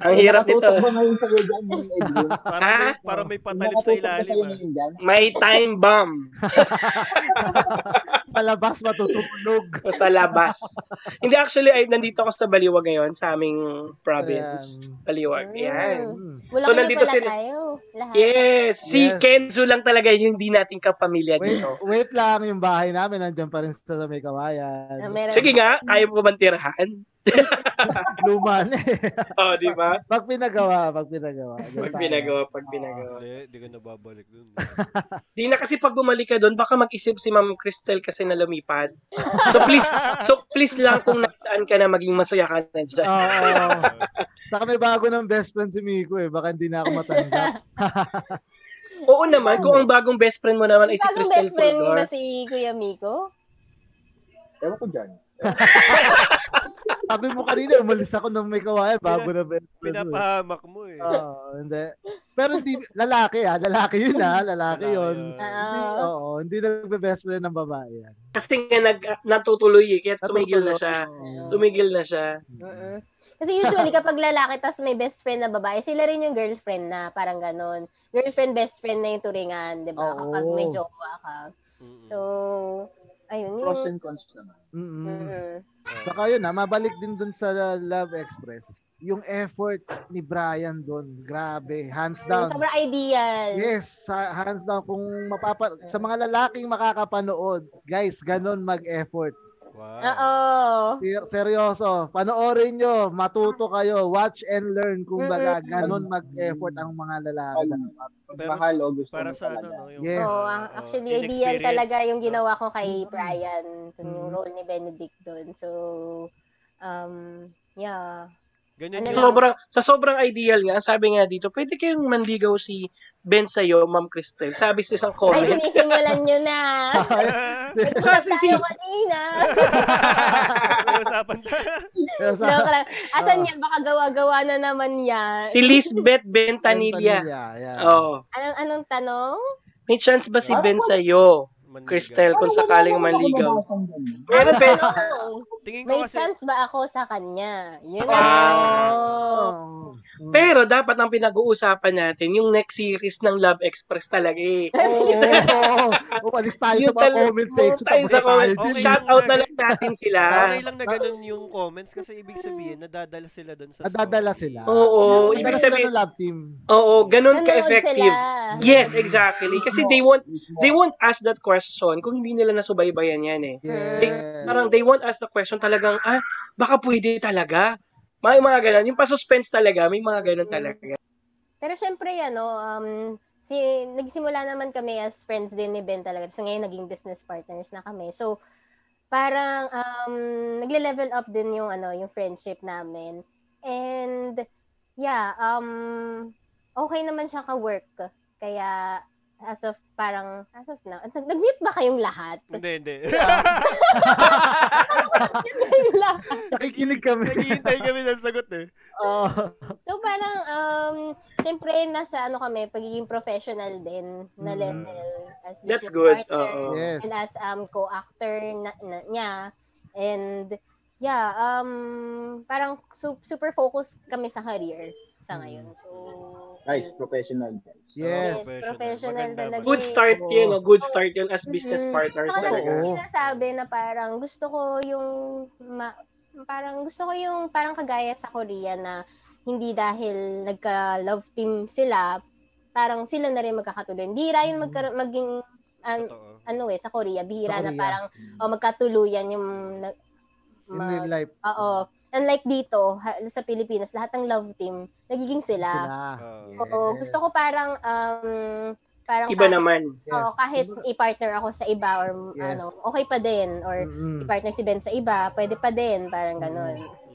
Speaker 1: Ang hirap nito.
Speaker 5: Nakatutok ba ngayon kayo dyan, Ma'am
Speaker 2: *laughs*
Speaker 5: Edwin?
Speaker 2: *laughs* Parang may,
Speaker 1: Ha?
Speaker 2: parang may patalim sa
Speaker 5: Nakatutok ba
Speaker 2: ilalim.
Speaker 5: kayo
Speaker 2: ah.
Speaker 5: ngayon dyan?
Speaker 1: May time bomb *laughs*
Speaker 3: Sa labas matutulog.
Speaker 1: o sa labas. Hindi actually, ay, nandito ako sa Baliwag ngayon, sa aming province.
Speaker 3: Ayan.
Speaker 1: Baliwag, yan.
Speaker 3: Mm.
Speaker 4: Wala
Speaker 1: So,
Speaker 4: so,
Speaker 1: nandito
Speaker 4: pala
Speaker 1: sila-
Speaker 4: tayo. Lahat.
Speaker 1: Yes, si
Speaker 3: Yes.
Speaker 1: Kenzo lang talaga yung hindi nating kapamilya
Speaker 3: Wait,
Speaker 1: dito.
Speaker 3: wait lang, yung bahay namin nandiyan pa rin sa may kawayan.
Speaker 4: Na Ah, meron-
Speaker 1: Sige nga, kaya mo ba bang tirahan?
Speaker 3: Luma na eh. *laughs*
Speaker 1: Oo, Oh, di ba?
Speaker 3: Pag pinagawa, pag pinagawa.
Speaker 1: Pag pinagawa, pag
Speaker 3: Ah.
Speaker 1: pinagawa.
Speaker 2: Hindi, hindi ka nababalik dun.
Speaker 1: Di na kasi pag bumalik ka doon, baka mag-isip si Ma'am Cristel kasi na lumipat. So please, so please lang kung nasaan ka na maging masaya ka na dyan.
Speaker 3: Oo. Saka may bago ng best friend si Miko eh. Baka hindi na ako matanggap.
Speaker 1: Oo naman, kung ang bagong best friend mo naman ay si
Speaker 4: Bagong
Speaker 1: Cristel
Speaker 4: best friend mo
Speaker 1: Fulgor.
Speaker 4: ba si Kuya Miko?
Speaker 5: Ewan ko dyan.
Speaker 3: Sabi mo kanina, umalis ako ng may kawayan. Bago ng best friend mo eh.
Speaker 2: *laughs* Pinapahamak mo eh.
Speaker 3: Oo, hindi. Pero hindi, lalaki ah. Lalaki yun ah. Lalaki yun.
Speaker 4: Ah,
Speaker 3: Hindi,
Speaker 4: Oo.
Speaker 3: oo, hindi nagbe-best friend ng babae yan.
Speaker 1: Kasi nga nag, natutuloy eh, kaya tumigil na
Speaker 3: Natutuloy.
Speaker 1: siya.
Speaker 3: Oo.
Speaker 1: Tumigil na siya.
Speaker 4: Diba? Mm-mm. Kasi usually kapag lalaki tas may best friend na babae, sila rin yung girlfriend na parang ganun. Girlfriend, best friend na yung turingan, di ba?
Speaker 3: Oo.
Speaker 4: Kapag may jowa ka. ah. So, ayun
Speaker 5: Pros
Speaker 4: yung...
Speaker 5: and cons naman.
Speaker 3: Mm-mm.
Speaker 4: Mm-mm.
Speaker 3: Saka yun, ah, mabalik din dun sa Love Express. Yung effort ni Brian dun, grabe, hands down.
Speaker 4: Sobrang ideal.
Speaker 3: Yes, sa- hands down. Kung mapapa, sa mga lalaking makakapanood, guys, ganun mag-effort.
Speaker 2: Ah, Wow.
Speaker 4: Oo.
Speaker 3: Ser- Seryoso, panoorin nyo, matuto kayo, watch and learn. Kung baga, ganun mag-effort ang mga lalaki.
Speaker 5: Mahal,
Speaker 2: Pero
Speaker 5: mahal o gusto
Speaker 2: Para
Speaker 5: mo
Speaker 2: sa ano,
Speaker 5: talaga.
Speaker 2: no? Yung, Ah,
Speaker 3: Yes.
Speaker 4: Oo,
Speaker 2: Oo,
Speaker 4: ah, actually,
Speaker 2: yung
Speaker 4: ideal
Speaker 2: experience.
Speaker 4: talaga yung ginawa ko kay
Speaker 3: Mm.
Speaker 4: Brian. Dun Yung
Speaker 3: Mm.
Speaker 4: role ni Benedict doon. So, um, yeah.
Speaker 2: Ganyan yun.
Speaker 4: Ano lang.
Speaker 1: Sobrang, sa sobrang ideal nga, ang sabi nga dito, pwede kayong manligaw si Ben sa'yo, Ma'am Cristel. Sabi sa isang
Speaker 4: Ay,
Speaker 1: comment.
Speaker 4: sinisimulan nyo
Speaker 3: *laughs*
Speaker 4: na.
Speaker 1: Kasi si,
Speaker 4: Tayo kanina.
Speaker 2: May usapan
Speaker 3: *laughs*
Speaker 2: tayo.
Speaker 3: Pero sa-
Speaker 4: Joke lang. Asan
Speaker 3: Ah.
Speaker 4: yan? Baka gawa-gawa na naman yan.
Speaker 1: si Lisbeth Bentanilla.
Speaker 3: Tanilla, yeah.
Speaker 1: Oo.
Speaker 4: Anong, anong tanong?
Speaker 1: May chance ba si Ben sa'yo,
Speaker 2: Manligaw.
Speaker 1: Cristel, kung sakaling manligaw? Meron,
Speaker 4: Anong
Speaker 1: Ben.
Speaker 4: tanong?
Speaker 2: Tingin ko
Speaker 4: May
Speaker 2: kasi,
Speaker 4: chance ba ako sa kanya? Yun na.
Speaker 1: Ah.
Speaker 3: Oo.
Speaker 1: Pero dapat ang pinag-uusapan natin, yung next series ng Love Express talaga eh.
Speaker 3: Oo, oo, oo. Oh, Umalis tayo sa
Speaker 1: Yung
Speaker 3: mga
Speaker 1: tal-
Speaker 3: comment section.
Speaker 1: tayo
Speaker 3: tapos
Speaker 1: sa comment.
Speaker 3: tayo din.
Speaker 2: Okay.
Speaker 1: Shout out na lang natin sila.
Speaker 2: okay lang na
Speaker 3: Ah.
Speaker 2: ganun yung comments kasi ibig sabihin, nadadala sila dun sa
Speaker 3: Nadadala
Speaker 2: story.
Speaker 3: sila.
Speaker 1: Oo,
Speaker 3: Pero
Speaker 1: ibig
Speaker 3: sila
Speaker 1: sabihin,
Speaker 3: ng love team.
Speaker 1: oo,
Speaker 4: Nanonood
Speaker 1: ganun ka-effective.
Speaker 4: sila.
Speaker 1: Yes, exactly. Kasi they won't they won't ask that question kung hindi nila nasubaybayan yan eh. They,
Speaker 3: Yes.
Speaker 1: parang they won't ask the question talagang, ah, baka pwede talaga. May mga ganun. Yung pa-suspense talaga, may mga ganun talaga.
Speaker 4: Pero syempre, ano, um, si, nagsimula naman kami as friends din ni Ben talaga. Tapos ngayon, naging business partners na kami. So, parang um, nagle-level up din yung, ano, yung friendship namin. And yeah, um okay naman siya ka-work. Kaya as of parang as of now, nag- nag-mute ba kayong lahat?
Speaker 2: Hindi, *laughs* hindi.
Speaker 4: Nag-mute kayong lahat.
Speaker 3: Nakikinig
Speaker 4: *laughs*
Speaker 3: kami.
Speaker 2: Naghihintay kami ng sagot eh.
Speaker 3: Oo.
Speaker 4: So parang um syempre nasa ano kami pagiging professional din na
Speaker 3: Mm.
Speaker 4: level as
Speaker 1: That's
Speaker 4: business
Speaker 1: good.
Speaker 4: partner
Speaker 1: Oo.
Speaker 3: yes.
Speaker 4: and as um co-actor na, na, niya and yeah um parang su- super focus kami sa career sa ngayon. So
Speaker 5: Guys, professional guys.
Speaker 3: Yes.
Speaker 4: Yes,
Speaker 2: Professional.
Speaker 4: professional
Speaker 2: Maganda,
Speaker 4: talaga.
Speaker 1: Good start
Speaker 3: Oo.
Speaker 1: yun. oh. Good start yun as business
Speaker 4: Mhm.
Speaker 1: partners
Speaker 4: Saka
Speaker 1: talaga.
Speaker 4: nung
Speaker 3: Oo.
Speaker 4: sinasabi na parang gusto ko yung ma- parang gusto ko yung parang kagaya sa Korea na hindi dahil nagka-love team sila, parang sila na rin magkakatuloy. Bihira yun magkar- maging an-
Speaker 2: Totoo.
Speaker 4: ano eh, sa Korea, bihira
Speaker 3: Sa
Speaker 4: na
Speaker 3: Korea.
Speaker 4: parang oh, magkatuluyan yung nag-
Speaker 3: In
Speaker 4: mag-
Speaker 3: real life.
Speaker 4: oo. Unlike dito, ha- sa Pilipinas, lahat ng love team, nagiging sila.
Speaker 3: Sila.
Speaker 2: Oo.
Speaker 3: Yes.
Speaker 4: Oo, gusto ko parang, um, parang
Speaker 1: Iba naman.
Speaker 3: Yes.
Speaker 4: Oo, kahit i-partner ako sa iba or
Speaker 3: Yes. Mm.
Speaker 4: ano, okay pa din or
Speaker 3: Mm-mm.
Speaker 4: i-partner si Ben sa iba, pwede pa din, parang ganun.
Speaker 2: Mm.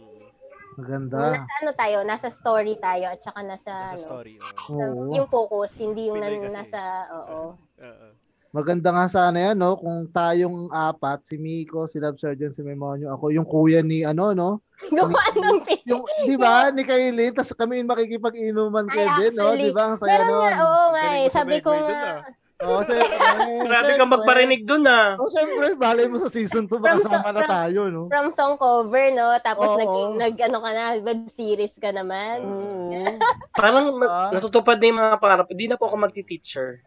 Speaker 3: Maganda.
Speaker 4: Nasa ano tayo, nasa story tayo at saka nasa,
Speaker 2: Nasa
Speaker 4: ano,
Speaker 2: story. Oo.
Speaker 3: Oo.
Speaker 4: yung focus, hindi yung
Speaker 2: Pinoy
Speaker 4: nan-
Speaker 2: kasi.
Speaker 4: nasa,
Speaker 3: *laughs*
Speaker 4: oo. *laughs*
Speaker 2: Oo.
Speaker 3: Maganda nga sana yan, no? Kung tayong apat, si Miko, si Love Surgeon, si Memonyo, ako, yung kuya ni, ano, no?
Speaker 4: Gawa ng pin-
Speaker 3: Yung, di ba, ni Kaylin, tapos kami yung makikipag-inuman kay
Speaker 4: Ay,
Speaker 3: Ben, no? Di
Speaker 4: actually,
Speaker 3: ba, ang saya
Speaker 4: Meron nga, oh.
Speaker 3: nun.
Speaker 4: oo nga
Speaker 2: Galing
Speaker 4: eh,
Speaker 2: mo sa
Speaker 4: sabi ko
Speaker 2: Medway dun, ah.
Speaker 4: nga,
Speaker 3: Oo, siyempre.
Speaker 1: Grabe kang magparinig dun ah.
Speaker 3: Oo, siyempre, balay mo sa season 2, baka
Speaker 4: From so-
Speaker 3: sama na
Speaker 4: from-
Speaker 3: tayo, no?
Speaker 4: from song cover, no? Tapos
Speaker 3: Oo.
Speaker 4: nag, nag, ano ka na, web series ka naman.
Speaker 3: Oo.
Speaker 1: Parang
Speaker 3: Ah.
Speaker 1: ma- natutupad na yung mga pangarap. Hindi na po ako magti-teacher.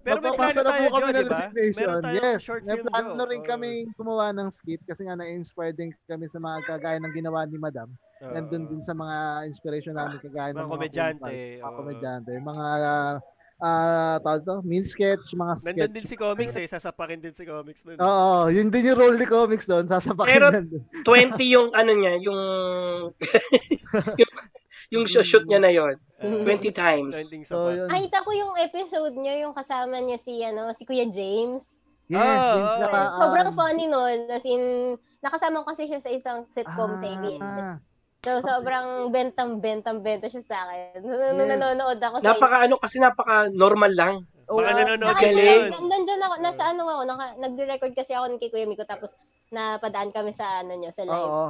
Speaker 2: Pero may plano
Speaker 3: Magpapasa na
Speaker 2: tayo,
Speaker 3: po kami
Speaker 2: Joe, di
Speaker 3: ng
Speaker 2: ba?
Speaker 3: resignation.
Speaker 2: Meron tayong
Speaker 3: Yes,
Speaker 2: short
Speaker 3: may
Speaker 2: film,
Speaker 3: plano
Speaker 2: Joe. Oh.
Speaker 3: rin
Speaker 2: Oo.
Speaker 3: kami gumawa ng skit kasi nga na-inspired din kami sa mga kagaya ng ginawa ni Madam.
Speaker 2: Oo.
Speaker 3: Nandun din sa mga inspiration namin kagaya ng
Speaker 2: Oh. Mga
Speaker 3: mga
Speaker 2: komedyante. oh.
Speaker 3: kumpal, Mga
Speaker 2: oo.
Speaker 3: komedyante. Mga ah tawag to, mean sketch, mga
Speaker 2: Nandun
Speaker 3: sketch. Oh.
Speaker 2: din si comics eh. Sasapakin din si comics nun.
Speaker 3: Oo, yun din yung role ni comics doon, sasapakin
Speaker 1: Pero-
Speaker 3: yan doon.
Speaker 1: 20 yung ano niya, yung *laughs* yung, yung sh- shoot niya na yon. *laughs*
Speaker 2: Oo.
Speaker 1: 20 times.
Speaker 2: Trending sa
Speaker 3: So,
Speaker 2: pa-
Speaker 3: yun.
Speaker 4: Ay, ita ko yung episode niyo, yung kasama niya si, ano, si Kuya James.
Speaker 3: Yes,
Speaker 2: Ah,
Speaker 3: yun
Speaker 2: ah,
Speaker 3: sila.
Speaker 2: ah.
Speaker 3: ah,
Speaker 4: Sobrang funny nun. As in, nakasama ko kasi siya sa isang sitcom sa
Speaker 3: ah,
Speaker 4: ABS. So, sobrang bentang-bentang-benta siya sa akin. Nung nung
Speaker 3: Yes.
Speaker 4: nanonood ako sa
Speaker 1: Napaka ano kasi napaka normal lang.
Speaker 3: Oo,
Speaker 2: Baka nanonood ka
Speaker 1: galing.
Speaker 2: yun.
Speaker 4: Nandun nandyan ako, nasa ano ako, naka, nagre-record kasi ako ni Kuya Miko tapos napadaan kami sa ano niyo, sa live.
Speaker 3: Oo.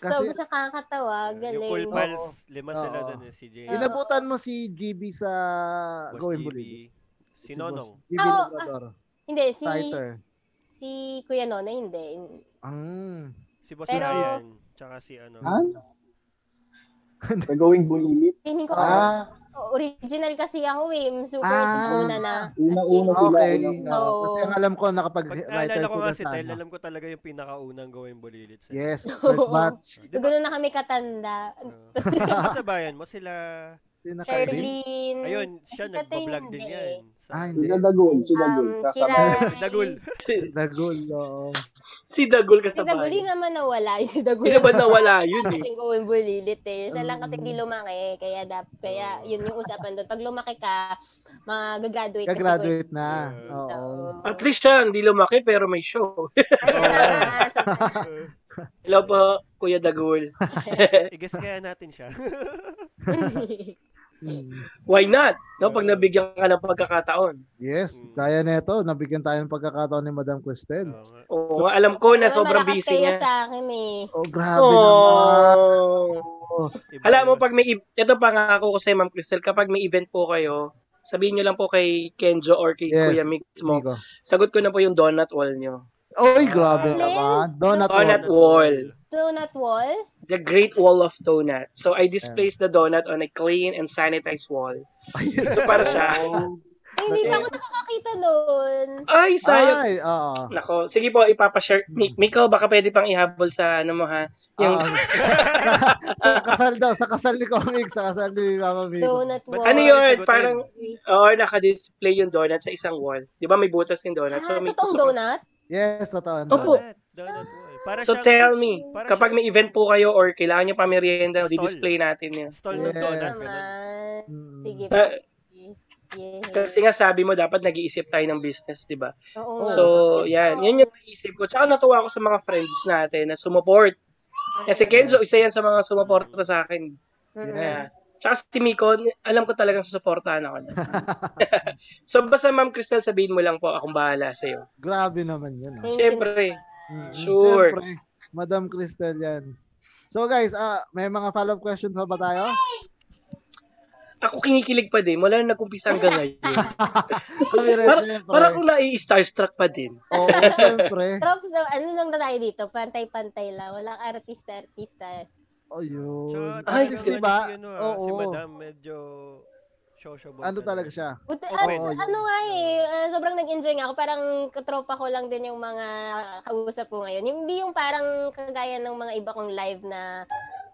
Speaker 4: so,
Speaker 3: kasi-
Speaker 4: nakakatawa,
Speaker 2: Yung
Speaker 4: galing.
Speaker 2: Cool Pals, lima
Speaker 3: Oo.
Speaker 2: sila dun eh. Si Jay,
Speaker 4: Ina-
Speaker 3: Inabutan mo si GB sa
Speaker 2: Boss
Speaker 3: Going
Speaker 2: GB,
Speaker 3: Bully.
Speaker 2: si Nonong.
Speaker 3: GB
Speaker 4: Ah, oo,
Speaker 3: Labrador.
Speaker 4: Hindi, si,
Speaker 3: Fighter.
Speaker 4: si Kuya Nona, hindi.
Speaker 3: Ang.
Speaker 2: Si Boss
Speaker 4: Pero-
Speaker 2: Ryan. Tsaka si ano.
Speaker 5: Ha? Sa going bulilit.
Speaker 4: Feeling ko,
Speaker 5: Ah,
Speaker 4: original kasi ako eh. Super
Speaker 3: Ah.
Speaker 4: una na. As in,
Speaker 5: Una-una.
Speaker 3: Okay.
Speaker 5: Sila,
Speaker 3: oo.
Speaker 4: oo.
Speaker 3: kasi ang alam ko,
Speaker 2: Pag
Speaker 3: nakapag-writer
Speaker 2: naalala ko
Speaker 3: ko
Speaker 2: nga
Speaker 3: na
Speaker 2: si
Speaker 3: sana.
Speaker 2: Tel, alam ko talaga yung pinakaunang gawin bulilit sa
Speaker 3: Yes, first
Speaker 4: Oo.
Speaker 3: match.
Speaker 2: Di ba?
Speaker 4: Ganoon na kami katanda.
Speaker 2: Oo. Sino kasabayan mo sila?
Speaker 3: Sino na-
Speaker 2: Charlie?
Speaker 4: Charlene.
Speaker 2: Ayun, siya
Speaker 4: Si Catherine
Speaker 2: nagbablog din
Speaker 4: Mm. hindi
Speaker 2: yan.
Speaker 3: Ah,
Speaker 2: Sa
Speaker 3: hindi.
Speaker 5: sila Dagul, sila Dagul.
Speaker 4: Um,
Speaker 5: Kasama.
Speaker 4: Kiray.
Speaker 2: Dagul.
Speaker 3: Dagul, oo.
Speaker 1: Si Dagul
Speaker 4: Si Dagul, yun
Speaker 1: kasabay.
Speaker 4: naman nawala. *laughs* Yung Si Dagul.
Speaker 1: Sino ba nawala yun
Speaker 4: *laughs*
Speaker 1: eh?
Speaker 4: Kasi going bulilit eh. Siya lang kasi
Speaker 3: Mm.
Speaker 4: hindi lumaki. eh. Kaya, dap, kaya yun yung usapan doon. Pag lumaki ka, magagraduate ka.
Speaker 3: Kagraduate na.
Speaker 2: Yeah.
Speaker 3: Oo.
Speaker 1: At least siya hindi lumaki pero may show.
Speaker 4: Ano
Speaker 3: Ah.
Speaker 1: Hello po, Kuya Dagul.
Speaker 2: *laughs* I-guess kaya natin
Speaker 3: *laughs*
Speaker 2: siya.
Speaker 3: Mm.
Speaker 1: Why not? No, pag nabigyan ka ng pagkakataon.
Speaker 3: Yes,
Speaker 2: Mm.
Speaker 3: kaya nito. Nabigyan tayo ng pagkakataon ni Madam Cristel.
Speaker 2: Oo nga.
Speaker 1: Oo, alam ko na sobrang busy
Speaker 4: kayo
Speaker 1: niya.
Speaker 4: sa akin eh.
Speaker 3: Oh, grabe naman.
Speaker 1: Oh.
Speaker 2: Iba
Speaker 1: Alam mo,
Speaker 2: yun.
Speaker 1: pag may, ev- ito pangako ko sa Ma'am Crystal, kapag may event po kayo, sabihin nyo lang po kay Kenjo or kay
Speaker 3: Yes.
Speaker 1: Kuya Mix mo,
Speaker 3: Migo.
Speaker 1: sagot ko na po yung donut wall nyo.
Speaker 3: Oy, grabe
Speaker 2: Ah.
Speaker 3: naman. Donut
Speaker 1: Donut
Speaker 3: wall.
Speaker 1: wall.
Speaker 4: Donut wall?
Speaker 1: The Great Wall of Donut. So, I displaced the donut on a clean and sanitized wall. So, para siya.
Speaker 4: Ay, Eh, hindi pa ako nakakakita doon.
Speaker 1: Ay, sayang.
Speaker 3: Ay, oo.
Speaker 1: Nako, sige po, ipapashare. Mi- Miko, baka pwede pang ihabol sa ano mo ha?
Speaker 3: Oo. Ah,
Speaker 1: Yung,
Speaker 3: *laughs* sa kasal daw, sa kasal ni Comic, sa kasal ni Mama Migo.
Speaker 4: Donut
Speaker 2: Ba't
Speaker 4: wall.
Speaker 1: ano
Speaker 2: Wala
Speaker 1: yun?
Speaker 2: sagutin.
Speaker 1: Parang, oo, naka-display yung donut sa isang wall. Di ba may butas yung donut?
Speaker 4: Ah,
Speaker 1: may-
Speaker 4: totoong donut?
Speaker 3: Yes, totoo.
Speaker 2: Donut,
Speaker 1: Opo.
Speaker 2: donut wall. Para
Speaker 1: So
Speaker 2: siyang
Speaker 1: tell me,
Speaker 2: Para
Speaker 1: kapag may event po kayo or kailangan nyo pa merienda,
Speaker 2: Stall.
Speaker 1: di-display natin yun.
Speaker 2: Stall ng donut. ganun.
Speaker 3: Yes.
Speaker 4: Naman.
Speaker 3: Mm.
Speaker 4: Sige.
Speaker 1: Ah,
Speaker 4: Yeah.
Speaker 1: kasi nga sabi mo, dapat nag-iisip tayo ng business, di ba?
Speaker 4: Oo nga.
Speaker 1: So, yan. Yan yung naisip ko. Tsaka natuwa ako sa mga friends natin na sumuport Kasi Kenzo, isa yan sa mga sumuporta sa akin.
Speaker 3: Yes.
Speaker 1: Tsaka si Miko, alam ko talagang susuportahan ako. na. so basta Ma'am Crystal, sabihin mo lang po akong bahala sa iyo.
Speaker 3: Grabe naman yun. ah.
Speaker 4: Thank
Speaker 1: Syempre,
Speaker 3: Mm,
Speaker 1: Sure.
Speaker 3: Siyempre, Madam Cristel yan. So guys, ah may mga follow-up questions pa ba tayo?
Speaker 1: ako kinikilig pa din mula nung nag-umpisa hanggang ngayon.
Speaker 3: Kami rin,
Speaker 1: Para,
Speaker 3: syempre.
Speaker 1: para kung nai-starstruck pa din.
Speaker 3: Oo, syempre.
Speaker 4: Trop, so, ano lang na tayo dito? Pantay-pantay lang. Walang artista-artista.
Speaker 3: Oh, yun.
Speaker 1: Ay,
Speaker 3: Ay, diba?
Speaker 1: talaga
Speaker 3: di ba?
Speaker 2: Si, ano, ah,
Speaker 3: Oo.
Speaker 2: si Madam medyo sociable.
Speaker 3: Ano talaga siya?
Speaker 4: Buti,
Speaker 2: Oo,
Speaker 4: ah,
Speaker 2: oo,
Speaker 4: so-
Speaker 3: yun.
Speaker 4: ano nga eh, ah, sobrang nag-enjoy nga ako. Parang katropa ko lang din yung mga kausap ko ngayon. Yung, hindi yung parang kagaya ng mga iba kong live na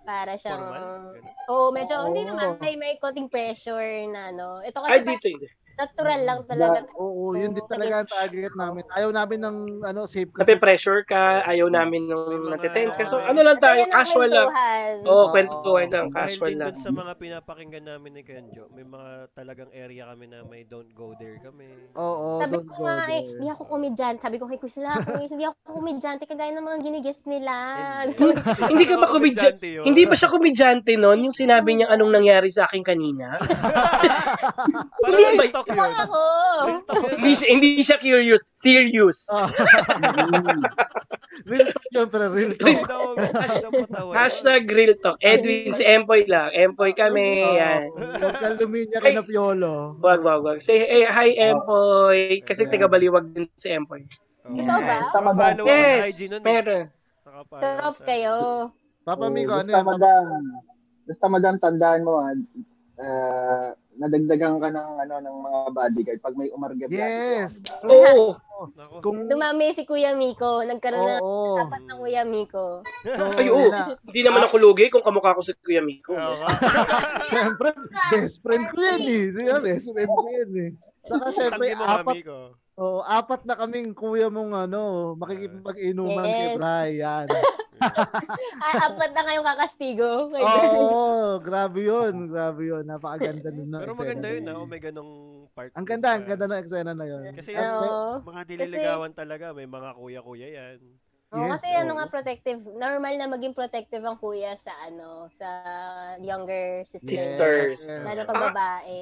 Speaker 4: para siyang...
Speaker 2: Formal? Ganun.
Speaker 4: Oo, medyo,
Speaker 3: Oo.
Speaker 4: hindi naman, may, may konting pressure na, no? Ito kasi
Speaker 1: Ay,
Speaker 4: parang
Speaker 1: dito hindi.
Speaker 4: natural lang talaga.
Speaker 3: Oo, yun din talaga ang target namin. Ayaw namin ng ano, safe kasi.
Speaker 1: Nape-pressure ka, ayaw namin
Speaker 2: May
Speaker 1: nung
Speaker 2: mga-
Speaker 1: natetense ka. So
Speaker 2: Oo.
Speaker 1: ano lang tayo,
Speaker 4: Kasi yan ang
Speaker 1: casual lang.
Speaker 4: kwentuhan.
Speaker 1: Oo,
Speaker 3: Oo.
Speaker 1: kwentuhan lang,
Speaker 2: Dahil
Speaker 1: casual
Speaker 2: din
Speaker 1: lang.
Speaker 2: dun sa mga pinapakinggan namin ni Kenjo, may mga talagang area kami na may don't go there kami.
Speaker 3: Oo,
Speaker 4: Sabi
Speaker 3: don't
Speaker 4: ko
Speaker 3: go
Speaker 4: nga eh,
Speaker 3: there.
Speaker 4: hindi ako komedyante. Sabi ko kay Kusla, hindi ako komedyante kagaya ng mga ginigest nila.
Speaker 1: Hindi ka ba komedyan- Hindi ba siya komedyante noon yung sinabi niya anong nangyari sa akin
Speaker 4: *laughs*
Speaker 1: kanina?
Speaker 2: Parang
Speaker 1: Hindi ba-
Speaker 2: real talk yun.
Speaker 4: Wala ako.
Speaker 2: Real talk yun.
Speaker 1: hindi, siya, hindi siya curious, serious.
Speaker 3: Ah, real talk yun, pero real
Speaker 1: *laughs*
Speaker 2: Hindi
Speaker 3: talk.
Speaker 2: daw- hindi daw patawa.
Speaker 1: Hashtag real talk. Edwin, si Empoy lang. Empoy kami.
Speaker 3: Oh,
Speaker 1: Yan.
Speaker 3: Oo, Huwag kang luminya kay na Piolo.
Speaker 1: Wag, wag, wag. Say, hey, hi, Empoy. Kasi taga baliwag din si Empoy.
Speaker 2: Oo.
Speaker 4: Ikaw ba?
Speaker 5: Tama ba?
Speaker 2: Follow ako sa
Speaker 1: Yes,
Speaker 2: IG nun eh.
Speaker 1: meron.
Speaker 2: Nakapalo ako sa
Speaker 4: Trops
Speaker 2: IG.
Speaker 4: kayo.
Speaker 3: Papa
Speaker 5: Oo,
Speaker 3: Miko, ano
Speaker 5: basta
Speaker 3: yan?
Speaker 5: madam, basta madam, tandaan mo, ah, ah, nadagdagan ka ng, ano, ng mga bodyguard pag may umarga.
Speaker 3: Yes.
Speaker 1: Oo.
Speaker 2: Nako.
Speaker 3: Kung,
Speaker 4: Dumami si Kuya Miko. Nagkaroon na
Speaker 3: oo.
Speaker 4: dapat ng Kuya Miko.
Speaker 3: So,
Speaker 1: Ay, oo.
Speaker 3: yun na.
Speaker 1: Hindi naman ako lugi kung kamukha ko si
Speaker 4: *laughs*
Speaker 1: Kuya Miko.
Speaker 2: Oo.
Speaker 3: Siyempre, best friend ko yan eh. Di ba? Best friend ko yan eh. Saka siyempre,
Speaker 2: Tanggi mo
Speaker 3: apat,
Speaker 2: kami ko.
Speaker 3: oh, apat na kaming kuya mong ano, makikipag-inuman kay
Speaker 4: Yes. *laughs*
Speaker 3: Brian.
Speaker 4: Ah, apat na kayong kakastigo.
Speaker 3: Oo, grabe yun. Grabe yun. Napakaganda nun. ng
Speaker 2: Pero
Speaker 3: eksena
Speaker 2: maganda
Speaker 3: na
Speaker 2: yun ah, oh, may ganong part.
Speaker 3: Ang ganda, ang
Speaker 2: Ah,
Speaker 3: ganda ng eksena na yun.
Speaker 2: Kasi
Speaker 4: Oo.
Speaker 2: yung
Speaker 4: Oo.
Speaker 2: mga dililigawan talaga, may mga kuya-kuya yan.
Speaker 4: Oo,
Speaker 3: Yes,
Speaker 4: kasi
Speaker 3: oo.
Speaker 4: ano nga protective, normal na maging protective ang kuya sa ano, sa younger
Speaker 1: Yes.
Speaker 4: sister.
Speaker 1: Sister.
Speaker 3: Sisters.
Speaker 4: Lalo pag
Speaker 1: Ah.
Speaker 4: babae.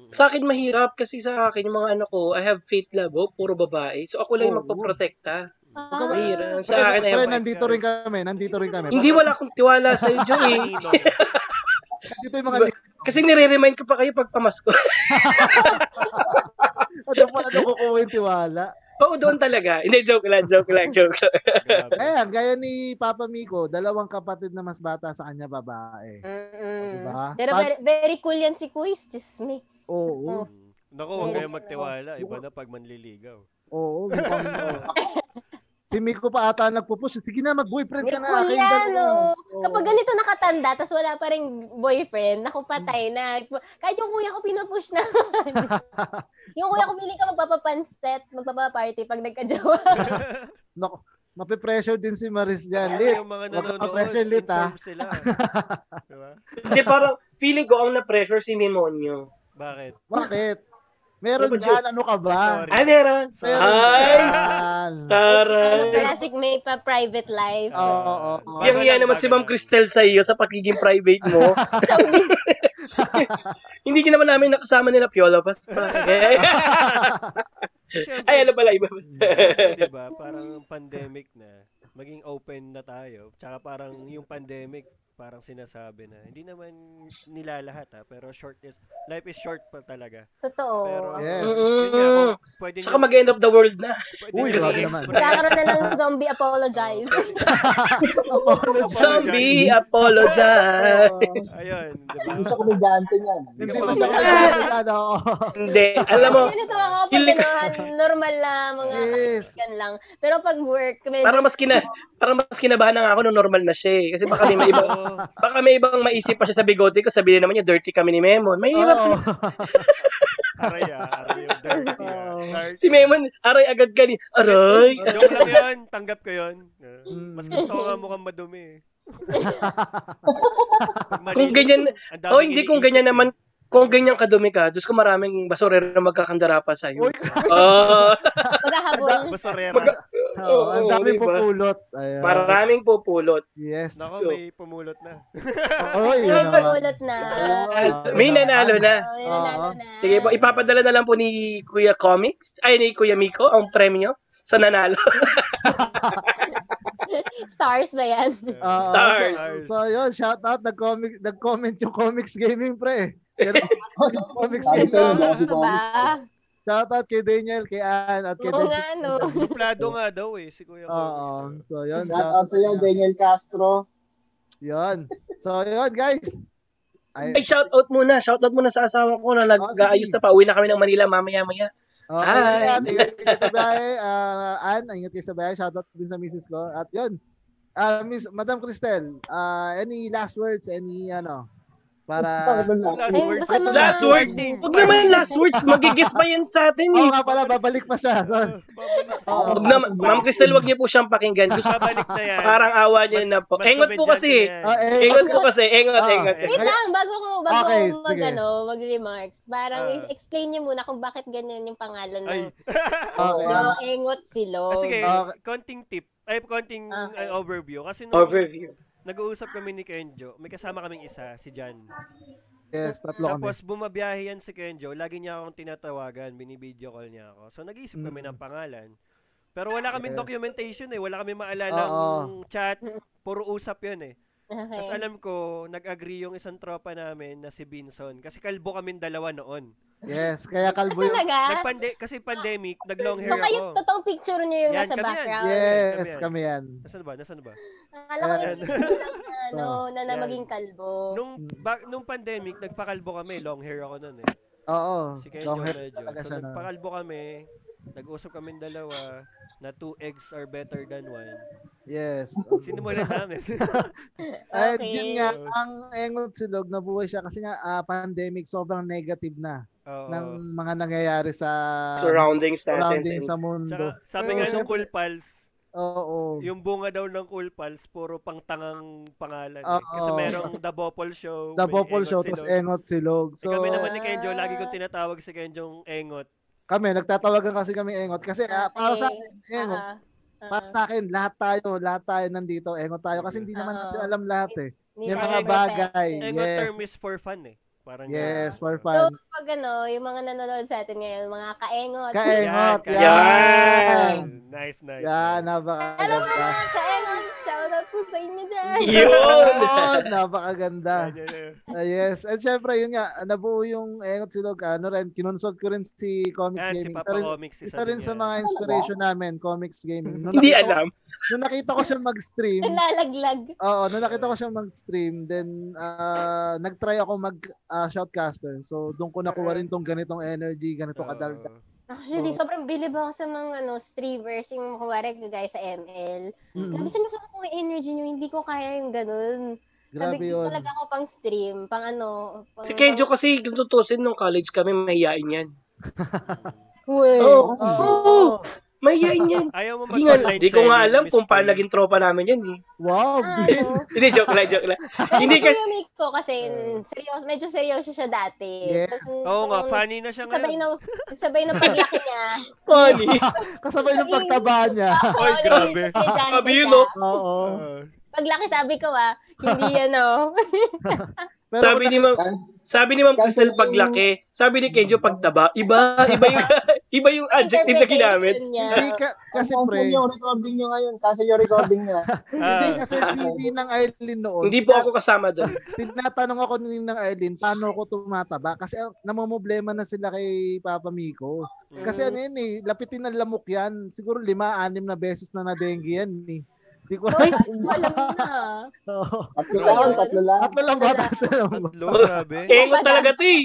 Speaker 2: Mm.
Speaker 1: Sa akin mahirap kasi sa akin yung mga anak ko, I have faith love, oh, puro babae. So ako lang yung
Speaker 3: Oo.
Speaker 1: magpoprotekta.
Speaker 4: Ah,
Speaker 1: Mahirap.
Speaker 3: Pre,
Speaker 1: Sa akin ay
Speaker 3: pre,
Speaker 2: Mike,
Speaker 3: nandito
Speaker 2: sorry.
Speaker 3: rin kami. Nandito rin kami.
Speaker 1: hindi wala akong tiwala sa iyo,
Speaker 2: *laughs*
Speaker 1: Joey.
Speaker 2: Ninong.
Speaker 3: Dito yung mga
Speaker 1: Diba? Kasi nire-remind ko *laughs* pa kayo pag pamasko.
Speaker 3: Ano pa ano kukuha yung tiwala.
Speaker 1: Oo, doon talaga. Hindi, joke lang, joke lang, joke lang.
Speaker 2: Grabe.
Speaker 1: eh.
Speaker 3: Ayan, gaya ni Papa Miko, dalawang kapatid na mas bata sa kanya babae.
Speaker 4: Mm-mm.
Speaker 3: Diba?
Speaker 4: Pero
Speaker 3: Pag-
Speaker 4: very, very cool yan si Kuis, just me.
Speaker 3: Oo,
Speaker 2: Mm. Naku, huwag kayong magtiwala. Iba na pag manliligaw.
Speaker 3: oo. mukhang- si Miko pa ata nagpo-push. Sige na, mag-boyfriend ka
Speaker 4: Very
Speaker 3: na.
Speaker 4: cool
Speaker 3: kayong
Speaker 4: yan,
Speaker 3: dalawa. oh.
Speaker 4: oo.
Speaker 3: Oo.
Speaker 4: Kapag ganito nakatanda, tas wala pa rin boyfriend, naku, patay na. Kahit yung kuya ko pinupush
Speaker 3: *laughs*
Speaker 4: na. yung kuya ko pili ka magpapapanset, magpapaparty pag nagkajawa.
Speaker 3: Nako, mapipressure din si Maris
Speaker 2: Kaya
Speaker 3: dyan. Lit.
Speaker 2: yung mga
Speaker 3: Wag ka
Speaker 2: nanonood,
Speaker 3: pressure, Lit,
Speaker 2: inform
Speaker 3: ah.
Speaker 1: *laughs*
Speaker 2: sila. diba?
Speaker 1: Hindi, parang feeling ko ang na-pressure si Mimonyo.
Speaker 2: Bakit?
Speaker 3: Bakit? Meron
Speaker 1: Ano ba,
Speaker 3: dyan, ano ka ba?
Speaker 2: Sorry.
Speaker 1: Ay, meron.
Speaker 2: Sorry.
Speaker 3: Meron
Speaker 1: Ay!
Speaker 3: dyan.
Speaker 4: Ano pala,
Speaker 1: Taray.
Speaker 4: si may pa-private life.
Speaker 3: Oo, oo, oo.
Speaker 1: Yung iya naman si Ma'am Cristel sa iyo sa pagiging private mo. *laughs* Hindi ka naman namin nakasama nila Piolo Pascual. *laughs* Ay, ano pala iba.
Speaker 2: diba? Parang pandemic na. Maging open na tayo. Tsaka parang yung pandemic, parang sinasabi na. Hindi naman nila lahat ha, pero short is, life is short pa talaga.
Speaker 4: Totoo.
Speaker 2: Pero,
Speaker 3: Yes.
Speaker 2: yun nga, kung pwede
Speaker 1: Saka mag-end of the world na.
Speaker 2: pwede
Speaker 3: Uy,
Speaker 2: nyo
Speaker 3: grabe
Speaker 2: i-express.
Speaker 3: naman.
Speaker 4: Nagkakaroon na ng zombie apologize.
Speaker 3: *laughs* Apologize.
Speaker 1: Zombie apologize.
Speaker 2: Ayun,
Speaker 5: Hindi
Speaker 2: diba?
Speaker 5: siya komedyante niyan.
Speaker 3: Hindi
Speaker 2: ka
Speaker 3: ko siya
Speaker 2: ba-
Speaker 3: kailangan. oo.
Speaker 1: Hindi. Alam mo,
Speaker 4: Yun ito ako, pag
Speaker 1: Feeling-
Speaker 4: ganahan, normal na mga
Speaker 3: Yes.
Speaker 4: yan lang. Pero pag work, medyo,
Speaker 1: parang mas kina parang mas kinabahan na nga ako nung normal na siya eh. Kasi baka may, may ibang
Speaker 2: Oo.
Speaker 1: baka may ibang maisip pa siya sa bigote ko, sabihin naman niya dirty kami ni Memon. Mahirap.
Speaker 3: Oo.
Speaker 2: Aray ah, aray yung dirty ah.
Speaker 3: Oo.
Speaker 2: Dark.
Speaker 1: Si Memon, aray agad ka ni. Aray.
Speaker 2: Joke lang yun, tanggap ko yun. Ah,
Speaker 3: Mm.
Speaker 2: Mas gusto ko nga mukhang madumi eh. Pag malinis,
Speaker 1: Kung ganyan,
Speaker 2: ang daming
Speaker 1: oh hindi kung
Speaker 2: iniisip
Speaker 1: ganyan
Speaker 2: eh.
Speaker 1: naman kung ganyan kadumi ka, dus ko maraming basurero na magkakandara pa sa'yo.
Speaker 3: Uy,
Speaker 1: *laughs* Oh,
Speaker 4: maghahabol.
Speaker 2: Basurera.
Speaker 1: Mag-
Speaker 3: Oo, ang
Speaker 1: Oo,
Speaker 3: dami
Speaker 1: diba?
Speaker 3: pupulot. Ayan.
Speaker 1: Maraming pupulot.
Speaker 3: Yes.
Speaker 2: Nako,
Speaker 1: Yo.
Speaker 2: may pumulot na.
Speaker 3: Oo,
Speaker 4: Ay,
Speaker 3: yun naman.
Speaker 4: pagulot na.
Speaker 1: Ah, may nanalo na.
Speaker 4: Ay,
Speaker 3: Oo.
Speaker 4: nanalo na.
Speaker 1: Sige po, ipapadala na lang po ni Kuya Comics, ay ni Kuya Miko, ang premyo sa nanalo.
Speaker 4: Stars ba yan?
Speaker 3: Oo, so-
Speaker 1: Stars.
Speaker 3: So, yun, shout out. Nag-comic, nag-comment yung Comics Gaming, pre. Pero, *laughs* yung comics
Speaker 5: Ay,
Speaker 4: Ito,
Speaker 5: Ayun,
Speaker 3: gaming.
Speaker 5: dati
Speaker 4: ano ba?
Speaker 3: Shout out kay Daniel, kay Ann, at kay
Speaker 4: Oo nga, no.
Speaker 2: Suplado nga daw eh, si Kuya
Speaker 3: Oo.
Speaker 2: Comics.
Speaker 3: So, yun.
Speaker 5: Shout out sa'yo, Daniel Castro.
Speaker 3: Yun. So, yun, guys. Ay, Ah,
Speaker 1: Ay, shout out muna, shout out muna sa asawa ko na nag-aayos na pa. Uwi na kami ng Manila mamaya-maya.
Speaker 3: Oh,
Speaker 1: Hi.
Speaker 3: Ingat, ingat kayo sa bahay. Uh, Ann, ingat kayo sa bahay. Shoutout din sa misis ko. At yun. Ah, Miss, Madam Cristel, ah, any last words? Any ano? Para...
Speaker 5: Ito, lang.
Speaker 2: Last
Speaker 4: Ay,
Speaker 2: words.
Speaker 4: Eh, basta mga-
Speaker 1: Last words?
Speaker 2: Parting,
Speaker 1: Huwag naman last
Speaker 3: *laughs*
Speaker 1: words, magigis pa yan sa atin
Speaker 3: Oo
Speaker 1: eh.
Speaker 3: nga pala, babalik pa siya. Sorry.
Speaker 2: parting. Babalik-
Speaker 3: Oo.
Speaker 1: Huwag naman, Ma'am Cristel, huwag niyo po siyang pakinggan. Gusto
Speaker 2: Babalik na yan.
Speaker 1: parang awa niyo na
Speaker 2: Mas-
Speaker 1: po.
Speaker 2: mas
Speaker 1: Engot po
Speaker 2: komedyante
Speaker 1: kasi.
Speaker 2: na yan.
Speaker 3: Ah, eh,
Speaker 1: Engot po kasi, engot,
Speaker 3: Ah,
Speaker 1: engot.
Speaker 2: eh.
Speaker 4: Wait lang, bago ko, bago
Speaker 3: Okay,
Speaker 4: ko mag,
Speaker 3: sige.
Speaker 4: ano, mag-remarks. Parang
Speaker 2: Ah.
Speaker 4: explain niyo muna kung bakit ganyan yung pangalan
Speaker 2: Ay.
Speaker 4: ng
Speaker 3: Ah, Okay.
Speaker 4: ng Engot
Speaker 2: Ah,
Speaker 4: Silog.
Speaker 2: sige,
Speaker 3: Okay.
Speaker 2: konting tip. Ay, konting uh,
Speaker 4: Okay.
Speaker 2: overview. Kasi nung
Speaker 1: Overview.
Speaker 2: nag-uusap kami ni Kenjo, may kasama kaming isa, si Jan.
Speaker 3: Yes, tatlo kami.
Speaker 2: Tapos bumabiyahe yan si Kenjo, lagi niya akong tinatawagan, binibideo call niya ako. So nag-isip kami ng pangalan. Pero wala kaming
Speaker 3: Mm. Yes.
Speaker 2: documentation eh, wala kaming maalala chat, puro usap yun eh.
Speaker 4: *laughs* Okay.
Speaker 2: Tapos alam ko, nag-agree yung isang tropa namin na si Binson. Kasi kalbo kaming dalawa noon.
Speaker 3: Yes, kaya kalbo yung...
Speaker 4: Talaga?
Speaker 2: Nagpande- kasi pandemic, nag-long hair
Speaker 4: Ah. So kayo,
Speaker 2: ako.
Speaker 4: totoong picture niyo yung
Speaker 2: Yan,
Speaker 4: nasa
Speaker 2: kami yan.
Speaker 4: background.
Speaker 3: Yes, kami yan.
Speaker 2: Nasaan ba? Nasaan ba?
Speaker 4: Akala ko
Speaker 2: *laughs*
Speaker 4: yung
Speaker 2: Yan.
Speaker 4: picture lang na, ano,
Speaker 3: Ah.
Speaker 4: na, na
Speaker 2: Yan.
Speaker 4: maging kalbo.
Speaker 2: Nung, ba- nung pandemic, nagpakalbo kami. Long hair ako noon eh.
Speaker 3: Oo.
Speaker 2: Si Kenjo
Speaker 3: Long hair
Speaker 2: medyo.
Speaker 3: talaga
Speaker 2: So,
Speaker 3: siya na.
Speaker 2: nagpakalbo kami. Nag-usap kami dalawa na two eggs are better than one.
Speaker 3: Yes. *laughs*
Speaker 2: Sinimulan namin. *laughs*
Speaker 3: At
Speaker 4: Okay.
Speaker 3: Eh, yun nga, ang Engot Silog, nabuhay siya kasi nga ah, pandemic, sobrang negative na
Speaker 2: Oo.
Speaker 3: ng mga nangyayari sa
Speaker 1: Surroundings natin.
Speaker 3: surrounding sa
Speaker 2: Tsaka,
Speaker 3: mundo.
Speaker 2: sabi
Speaker 3: Pero
Speaker 2: nga nung
Speaker 3: syempre-
Speaker 2: Cool Pals,
Speaker 3: Oo.
Speaker 2: yung bunga daw ng Cool Pals, puro pangtangang pangalan. Eh.
Speaker 3: Oo.
Speaker 2: Kasi merong The Bopol Show.
Speaker 3: The
Speaker 2: may
Speaker 3: Popol
Speaker 2: Engot
Speaker 3: Show, tapos
Speaker 2: Silog.
Speaker 3: Engot Silog.
Speaker 2: Eh,
Speaker 3: So,
Speaker 2: kami naman ni
Speaker 3: kami,
Speaker 2: Kenjo, lagi kong tinatawag si Kenjong Engot.
Speaker 3: nagtatawagan kasi kami Engot. Kasi ah, para sa akin, Engot.
Speaker 4: Ah, ah.
Speaker 3: Para sa akin, lahat tayo, lahat tayo nandito, Engot tayo. Kasi hindi naman
Speaker 4: Oo.
Speaker 3: natin alam lahat eh.
Speaker 4: Hindi
Speaker 3: May
Speaker 4: tayo
Speaker 3: mga
Speaker 2: Engot-
Speaker 3: bagay.
Speaker 2: Engot
Speaker 3: Yes.
Speaker 2: term is for fun eh. Parang ganun.
Speaker 3: Yes, for fun.
Speaker 4: Pag ano, yung mga nanonood sa atin ngayon, mga kaengot.
Speaker 3: Kaeng- Engot,
Speaker 2: Yan,
Speaker 1: yan.
Speaker 2: Nice, nice.
Speaker 3: Yan,
Speaker 2: nice.
Speaker 4: Alam mo
Speaker 3: napakaganda.
Speaker 4: mga kaengot, shoutout po sa inyo dyan.
Speaker 3: *laughs*
Speaker 1: Yun!
Speaker 3: Yun, napakaganda.
Speaker 2: Yan, yan, yan.
Speaker 3: Ah, yes. At syempre, yun nga, nabuo yung Engot Silog. Ano rin, kinonsult ko rin si Comics
Speaker 2: Yan, si
Speaker 3: Gaming.
Speaker 2: Papa
Speaker 3: Isa rin,
Speaker 2: Comics.
Speaker 3: isa rin sa mga inspiration namin, Comics Gaming. Nung
Speaker 1: *laughs* Hindi
Speaker 3: nakita ko-
Speaker 1: alam.
Speaker 3: Nung nakita ko siya mag-stream,
Speaker 4: Nalalaglag.
Speaker 3: Oo, nung nakita ko siya mag-stream, then ah, nag-try ako mag ah, shoutcaster. So doon ko nakuha rin tong ganitong energy, ganito kadal.
Speaker 4: Actually,
Speaker 3: Oo.
Speaker 4: sobrang bilib ako sa mga ano, streamers, yung kuwari guys sa ML. Sabi
Speaker 3: Mm,
Speaker 4: sa nyo kung energy nyo, hindi ko kaya yung ganun.
Speaker 3: grabe
Speaker 4: Sabi ko
Speaker 3: yun.
Speaker 4: talaga ako pang stream, pang ano. Pang,
Speaker 1: Si Kenjo kasi tutusin nung college kami, mahihain yan.
Speaker 4: Well,
Speaker 1: Oo,
Speaker 3: Oo.
Speaker 1: oo, mahihain yan.
Speaker 2: Ayaw mo
Speaker 1: Hindi nga,
Speaker 2: mag-online
Speaker 1: di ko
Speaker 2: selling,
Speaker 1: nga alam
Speaker 2: Miss
Speaker 1: kung paano
Speaker 2: Queen.
Speaker 1: naging tropa namin yan eh. *laughs*
Speaker 3: Wow.
Speaker 4: Ah, ano?
Speaker 1: Hindi, joke lang, joke lang.
Speaker 4: Hindi
Speaker 1: Hindi
Speaker 4: kasi...
Speaker 1: kasi-
Speaker 4: ko kasi mm, seryoso, medyo seryoso siya dati.
Speaker 3: Eh. Yes.
Speaker 4: Tapos,
Speaker 2: Oo nga,
Speaker 4: nung-
Speaker 2: funny na siya
Speaker 4: Sabay
Speaker 2: ngayon.
Speaker 4: ng, sabay ng paglaki
Speaker 3: *laughs*
Speaker 4: niya.
Speaker 1: Funny.
Speaker 3: *laughs* Kasabay ng pagtaba niya.
Speaker 2: Ay,
Speaker 4: Oo,
Speaker 2: grabe.
Speaker 4: naging estudyante
Speaker 1: Sabi yun,
Speaker 4: siya.
Speaker 1: no?
Speaker 3: Oo.
Speaker 2: Oo.
Speaker 4: Paglaki sabi ko ah, hindi yan oh.
Speaker 3: Pero
Speaker 1: Sabi ni Ma'am, sabi ni Ma'am
Speaker 5: Kasi
Speaker 1: Crystal
Speaker 5: yung-
Speaker 1: paglaki, sabi ni Kenjo pagtaba. Iba, *laughs* iba yung iba yung adjective na ginamit.
Speaker 4: Interpretation niya.
Speaker 3: hindi ka, kasi
Speaker 5: Cancel
Speaker 3: pre,
Speaker 5: yung recording nyo ngayon. Cancel yung recording nyo.
Speaker 3: hindi
Speaker 2: *laughs* Ah,
Speaker 3: kasi CD ng Eileen noon.
Speaker 1: Hindi po ako kasama doon.
Speaker 3: Tinatanong ako ni ng Eileen, paano ako tumataba? Kasi ah, namomblema na sila kay Papa Miko. Kasi
Speaker 4: Mm.
Speaker 3: ano yun eh, lapitin ng lamok yan. Siguro lima, anim na beses na na-dengue yan eh. Hindi ko *laughs*
Speaker 4: Oh, alam mo na.
Speaker 3: Oo.
Speaker 5: Tatlo lang,
Speaker 4: Ayun.
Speaker 5: tatlo lang.
Speaker 3: Tatlo lang ba? Tatlo lang ba?
Speaker 2: tatlo, grabe.
Speaker 1: Engot talaga 'to eh.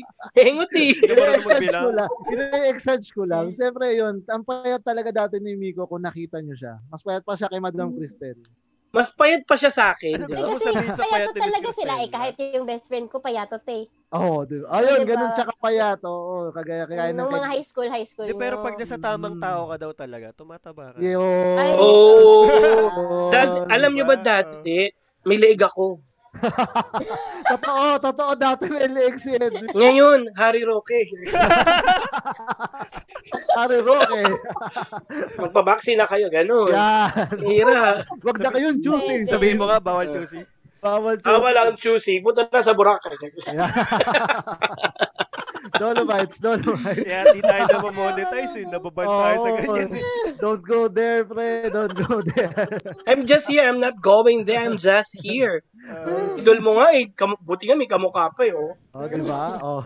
Speaker 1: Engot eh.
Speaker 2: Hindi mo naman
Speaker 3: I-exage
Speaker 2: bilang.
Speaker 3: ko lang. I-exage ko lang. Siyempre yun, ang payat talaga dati ni Miko kung nakita nyo siya. Mas payat pa siya kay Madam
Speaker 4: Mm.
Speaker 3: Cristel.
Speaker 1: Mas payat pa siya sa akin.
Speaker 2: Gusto
Speaker 4: Eh,
Speaker 2: mo
Speaker 4: kasi
Speaker 2: sabihin sa payat
Speaker 4: payatot
Speaker 2: ni Miss
Speaker 4: talaga sila eh.
Speaker 2: Christine,
Speaker 4: Kahit yung best friend ko, payatot eh.
Speaker 3: Oo, oh, di ba? Ayun,
Speaker 4: Diba?
Speaker 3: ganun siya kapayat. Oo, kagaya kagaya ng
Speaker 4: Nung mga high school, high school.
Speaker 2: Di, pero
Speaker 4: nyo.
Speaker 2: pag nasa tamang
Speaker 1: Mm.
Speaker 2: tao ka daw talaga, tumataba ka.
Speaker 3: Yo.
Speaker 4: Ay.
Speaker 1: Oh.
Speaker 3: Oo. Oh,
Speaker 1: Dad, alam niyo ba dati, may leeg ako.
Speaker 3: totoo, totoo dati may leeg si Edwin.
Speaker 1: Ngayon, Harry Roque.
Speaker 3: Harry
Speaker 1: *laughs*
Speaker 3: Roque.
Speaker 1: Magpabaksin na kayo, ganun.
Speaker 3: Yan.
Speaker 1: Hira.
Speaker 3: Wag na kayong juicy.
Speaker 2: Sabihin mo nga, bawal choosy.
Speaker 3: Bawal
Speaker 1: Ah,
Speaker 3: juicy.
Speaker 1: wala ang choosy. Punta na sa Boracay.
Speaker 3: Yan. Dolomites, Dolomites.
Speaker 2: Kaya di
Speaker 4: *laughs*
Speaker 2: tayo na monetize eh. Nababad tayo sa
Speaker 1: Oh.
Speaker 3: Oo.
Speaker 2: ganyan
Speaker 1: *laughs*
Speaker 2: eh.
Speaker 3: Don't go there, pre. Don't go there.
Speaker 1: I'm just here. I'm not going there. I'm just here.
Speaker 2: Ah,
Speaker 1: Idol mo nga eh. Kam- buti nga may kamukha pa eh. Oh.
Speaker 3: O, di ba? O.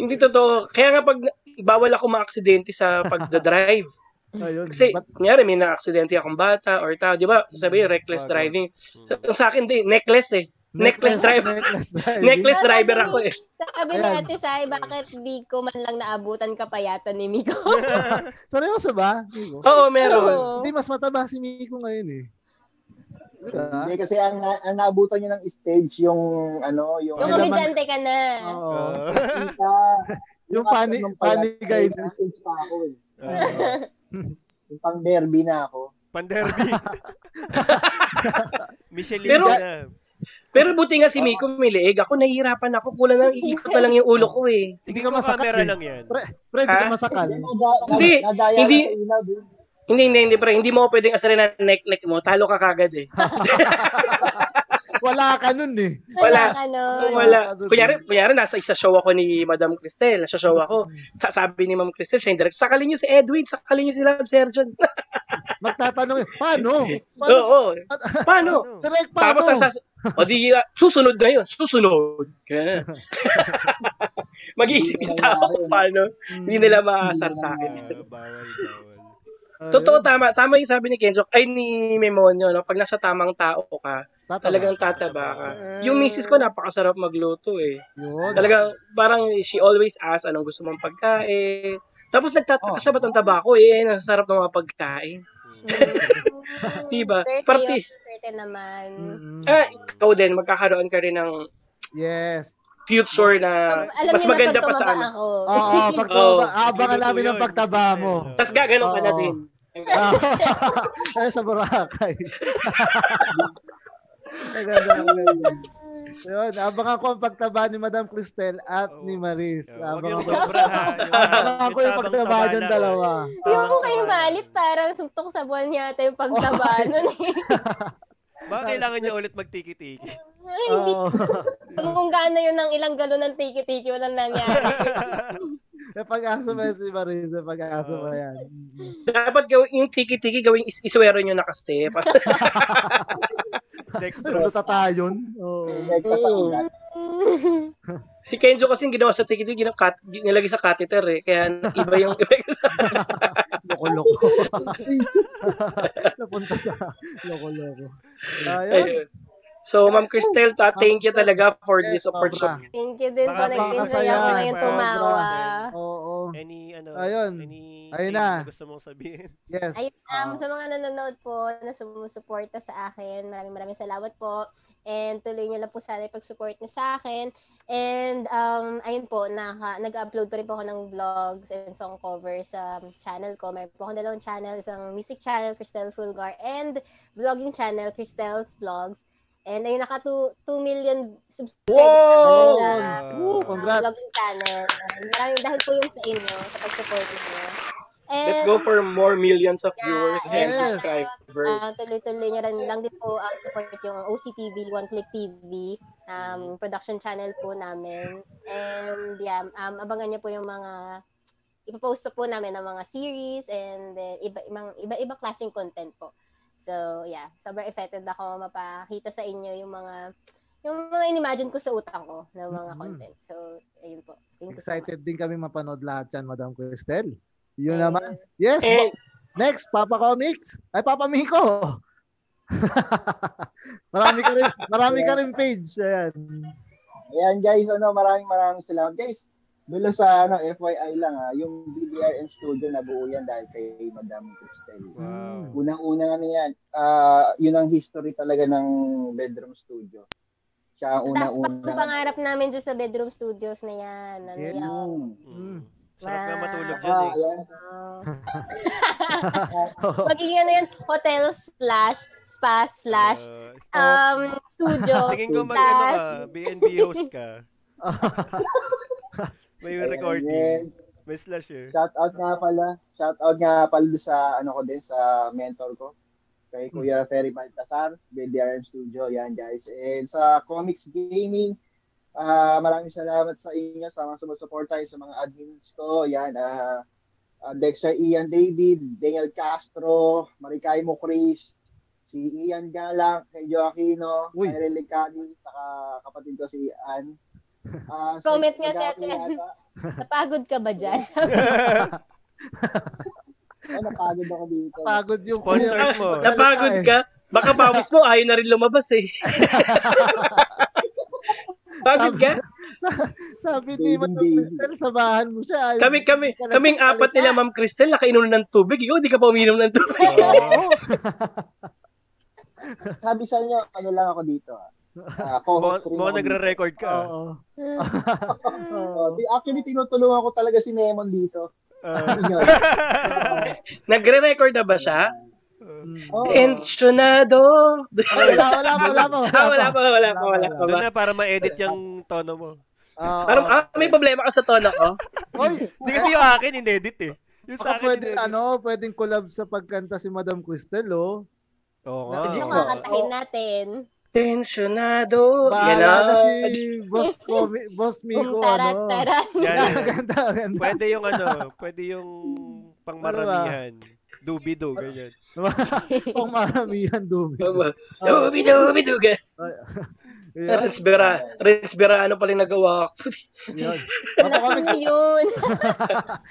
Speaker 1: Hindi totoo. Kaya nga pag bawal ako maaksidente sa pagdadrive.
Speaker 3: Ayun.
Speaker 1: Kasi,
Speaker 3: Ba't-
Speaker 1: kunyari, may na-aksidente akong bata or tao. Di ba? Sabi, reckless
Speaker 2: Bago.
Speaker 1: driving. Sa, sa akin, di. Necklace eh. Necklace drive.
Speaker 3: Necklace drive.
Speaker 1: Necklace
Speaker 4: Sabi
Speaker 1: driver
Speaker 4: ni-
Speaker 1: ako eh.
Speaker 4: Sabi ni
Speaker 3: Ayan.
Speaker 4: Ate Sai, bakit di ko man lang naabutan kapayatan ni Miko?
Speaker 3: Seryoso ba? Miko?
Speaker 1: Oo, meron.
Speaker 4: *laughs*
Speaker 3: Hindi, mas mataba si Miko ngayon eh. Ah.
Speaker 5: Hindi kasi ang, ang naabutan niya ng stage yung ano,
Speaker 4: Yung
Speaker 5: yung
Speaker 3: Ay, laman-
Speaker 4: komedyante ka na.
Speaker 1: Oh.
Speaker 3: Oo.
Speaker 2: ah,
Speaker 3: *laughs* Yung pani, panigay na.
Speaker 5: Stage pa ako eh.
Speaker 2: ah.
Speaker 5: Yung pang derby na ako.
Speaker 2: Panderby.
Speaker 1: *laughs*
Speaker 2: Michelin
Speaker 1: Pero-
Speaker 2: ka na.
Speaker 1: Pero buti nga si Miko may leeg. Ako, nahihirapan ako. Kulang lang, iikot na lang yung ulo ko eh.
Speaker 2: Hindi
Speaker 3: ka
Speaker 2: ka
Speaker 3: masakit
Speaker 2: camera
Speaker 3: eh.
Speaker 2: lang yan.
Speaker 3: Pre, pre, di ka
Speaker 1: Ah?
Speaker 3: masakal.
Speaker 1: Hindi,
Speaker 5: nadaya
Speaker 1: hindi.
Speaker 5: ako sa ilaw, eh.
Speaker 1: Hindi, hindi, hindi, pre. Hindi mo ako pwedeng asarin na neck-neck mo. Talo ka kagad eh.
Speaker 3: Wala ka nun eh.
Speaker 1: Wala.
Speaker 4: Ka nun.
Speaker 1: Kung wala. Kunyari, kunyari, nasa isa show ako ni Madam Cristel. Nasa show ako.
Speaker 3: Mm.
Speaker 1: Sa, sabi ni Ma'am Cristel, siya yung direct. Sakalin niyo si Edwin. Sakalin niyo si Lab Sergeant.
Speaker 3: Magtatanong eh, paano? Paano?
Speaker 1: Oo. Paano?
Speaker 2: Ano?
Speaker 3: Direct paano?
Speaker 1: Tapos ang sas... O di, ah, susunod na yun. Susunod.
Speaker 3: *laughs*
Speaker 1: Ganun. Mag-iisip yung tao kung paano. Hindi nila maasar sa akin.
Speaker 3: Mm.
Speaker 2: Ah, bawal, bawal.
Speaker 3: Ayun.
Speaker 1: Totoo, tama. Tama yung sabi ni Kenzo. Ay, ni Memonyo. No? Pag nasa tamang tao ka,
Speaker 3: Tatama.
Speaker 1: talagang tataba ka. Yung misis ko, napakasarap magluto eh.
Speaker 3: Yun.
Speaker 1: Talagang, parang she always asks anong gusto mong pagkain. Tapos nagtataka siya ba't ang taba ko? Eh, nasarap ng mga pagkain. Diba?
Speaker 4: Thirty
Speaker 1: Party.
Speaker 4: Hmm, yun, Thirty naman.
Speaker 3: Mm.
Speaker 1: Ah, *laughs* ikaw din, magkakaroon ka rin ng
Speaker 3: Yes.
Speaker 1: future na
Speaker 3: Hmm.
Speaker 4: Alam
Speaker 1: mas
Speaker 4: niyo na
Speaker 1: maganda
Speaker 4: pag
Speaker 1: pa sa
Speaker 4: tumaba
Speaker 1: amin.
Speaker 4: ako.
Speaker 3: Oo, pag
Speaker 1: Oo.
Speaker 3: abangan
Speaker 2: Hindi
Speaker 3: namin
Speaker 2: totoo
Speaker 3: ang
Speaker 2: yun,
Speaker 3: pagtaba
Speaker 2: Mr.
Speaker 3: mo.
Speaker 2: Tel.
Speaker 1: Tapos gaganon ka na
Speaker 3: Oo.
Speaker 1: din.
Speaker 3: Ah, *laughs* Ay, sa
Speaker 2: *laughs*
Speaker 3: Boracay. Ang ganda, ang ganda. Yun, abangan ko ang pagtaba ni Madam Cristel at
Speaker 2: Oo.
Speaker 3: ni Maris.
Speaker 2: Yeah, Huwag
Speaker 3: abangan
Speaker 2: yung
Speaker 3: ko.
Speaker 2: sobra *laughs* ha. Yung-
Speaker 3: Abangan ko yung
Speaker 2: tabang
Speaker 3: pagtaba
Speaker 2: taba eh.
Speaker 3: ng
Speaker 2: lang.
Speaker 3: dalawa.
Speaker 2: Tabang
Speaker 4: Yung kung
Speaker 2: taba
Speaker 4: kayo
Speaker 2: lang.
Speaker 4: malit, parang suntok sa buwan yata
Speaker 3: *laughs*
Speaker 4: yung pagtaba nun eh.
Speaker 2: Baka kailangan niya ulit
Speaker 3: *laughs*
Speaker 2: magtiki-tiki.
Speaker 3: Ah.
Speaker 4: Ay, Hindi
Speaker 3: Oo.
Speaker 4: Tumungga na yun ng ilang galon ng tiki-tiki, walang nangyari.
Speaker 3: May pag-asa ba yan si Maris? May pag-asa ba
Speaker 2: Oo.
Speaker 3: yan?
Speaker 1: Dapat gawin, yung tiki-tiki gawing is- iswero nyo na kasi.
Speaker 2: Next
Speaker 3: Ano
Speaker 2: round.
Speaker 3: tatayon? Oo.
Speaker 5: Direct ka sa
Speaker 1: Mm.
Speaker 5: ulan.
Speaker 1: si Kenzo kasi yung ginawa sa tiki-tiki, ginawa, kat, nilagay sa catheter eh. Kaya iba yung *laughs* effect.
Speaker 2: *laughs*
Speaker 3: Loko-loko. Napunta sa loko-loko. Ah, Ayun.
Speaker 1: Ayun. So, Ma'am Cristel, ta- thank you talaga for this
Speaker 3: Yes, sobra.
Speaker 1: opportunity.
Speaker 4: Thank you din
Speaker 2: Baka-
Speaker 4: po. Nag-enjoy
Speaker 3: baka
Speaker 4: ako
Speaker 3: saya.
Speaker 4: ngayon
Speaker 3: Baka-
Speaker 4: tumawa.
Speaker 3: Oo.
Speaker 2: Any, ano,
Speaker 3: Ayun.
Speaker 2: any thing
Speaker 3: Ayun na.
Speaker 2: gusto mong
Speaker 3: *laughs*
Speaker 2: sabihin?
Speaker 3: Yes.
Speaker 4: Ayun,
Speaker 1: Ah.
Speaker 3: Oo.
Speaker 4: um, sa mga nanonood po na sumusuporta sa akin, maraming maraming salamat po. And tuloy nyo lang po sana yung pag-support nyo sa akin. And um, ayun po, naka, nag-upload pa rin po ako ng vlogs and song covers sa channel ko. Mayroon po akong dalawang channels, ang music channel, Cristel Fulgar, and vlogging channel, Cristel's Vlogs. And ayun, naka 2, 2 million subscribers
Speaker 1: Wow!
Speaker 4: na kami na
Speaker 3: Woo,
Speaker 2: Ah,
Speaker 4: Congrats.
Speaker 3: congrats.
Speaker 4: vlogging channel. And Maraming dahil po yun sa inyo, sa pag-support niyo. And,
Speaker 1: Let's go for more millions of viewers and
Speaker 3: Yes.
Speaker 4: Ah,
Speaker 1: subscribers.
Speaker 4: tuloy-tuloy niya rin lang din po ang support yung OCTV, One Click TV, um, production channel po namin. And yeah, um, abangan niyo po yung mga ipopost po namin ng mga series and then iba ibang iba-iba klaseng content po. So, yeah, sobrang excited ako mapakita sa inyo yung mga yung mga inimagine ko sa utak ko ng mga
Speaker 3: Mhm.
Speaker 4: content. So, ayun po. Thank you so much.
Speaker 3: Excited din kami mapanood lahat yan, Madam Cristel. Yun
Speaker 4: Ayun.
Speaker 3: naman. Yes.
Speaker 1: And,
Speaker 3: Next, Papa Comics. Ay, Papa Miko. *laughs* marami ka rin, marami ka rin page. Eh, Ayan.
Speaker 5: Ayan guys, ano, maraming maraming salamat. Guys, dulo sa ano, FYI lang ha, yung BDRN studio na buo yan dahil kay Madam Cristel.
Speaker 2: Wow.
Speaker 3: Mm.
Speaker 5: Unang-unang ano yan, ah, yun ang history talaga ng bedroom studio. Siya ang
Speaker 4: Taas pa ang
Speaker 5: unang-unang.
Speaker 4: pangarap namin dyan sa bedroom studios na yan. Ano
Speaker 3: Yes.
Speaker 4: yan?
Speaker 5: Mm.
Speaker 2: Mm.
Speaker 3: Mm.
Speaker 2: Sarap na
Speaker 4: Wow.
Speaker 2: matulog dyan
Speaker 5: Ah,
Speaker 2: eh.
Speaker 5: ayan.
Speaker 4: *laughs* Oh. Magiging ano yan, hotel slash pa slash
Speaker 2: Uh,
Speaker 4: um,
Speaker 2: *laughs*
Speaker 4: studio
Speaker 2: tingin ko mag ano
Speaker 4: slash
Speaker 2: ka, BNB host
Speaker 3: *laughs*
Speaker 2: ka. May
Speaker 5: Ayan,
Speaker 2: recording.
Speaker 5: yan.
Speaker 2: May slash eh.
Speaker 5: Shout out nga pala. Shout out nga pala doon sa ano ko din sa mentor ko. Kay Kuya Ferry Baltasar, BDRM Studio, yan guys. And sa Comics Gaming, ah maraming salamat sa inyo sa mga sumusuporta sa mga admins ko. Yan, ah ah, Dexter Ian David, Daniel Castro, Marikay Mocris, si Ian Galang, kay Joaquino,
Speaker 3: Uy.
Speaker 5: Irene Licani, saka kapatid ko si Ann. Ah, si
Speaker 4: Comment nga si
Speaker 5: Tagaki
Speaker 4: Ate Ann.
Speaker 5: yata.
Speaker 4: napagod ka ba
Speaker 2: *laughs*
Speaker 4: dyan?
Speaker 5: Oh, napagod ako dito.
Speaker 3: Pagod yung
Speaker 2: Sponsors
Speaker 3: clear.
Speaker 2: mo.
Speaker 1: Napagod ka? Baka pawis mo, ayaw na rin lumabas eh. Pagod ka?
Speaker 3: Sa- *laughs* sabi ni Ma'am Crystal, samahan mo siya.
Speaker 1: Kami, kami, kaming apat nila, Ma'am Crystal, nakainom na ng tubig. Ikaw, di ka pa uminom ng tubig. *laughs*
Speaker 2: Oo.
Speaker 5: Sabi sa inyo, ano lang ako dito. ah. Ah, co-host rin
Speaker 2: Mo
Speaker 5: ako dito.
Speaker 2: nagre-record ka.
Speaker 3: Oo.
Speaker 5: Oh, di- actually, tinutulungan ko talaga si Memon dito.
Speaker 2: Ah.
Speaker 5: Yun.
Speaker 1: Nagre-record na ba siya?
Speaker 3: oh,
Speaker 1: *laughs*
Speaker 5: Oo.
Speaker 1: Tensionado.
Speaker 3: Ay, *laughs* wala, wala pa, wala pa.
Speaker 1: *laughs* ah, wala pa, wala pa, wala pa.
Speaker 2: Doon
Speaker 1: Wala pa.
Speaker 2: na para ma-edit yung tono mo.
Speaker 3: Oo.
Speaker 1: Parang, ah, may problema ka sa tono ko.
Speaker 3: Oy,
Speaker 2: Hindi kasi yung akin in-edit eh. Yung
Speaker 3: baka
Speaker 2: sa akin
Speaker 3: pwede,
Speaker 2: in-edit.
Speaker 3: ano, pwedeng collab sa pagkanta si Madam Crystal, oh.
Speaker 2: Oo nga.
Speaker 3: Hindi
Speaker 4: Ano
Speaker 3: ko-
Speaker 4: kakantahin natin?
Speaker 1: Tensionado. Yan
Speaker 3: Bahala na
Speaker 1: na.
Speaker 3: si
Speaker 1: *laughs*
Speaker 3: Boss, Comi, Boss Miko,
Speaker 4: Kung tarat,
Speaker 3: ano.
Speaker 4: tarat.
Speaker 2: Yan, yan.
Speaker 3: *laughs* Ganda, ganda.
Speaker 2: Pwede yung ano, pwede yung pangmaramihan.
Speaker 3: Ano
Speaker 2: Dubido, ganyan.
Speaker 3: Kung maramihan dumi.
Speaker 1: Dubi, dubi, duga. *laughs*
Speaker 3: Yan,
Speaker 1: Rins Vera, Rins Vera, ano pala yung nagawa ko? *laughs*
Speaker 3: yan.
Speaker 4: Alas na yun.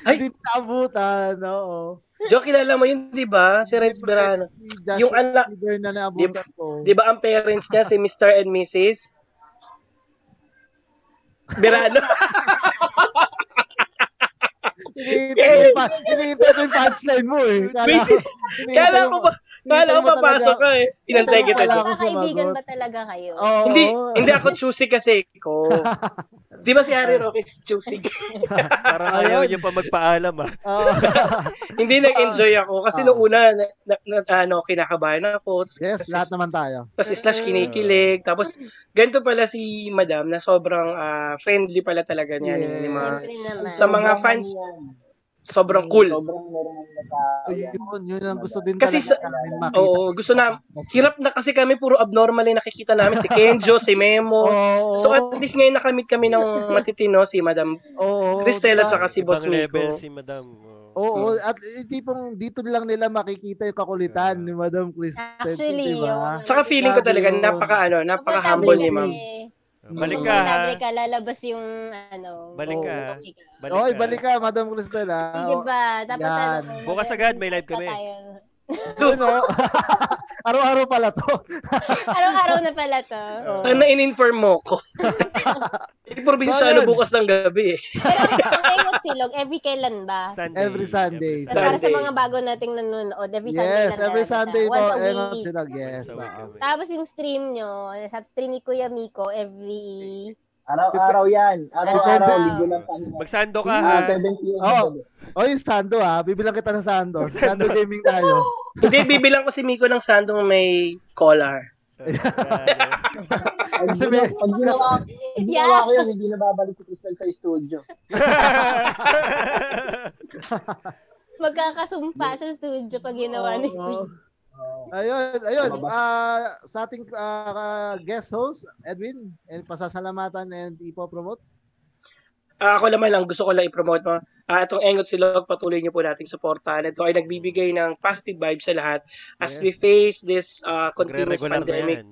Speaker 1: Ay!
Speaker 3: Hindi naabutan, oh. oo.
Speaker 1: Joe, kilala mo yun, di ba? Si Rins
Speaker 3: eh,
Speaker 1: Verano. Yung anak-
Speaker 3: Bieber na naabutan ko.
Speaker 1: Di ba ang parents niya, si Mr. and Mrs.?
Speaker 3: *laughs*
Speaker 1: Verano.
Speaker 3: Iniintay ko yung pa- iniintay ko yung punchline mo eh.
Speaker 1: Mrs.
Speaker 3: iniintay
Speaker 1: Kala ko
Speaker 3: mo-
Speaker 1: ba,
Speaker 3: iniintay
Speaker 1: kala ko
Speaker 3: mo talaga-
Speaker 1: papasok ka eh. Inantay kita,
Speaker 3: Wala
Speaker 1: Joe.
Speaker 3: akong
Speaker 4: Kakaibigan
Speaker 3: sumagot.
Speaker 4: ba talaga kayo?
Speaker 3: Oo.
Speaker 1: Hindi, hindi ako choosy kasi ko.
Speaker 3: *laughs*
Speaker 1: Di ba si Harry Roque is choosy?
Speaker 2: Parang ayaw niyo pa magpaalam ah.
Speaker 3: Oo.
Speaker 1: hindi nag-enjoy ako kasi
Speaker 3: Ah.
Speaker 1: noong una na, na, na- ano, kinakabahan ako. Tapos-
Speaker 3: yes,
Speaker 1: tapos-
Speaker 3: lahat naman tayo.
Speaker 1: Tapos slash kinikilig. Tapos ganito pala si Madam na sobrang ah, friendly pala talaga niya ni- ni mga
Speaker 4: Siyempre naman.
Speaker 1: sa mga
Speaker 5: Sobrang
Speaker 1: fans-
Speaker 5: ano yan.
Speaker 1: sobrang cool.
Speaker 5: Sobrang normal na tao yan.
Speaker 3: Yun, yun ang gusto din
Speaker 1: Kasi
Speaker 3: talaga
Speaker 1: sa-
Speaker 3: namin makita.
Speaker 1: Oo, gusto na hirap na kasi kami puro abnormal yung nakikita namin si Kenjo, si
Speaker 3: *laughs*
Speaker 1: Memo.
Speaker 3: Oo.
Speaker 1: So at least ngayon nakamit kami ng matitino si Madam
Speaker 3: Oo.
Speaker 1: Cristel at
Speaker 3: diba?
Speaker 1: saka si Boss
Speaker 2: Ibang level
Speaker 1: Miko.
Speaker 2: si Madam. Oo.
Speaker 3: Oo,
Speaker 1: Hmm.
Speaker 3: at eh, tipong dito lang nila makikita yung kakulitan
Speaker 2: Yeah.
Speaker 3: ni Madam Cristel.
Speaker 4: Actually,
Speaker 3: diba?
Speaker 4: yun.
Speaker 1: Saka feeling ko talaga
Speaker 3: Grabe yun.
Speaker 1: napaka ano, napaka humble ni
Speaker 4: eh.
Speaker 1: Ma'am.
Speaker 2: Balik ka ha.
Speaker 4: Komportable ka, lalabas yung ano.
Speaker 2: Balik
Speaker 3: ka.
Speaker 4: okay ka.
Speaker 2: Balik
Speaker 3: Oy,
Speaker 2: ka.
Speaker 3: balik ka, Madam Cristel, ha?
Speaker 4: Sige ba? Tapos
Speaker 3: Yan.
Speaker 4: ano?
Speaker 2: Bukas agad, may live kami.
Speaker 4: tayo.
Speaker 3: Yun, oh. *laughs* Araw-araw pala to.
Speaker 4: Araw-araw na pala to.
Speaker 1: Sana in-inform mo ko. Hindi
Speaker 3: Solid.
Speaker 1: probinsyano ano, bukas ng gabi eh.
Speaker 4: Pero ang Pengot Silog, every kailan ba?
Speaker 2: Sunday.
Speaker 3: Every Sunday.
Speaker 4: Pero para sa
Speaker 1: Sunday.
Speaker 4: mga bago nating nanonood, every Sunday
Speaker 3: yes,
Speaker 4: lang
Speaker 3: every
Speaker 4: talaga.
Speaker 3: Sunday po.
Speaker 4: Once a
Speaker 3: Ayun
Speaker 4: week.
Speaker 3: sila, yes. ah.
Speaker 2: Sa week kami.
Speaker 4: Tapos yung stream nyo, sub-stream ni Kuya Miko every...
Speaker 5: Araw-araw yan. Araw-araw.
Speaker 4: Araw-araw.
Speaker 5: Linggo ng Panginoon.
Speaker 2: Magsando ka ha.
Speaker 5: Ah, 7 p.m.
Speaker 3: Oo.
Speaker 5: gabi.
Speaker 3: O yung Sando ha, bibilang kita ng
Speaker 2: *laughs*
Speaker 3: Sando. Sando gaming tayo.
Speaker 1: Hindi bibilang ko si Miko ng sandong may ah. collar.
Speaker 2: eh.
Speaker 5: Pag
Speaker 3: Kasi
Speaker 5: ginawa-
Speaker 3: may-
Speaker 5: pag ginawa, pag ginawa
Speaker 4: Yeah.
Speaker 5: ko yun, hindi na babalik si Crystal sa studio.
Speaker 4: Magkakasumpa sa studio pag ginawa ni
Speaker 3: Oo. Ayun, ayun. Ah, sa ating ah, ah, guest host, Edwin, and pasasalamatan and ipopromote.
Speaker 1: Ah, ako naman lang, gusto ko lang i-promote mo. Ah, itong Engot Silog, patuloy niyo po nating supportahan. Ito ay nagbibigay ng positive vibes sa lahat as
Speaker 3: Yes.
Speaker 1: we face this ah, *laughs* continuous
Speaker 2: Magre-regular na
Speaker 1: pandemic.
Speaker 2: yan.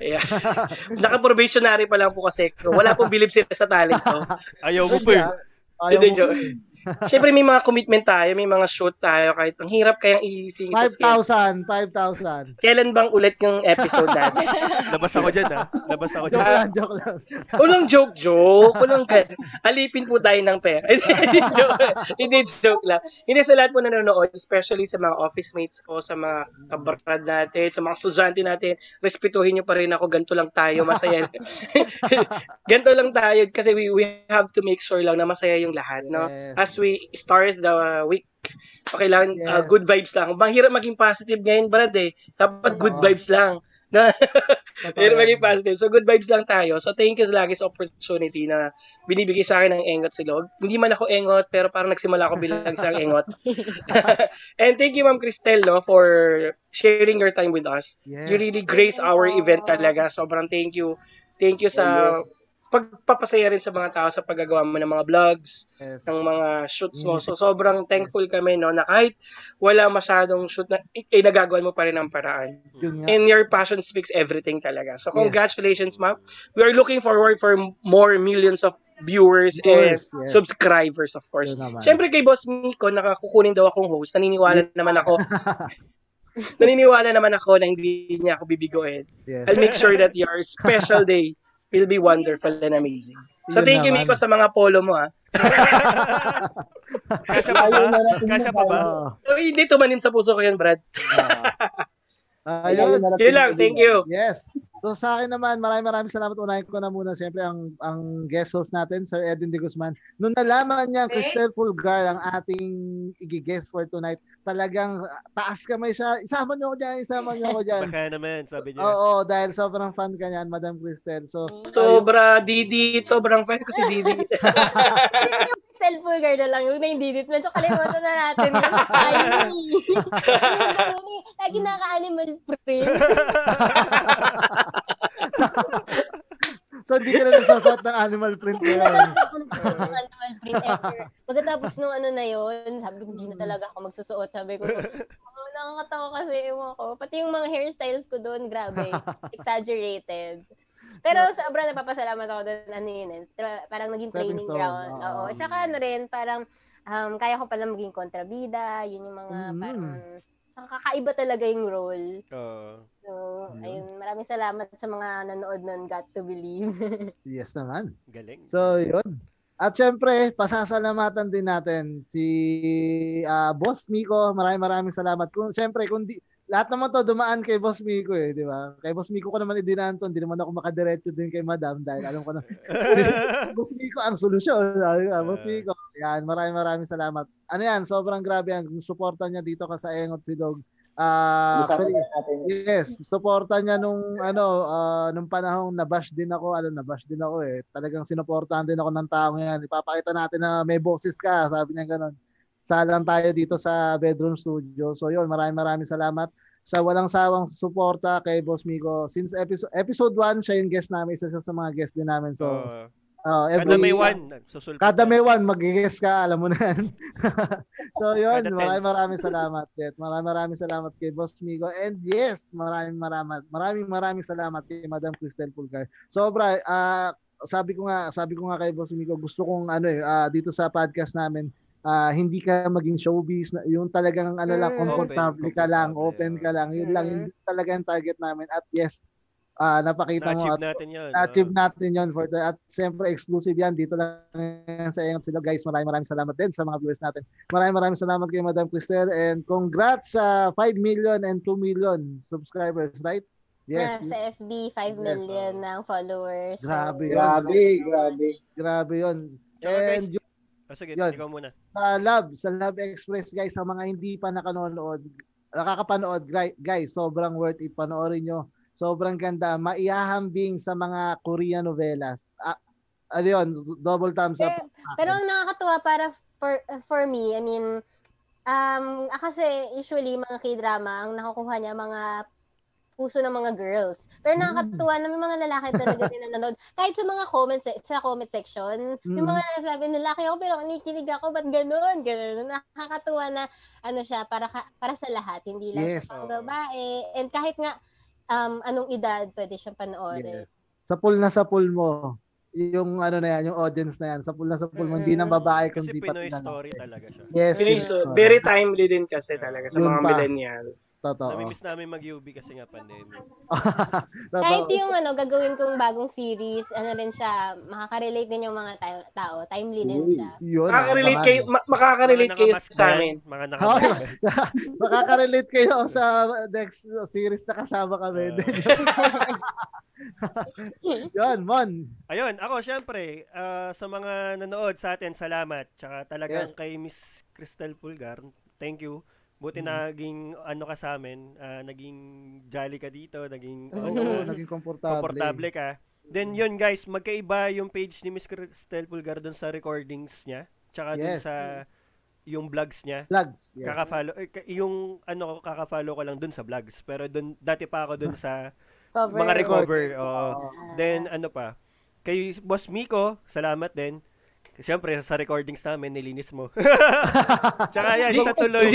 Speaker 1: Yeah.
Speaker 3: eh.
Speaker 1: Naka-probationary pa lang po kasi. Wala pong believe sila sa talent ko.
Speaker 2: Ayaw mo pa eh.
Speaker 3: *laughs* Ayaw
Speaker 1: Hindi,
Speaker 3: mo-
Speaker 1: joke. Syempre may mga commitment tayo, may mga shoot tayo. Kahit ang hirap kayang iisingit sa schedule.
Speaker 3: 5,000, 5,000.
Speaker 1: Kailan bang ulit yung episode natin? Ah,
Speaker 2: Labas ako dyan ha. Labas ako
Speaker 3: Joke *laughs*
Speaker 2: dyan.
Speaker 3: lang, Ah, joke lang.
Speaker 1: Walang joke, joke. Walang gan- Alipin po tayo ng pera. *laughs* Hindi, joke. Hindi, joke lang. Hindi sa lahat po nanonood, especially sa mga office mates ko, sa mga kabarad natin, sa mga estudyante natin, respetuhin nyo pa rin ako, ganito lang tayo, masaya. *laughs* ganito lang tayo, kasi we, we have to make sure lang na masaya yung lahat, no?
Speaker 3: Yes.
Speaker 1: As we start the week Pakailangan ah,
Speaker 5: Yes.
Speaker 1: good vibes lang. Mahirap maging positive ngayon, Brad eh. Dapat good
Speaker 5: Oo.
Speaker 1: vibes lang.
Speaker 5: Totoo.
Speaker 1: Mahirap maging positive. So good vibes lang tayo. So thank you lagi sa opportunity na binibigay sa akin ng engot si Log. Hindi man ako engot, pero parang nagsimula ako bilang isang engot. And thank you, Ma'am Cristel, no, for sharing your time with us. You
Speaker 3: Yes.
Speaker 1: really grace our
Speaker 4: Thank you.
Speaker 1: event talaga. Sobrang thank you. Thank you sa pagpapasaya rin sa mga tao sa paggagawa mo ng mga vlogs,
Speaker 3: yes.
Speaker 1: ng mga shoots mo. So, sobrang thankful kami, no, na kahit wala masyadong shoot na, eh, eh, nagagawan mo pa rin ang paraan.
Speaker 3: Yun nga.
Speaker 1: And your passion speaks everything talaga. So,
Speaker 3: Yes.
Speaker 1: congratulations, ma'am. We are looking forward for more millions of viewers and
Speaker 3: Viewers, yes.
Speaker 1: subscribers, of course.
Speaker 3: Yun naman.
Speaker 1: Siyempre kay Boss Miko, nakakukunin daw akong host. Naniniwala naman
Speaker 3: *laughs*
Speaker 1: ako. naniniwala naman ako na hindi niya ako bibigoin.
Speaker 3: Yes.
Speaker 1: I'll make sure that your special day will be wonderful and amazing.
Speaker 3: Yun
Speaker 1: So thank you
Speaker 3: naman.
Speaker 1: Miko sa mga polo mo ha.
Speaker 2: Kasya pa
Speaker 5: Ayaw
Speaker 2: ba?
Speaker 5: na natin
Speaker 2: Kasya
Speaker 5: yun,
Speaker 2: pa ba?
Speaker 3: Oo.
Speaker 1: So, hindi tumanim sa puso ko yan, Brad.
Speaker 3: Ah,
Speaker 5: Ayaw
Speaker 3: ayun.
Speaker 5: na natin
Speaker 1: Yun lang, thank you.
Speaker 3: Yes. So sa akin naman, maraming maraming salamat. Unahin ko na muna siyempre ang, ang guest host natin, Sir Edwin De Guzman. Nung nalaman niya ang Cristel Pulgar ang ating i-guest for tonight, talagang taas kamay siya. Isama niyo ako dyan, isama niyo ako
Speaker 1: *laughs*
Speaker 3: dyan.
Speaker 2: Baka naman, sabi niya.
Speaker 3: Oo, dahil sobrang fan ka niyan, Madam Cristel. So,
Speaker 1: Sobra Didi, sobrang fan ko si Didi.
Speaker 4: Hindi yung Crystal Pulgar na lang. Huwag na yung didit. Medyo kalimutan na
Speaker 3: *laughs*
Speaker 4: natin. Ay, Lagi naka-animal print.
Speaker 3: so hindi ka na nagsasot ng animal print ko
Speaker 4: Hindi na
Speaker 3: yun.
Speaker 4: lang ako nagsusuot ng animal print ever. ano, Pagkatapos nung ano na yun, sabi ko, hindi
Speaker 3: Mm.
Speaker 4: na talaga ako magsusuot. Sabi ko, oh, nakakatawa kasi ewan ko. Pati yung mga hairstyles ko doon, grabe.
Speaker 3: *laughs*
Speaker 4: Exaggerated. Pero sobrang napapasalamat ako doon, ano yun eh. tra- Parang naging
Speaker 3: Stepping
Speaker 4: training
Speaker 3: stone,
Speaker 4: ground.
Speaker 3: oo. mm.
Speaker 4: Oo. At saka ano rin, parang um, kaya ko pala maging kontrabida. Yun yung mga
Speaker 3: Mm.
Speaker 4: parang, sa kakaiba talaga yung role.
Speaker 2: Oo.
Speaker 4: So,
Speaker 3: Yun.
Speaker 4: ayun, maraming salamat sa mga nanood nun, Got to Believe.
Speaker 3: Yes naman.
Speaker 2: Galing.
Speaker 3: So, yun. At syempre, pasasalamatan din natin si ah, Boss Miko. Maraming maraming salamat. Kung, syempre, kung di, lahat naman to dumaan kay Boss Miko eh, di ba? Kay Boss Miko ko naman idinaan to. Hindi naman ako makadiretso din kay Madam dahil alam ko na Boss Miko ang solusyon. Sabi ko, Boss
Speaker 2: Ah.
Speaker 3: Miko. Yan, maraming maraming salamat. Ano yan, sobrang grabe yan. Yung suporta niya dito ka sa Engot Silog. Ah, actually,
Speaker 5: Usapan na natin.
Speaker 3: Yes, suporta niya nung ano ah, nung panahong nabash din ako, ano nabash din ako eh. Talagang sinuportahan din ako ng taong 'yan. Ipapakita natin na may boses ka, sabi niya ganun. Salang tayo dito sa Bedroom Studio. So 'yun, maraming maraming salamat sa walang sawang suporta kay Boss Migo. Since episode episode 1 siya yung guest namin, isa siya sa mga guest din namin.
Speaker 2: So,
Speaker 3: So
Speaker 2: kada
Speaker 3: ah,
Speaker 2: may
Speaker 3: every
Speaker 2: one, susulpot.
Speaker 3: Kada
Speaker 2: na.
Speaker 3: may one, mag-guess ka, alam mo na yan. *laughs* so
Speaker 2: Kada
Speaker 3: yun, maraming
Speaker 2: tense.
Speaker 3: maraming salamat, Jet. Maraming maraming salamat kay Boss Migo. And yes, maraming maraming, maraming maraming salamat kay Madam Cristel Pulgar. Sobra, ah, sabi ko nga, sabi ko nga kay Boss Migo, gusto kong ano eh, ah, dito sa podcast namin, ah, hindi ka maging showbiz, na- yung talagang ano lang,
Speaker 4: Mm.
Speaker 3: komportable ka lang, open ka lang, yun lang,
Speaker 4: Mm.
Speaker 3: yun talaga ang target namin. At yes, ah, napakita mo
Speaker 2: Na-achieve
Speaker 3: at
Speaker 2: natin yun.
Speaker 3: na-achieve
Speaker 2: oo.
Speaker 3: natin yon for the at siyempre exclusive yan dito lang yan sa Engot Silog guys maraming maraming salamat din sa mga viewers natin maraming maraming salamat kay Madam Cristel and congrats sa 5 million and 2 million subscribers right yes
Speaker 4: na sa FB, 5
Speaker 3: Yes,
Speaker 4: million
Speaker 2: oo.
Speaker 4: ng followers.
Speaker 3: Grabe
Speaker 4: So,
Speaker 3: yun.
Speaker 5: Grabe, grabe.
Speaker 3: grabe yon
Speaker 2: Tsaka guys,
Speaker 3: and yung
Speaker 2: oh, sige,
Speaker 3: yun.
Speaker 2: ikaw muna.
Speaker 3: sa Love sa Love Express guys sa mga hindi pa nakanonood nakakapanood gri- guys sobrang worth it panoorin nyo sobrang ganda maihahambing sa mga Korean novelas ah, ano yun double thumbs up
Speaker 4: Pero, pero ang nakakatuwa para for for me, I mean, um, ah, kasi usually mga K-drama, ang nakukuha niya mga puso ng mga girls. Pero
Speaker 3: Mm.
Speaker 4: nakakatuwa na may mga lalaki talaga din ang nanood. Kahit sa mga comment se- sa comment section, yung
Speaker 3: Mm.
Speaker 4: mga nasabi lalaki ako pero kinikinig ako ba't ganun? Ganun. Nakakatuwa na ano siya para ka- para sa lahat, hindi lang
Speaker 3: Yes.
Speaker 4: sa mga babae. And kahit nga um, anong edad pwede siyang panoorin.
Speaker 3: Yes. Sa pool na sa pool mo, yung ano na yan, yung audience na yan, sa pool na sa pool mo, hindi ng babae
Speaker 2: Mm. Kasi
Speaker 3: kundi pati
Speaker 2: Pinoy
Speaker 3: na
Speaker 2: story
Speaker 3: lalaki.
Speaker 2: talaga siya.
Speaker 3: Yes,
Speaker 1: Very,
Speaker 3: Pinoy
Speaker 1: so-
Speaker 3: story.
Speaker 1: very timely din kasi talaga sa
Speaker 3: Yun
Speaker 1: mga
Speaker 3: pa.
Speaker 1: millennial.
Speaker 3: Totoo.
Speaker 2: Nami-miss namin mag-UB kasi nga pandemic.
Speaker 3: Totoo.
Speaker 4: Kahit yung ano, gagawin kong bagong series, ano rin siya, makaka-relate din yung mga tao, tao timely din
Speaker 5: Uy.
Speaker 4: siya.
Speaker 3: Yun, ah,
Speaker 1: Makakarelate
Speaker 3: abangan.
Speaker 1: kayo, ma- makakarelate
Speaker 2: Mga
Speaker 1: kayo
Speaker 2: nakamask
Speaker 1: sa
Speaker 2: yan,
Speaker 1: amin.
Speaker 3: *laughs*
Speaker 2: Mga
Speaker 3: Okay.
Speaker 2: nakamask.
Speaker 3: Makakarelate kayo sa next series na kasama kami.
Speaker 2: Oo.
Speaker 3: *laughs* Yun, Mon.
Speaker 2: Ah, Ayun, ako syempre, ah, sa mga nanood sa atin, salamat. Tsaka talagang
Speaker 5: Yes.
Speaker 2: kay Miss Crystal Pulgar, thank you. Buti
Speaker 3: Mm.
Speaker 2: naging ano ka sa amin, ah, naging jolly ka dito,
Speaker 3: *laughs*
Speaker 2: naging
Speaker 3: Oo,
Speaker 2: ano,
Speaker 3: naging komportable.
Speaker 2: komportable ka.
Speaker 3: Mm.
Speaker 2: Then yun guys, magkaiba yung page ni Miss Crystal Pulgar dun sa recordings niya, tsaka dun
Speaker 3: Yes.
Speaker 2: sa yung vlogs niya.
Speaker 3: Vlogs.
Speaker 5: Yeah.
Speaker 2: Kaka-follow eh, ka- yung ano ko kaka-follow ko lang dun sa vlogs, pero dun dati pa ako dun
Speaker 3: *laughs*
Speaker 2: sa
Speaker 4: Cover. ah.
Speaker 2: mga recover. oo.
Speaker 5: Oo.
Speaker 2: Then ano pa? Kay Boss Miko, salamat din. Siyempre, sa recordings namin, nilinis mo. *laughs* Tsaka yan, sa
Speaker 1: Hindi.
Speaker 2: tuloy.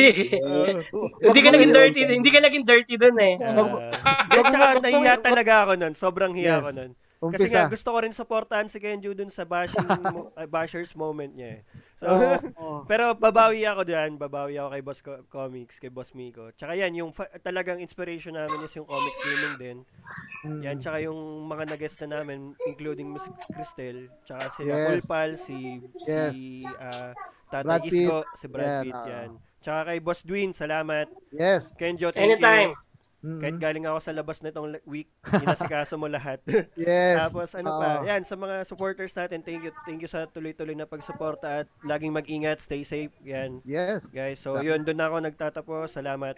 Speaker 2: Oo.
Speaker 1: Hindi ka
Speaker 5: Wag mo
Speaker 1: naging
Speaker 5: yun.
Speaker 1: dirty, hindi ka naging dirty dun eh.
Speaker 2: Ah, at tsaka, nahiya talaga ako nun. Sobrang hiya ako
Speaker 3: Yes.
Speaker 2: nun. Kasi nga,
Speaker 3: Umpisa.
Speaker 2: gusto ko rin supportahan si Kenju dun sa
Speaker 3: *laughs*
Speaker 2: bashing mo- ah, basher's moment niya eh. So, pero babawi ako dyan. Babawi ako kay Boss Co- Comics, kay Boss Miko. Tsaka yan, yung fa- talagang inspiration namin is yung comics gaming din.
Speaker 3: Mm.
Speaker 2: Yan, tsaka yung mga nag-guest na namin, including Miss Cristel, tsaka si
Speaker 3: Yes.
Speaker 2: yes. Pal, si,
Speaker 3: Yes.
Speaker 2: si ah, Tatay
Speaker 3: Brad Pitt.
Speaker 2: Isko, si Brad
Speaker 3: Yan, ah.
Speaker 2: Pitt,
Speaker 3: oo.
Speaker 2: yan. Tsaka kay Boss Dwin, salamat.
Speaker 3: Yes.
Speaker 2: Kenjo, thank
Speaker 1: Anytime.
Speaker 2: you.
Speaker 3: Mm.
Speaker 2: Kahit galing ako sa labas na itong week, inasikaso mo lahat.
Speaker 3: Yes. ah.
Speaker 2: Tapos ano pa,
Speaker 3: Oo.
Speaker 2: yan, sa mga supporters natin, thank you. Thank you sa tuloy-tuloy na pagsuporta at laging mag-ingat, stay safe, yan.
Speaker 3: Yes.
Speaker 2: Guys, so
Speaker 3: Sa-
Speaker 2: yun, doon na ako nagtatapos. Salamat.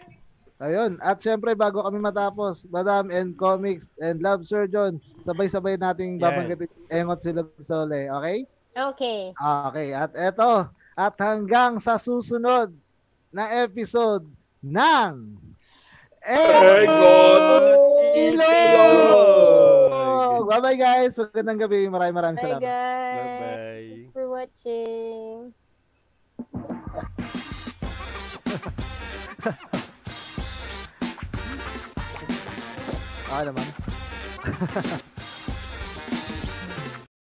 Speaker 3: Ayun. At syempre, bago kami matapos, Madam and Comics and Love Surgeon, sabay-sabay nating
Speaker 2: Yan.
Speaker 3: babanggitin Engot sila Sole. Okay?
Speaker 4: Okay.
Speaker 3: Okay. At eto, at hanggang sa susunod na episode ng Engot! Bye-bye guys. Magandang gabi. Maraming maraming
Speaker 4: Bye
Speaker 3: salamat.
Speaker 4: guys.
Speaker 2: Bye-bye.
Speaker 4: for watching.
Speaker 3: Ah, naman.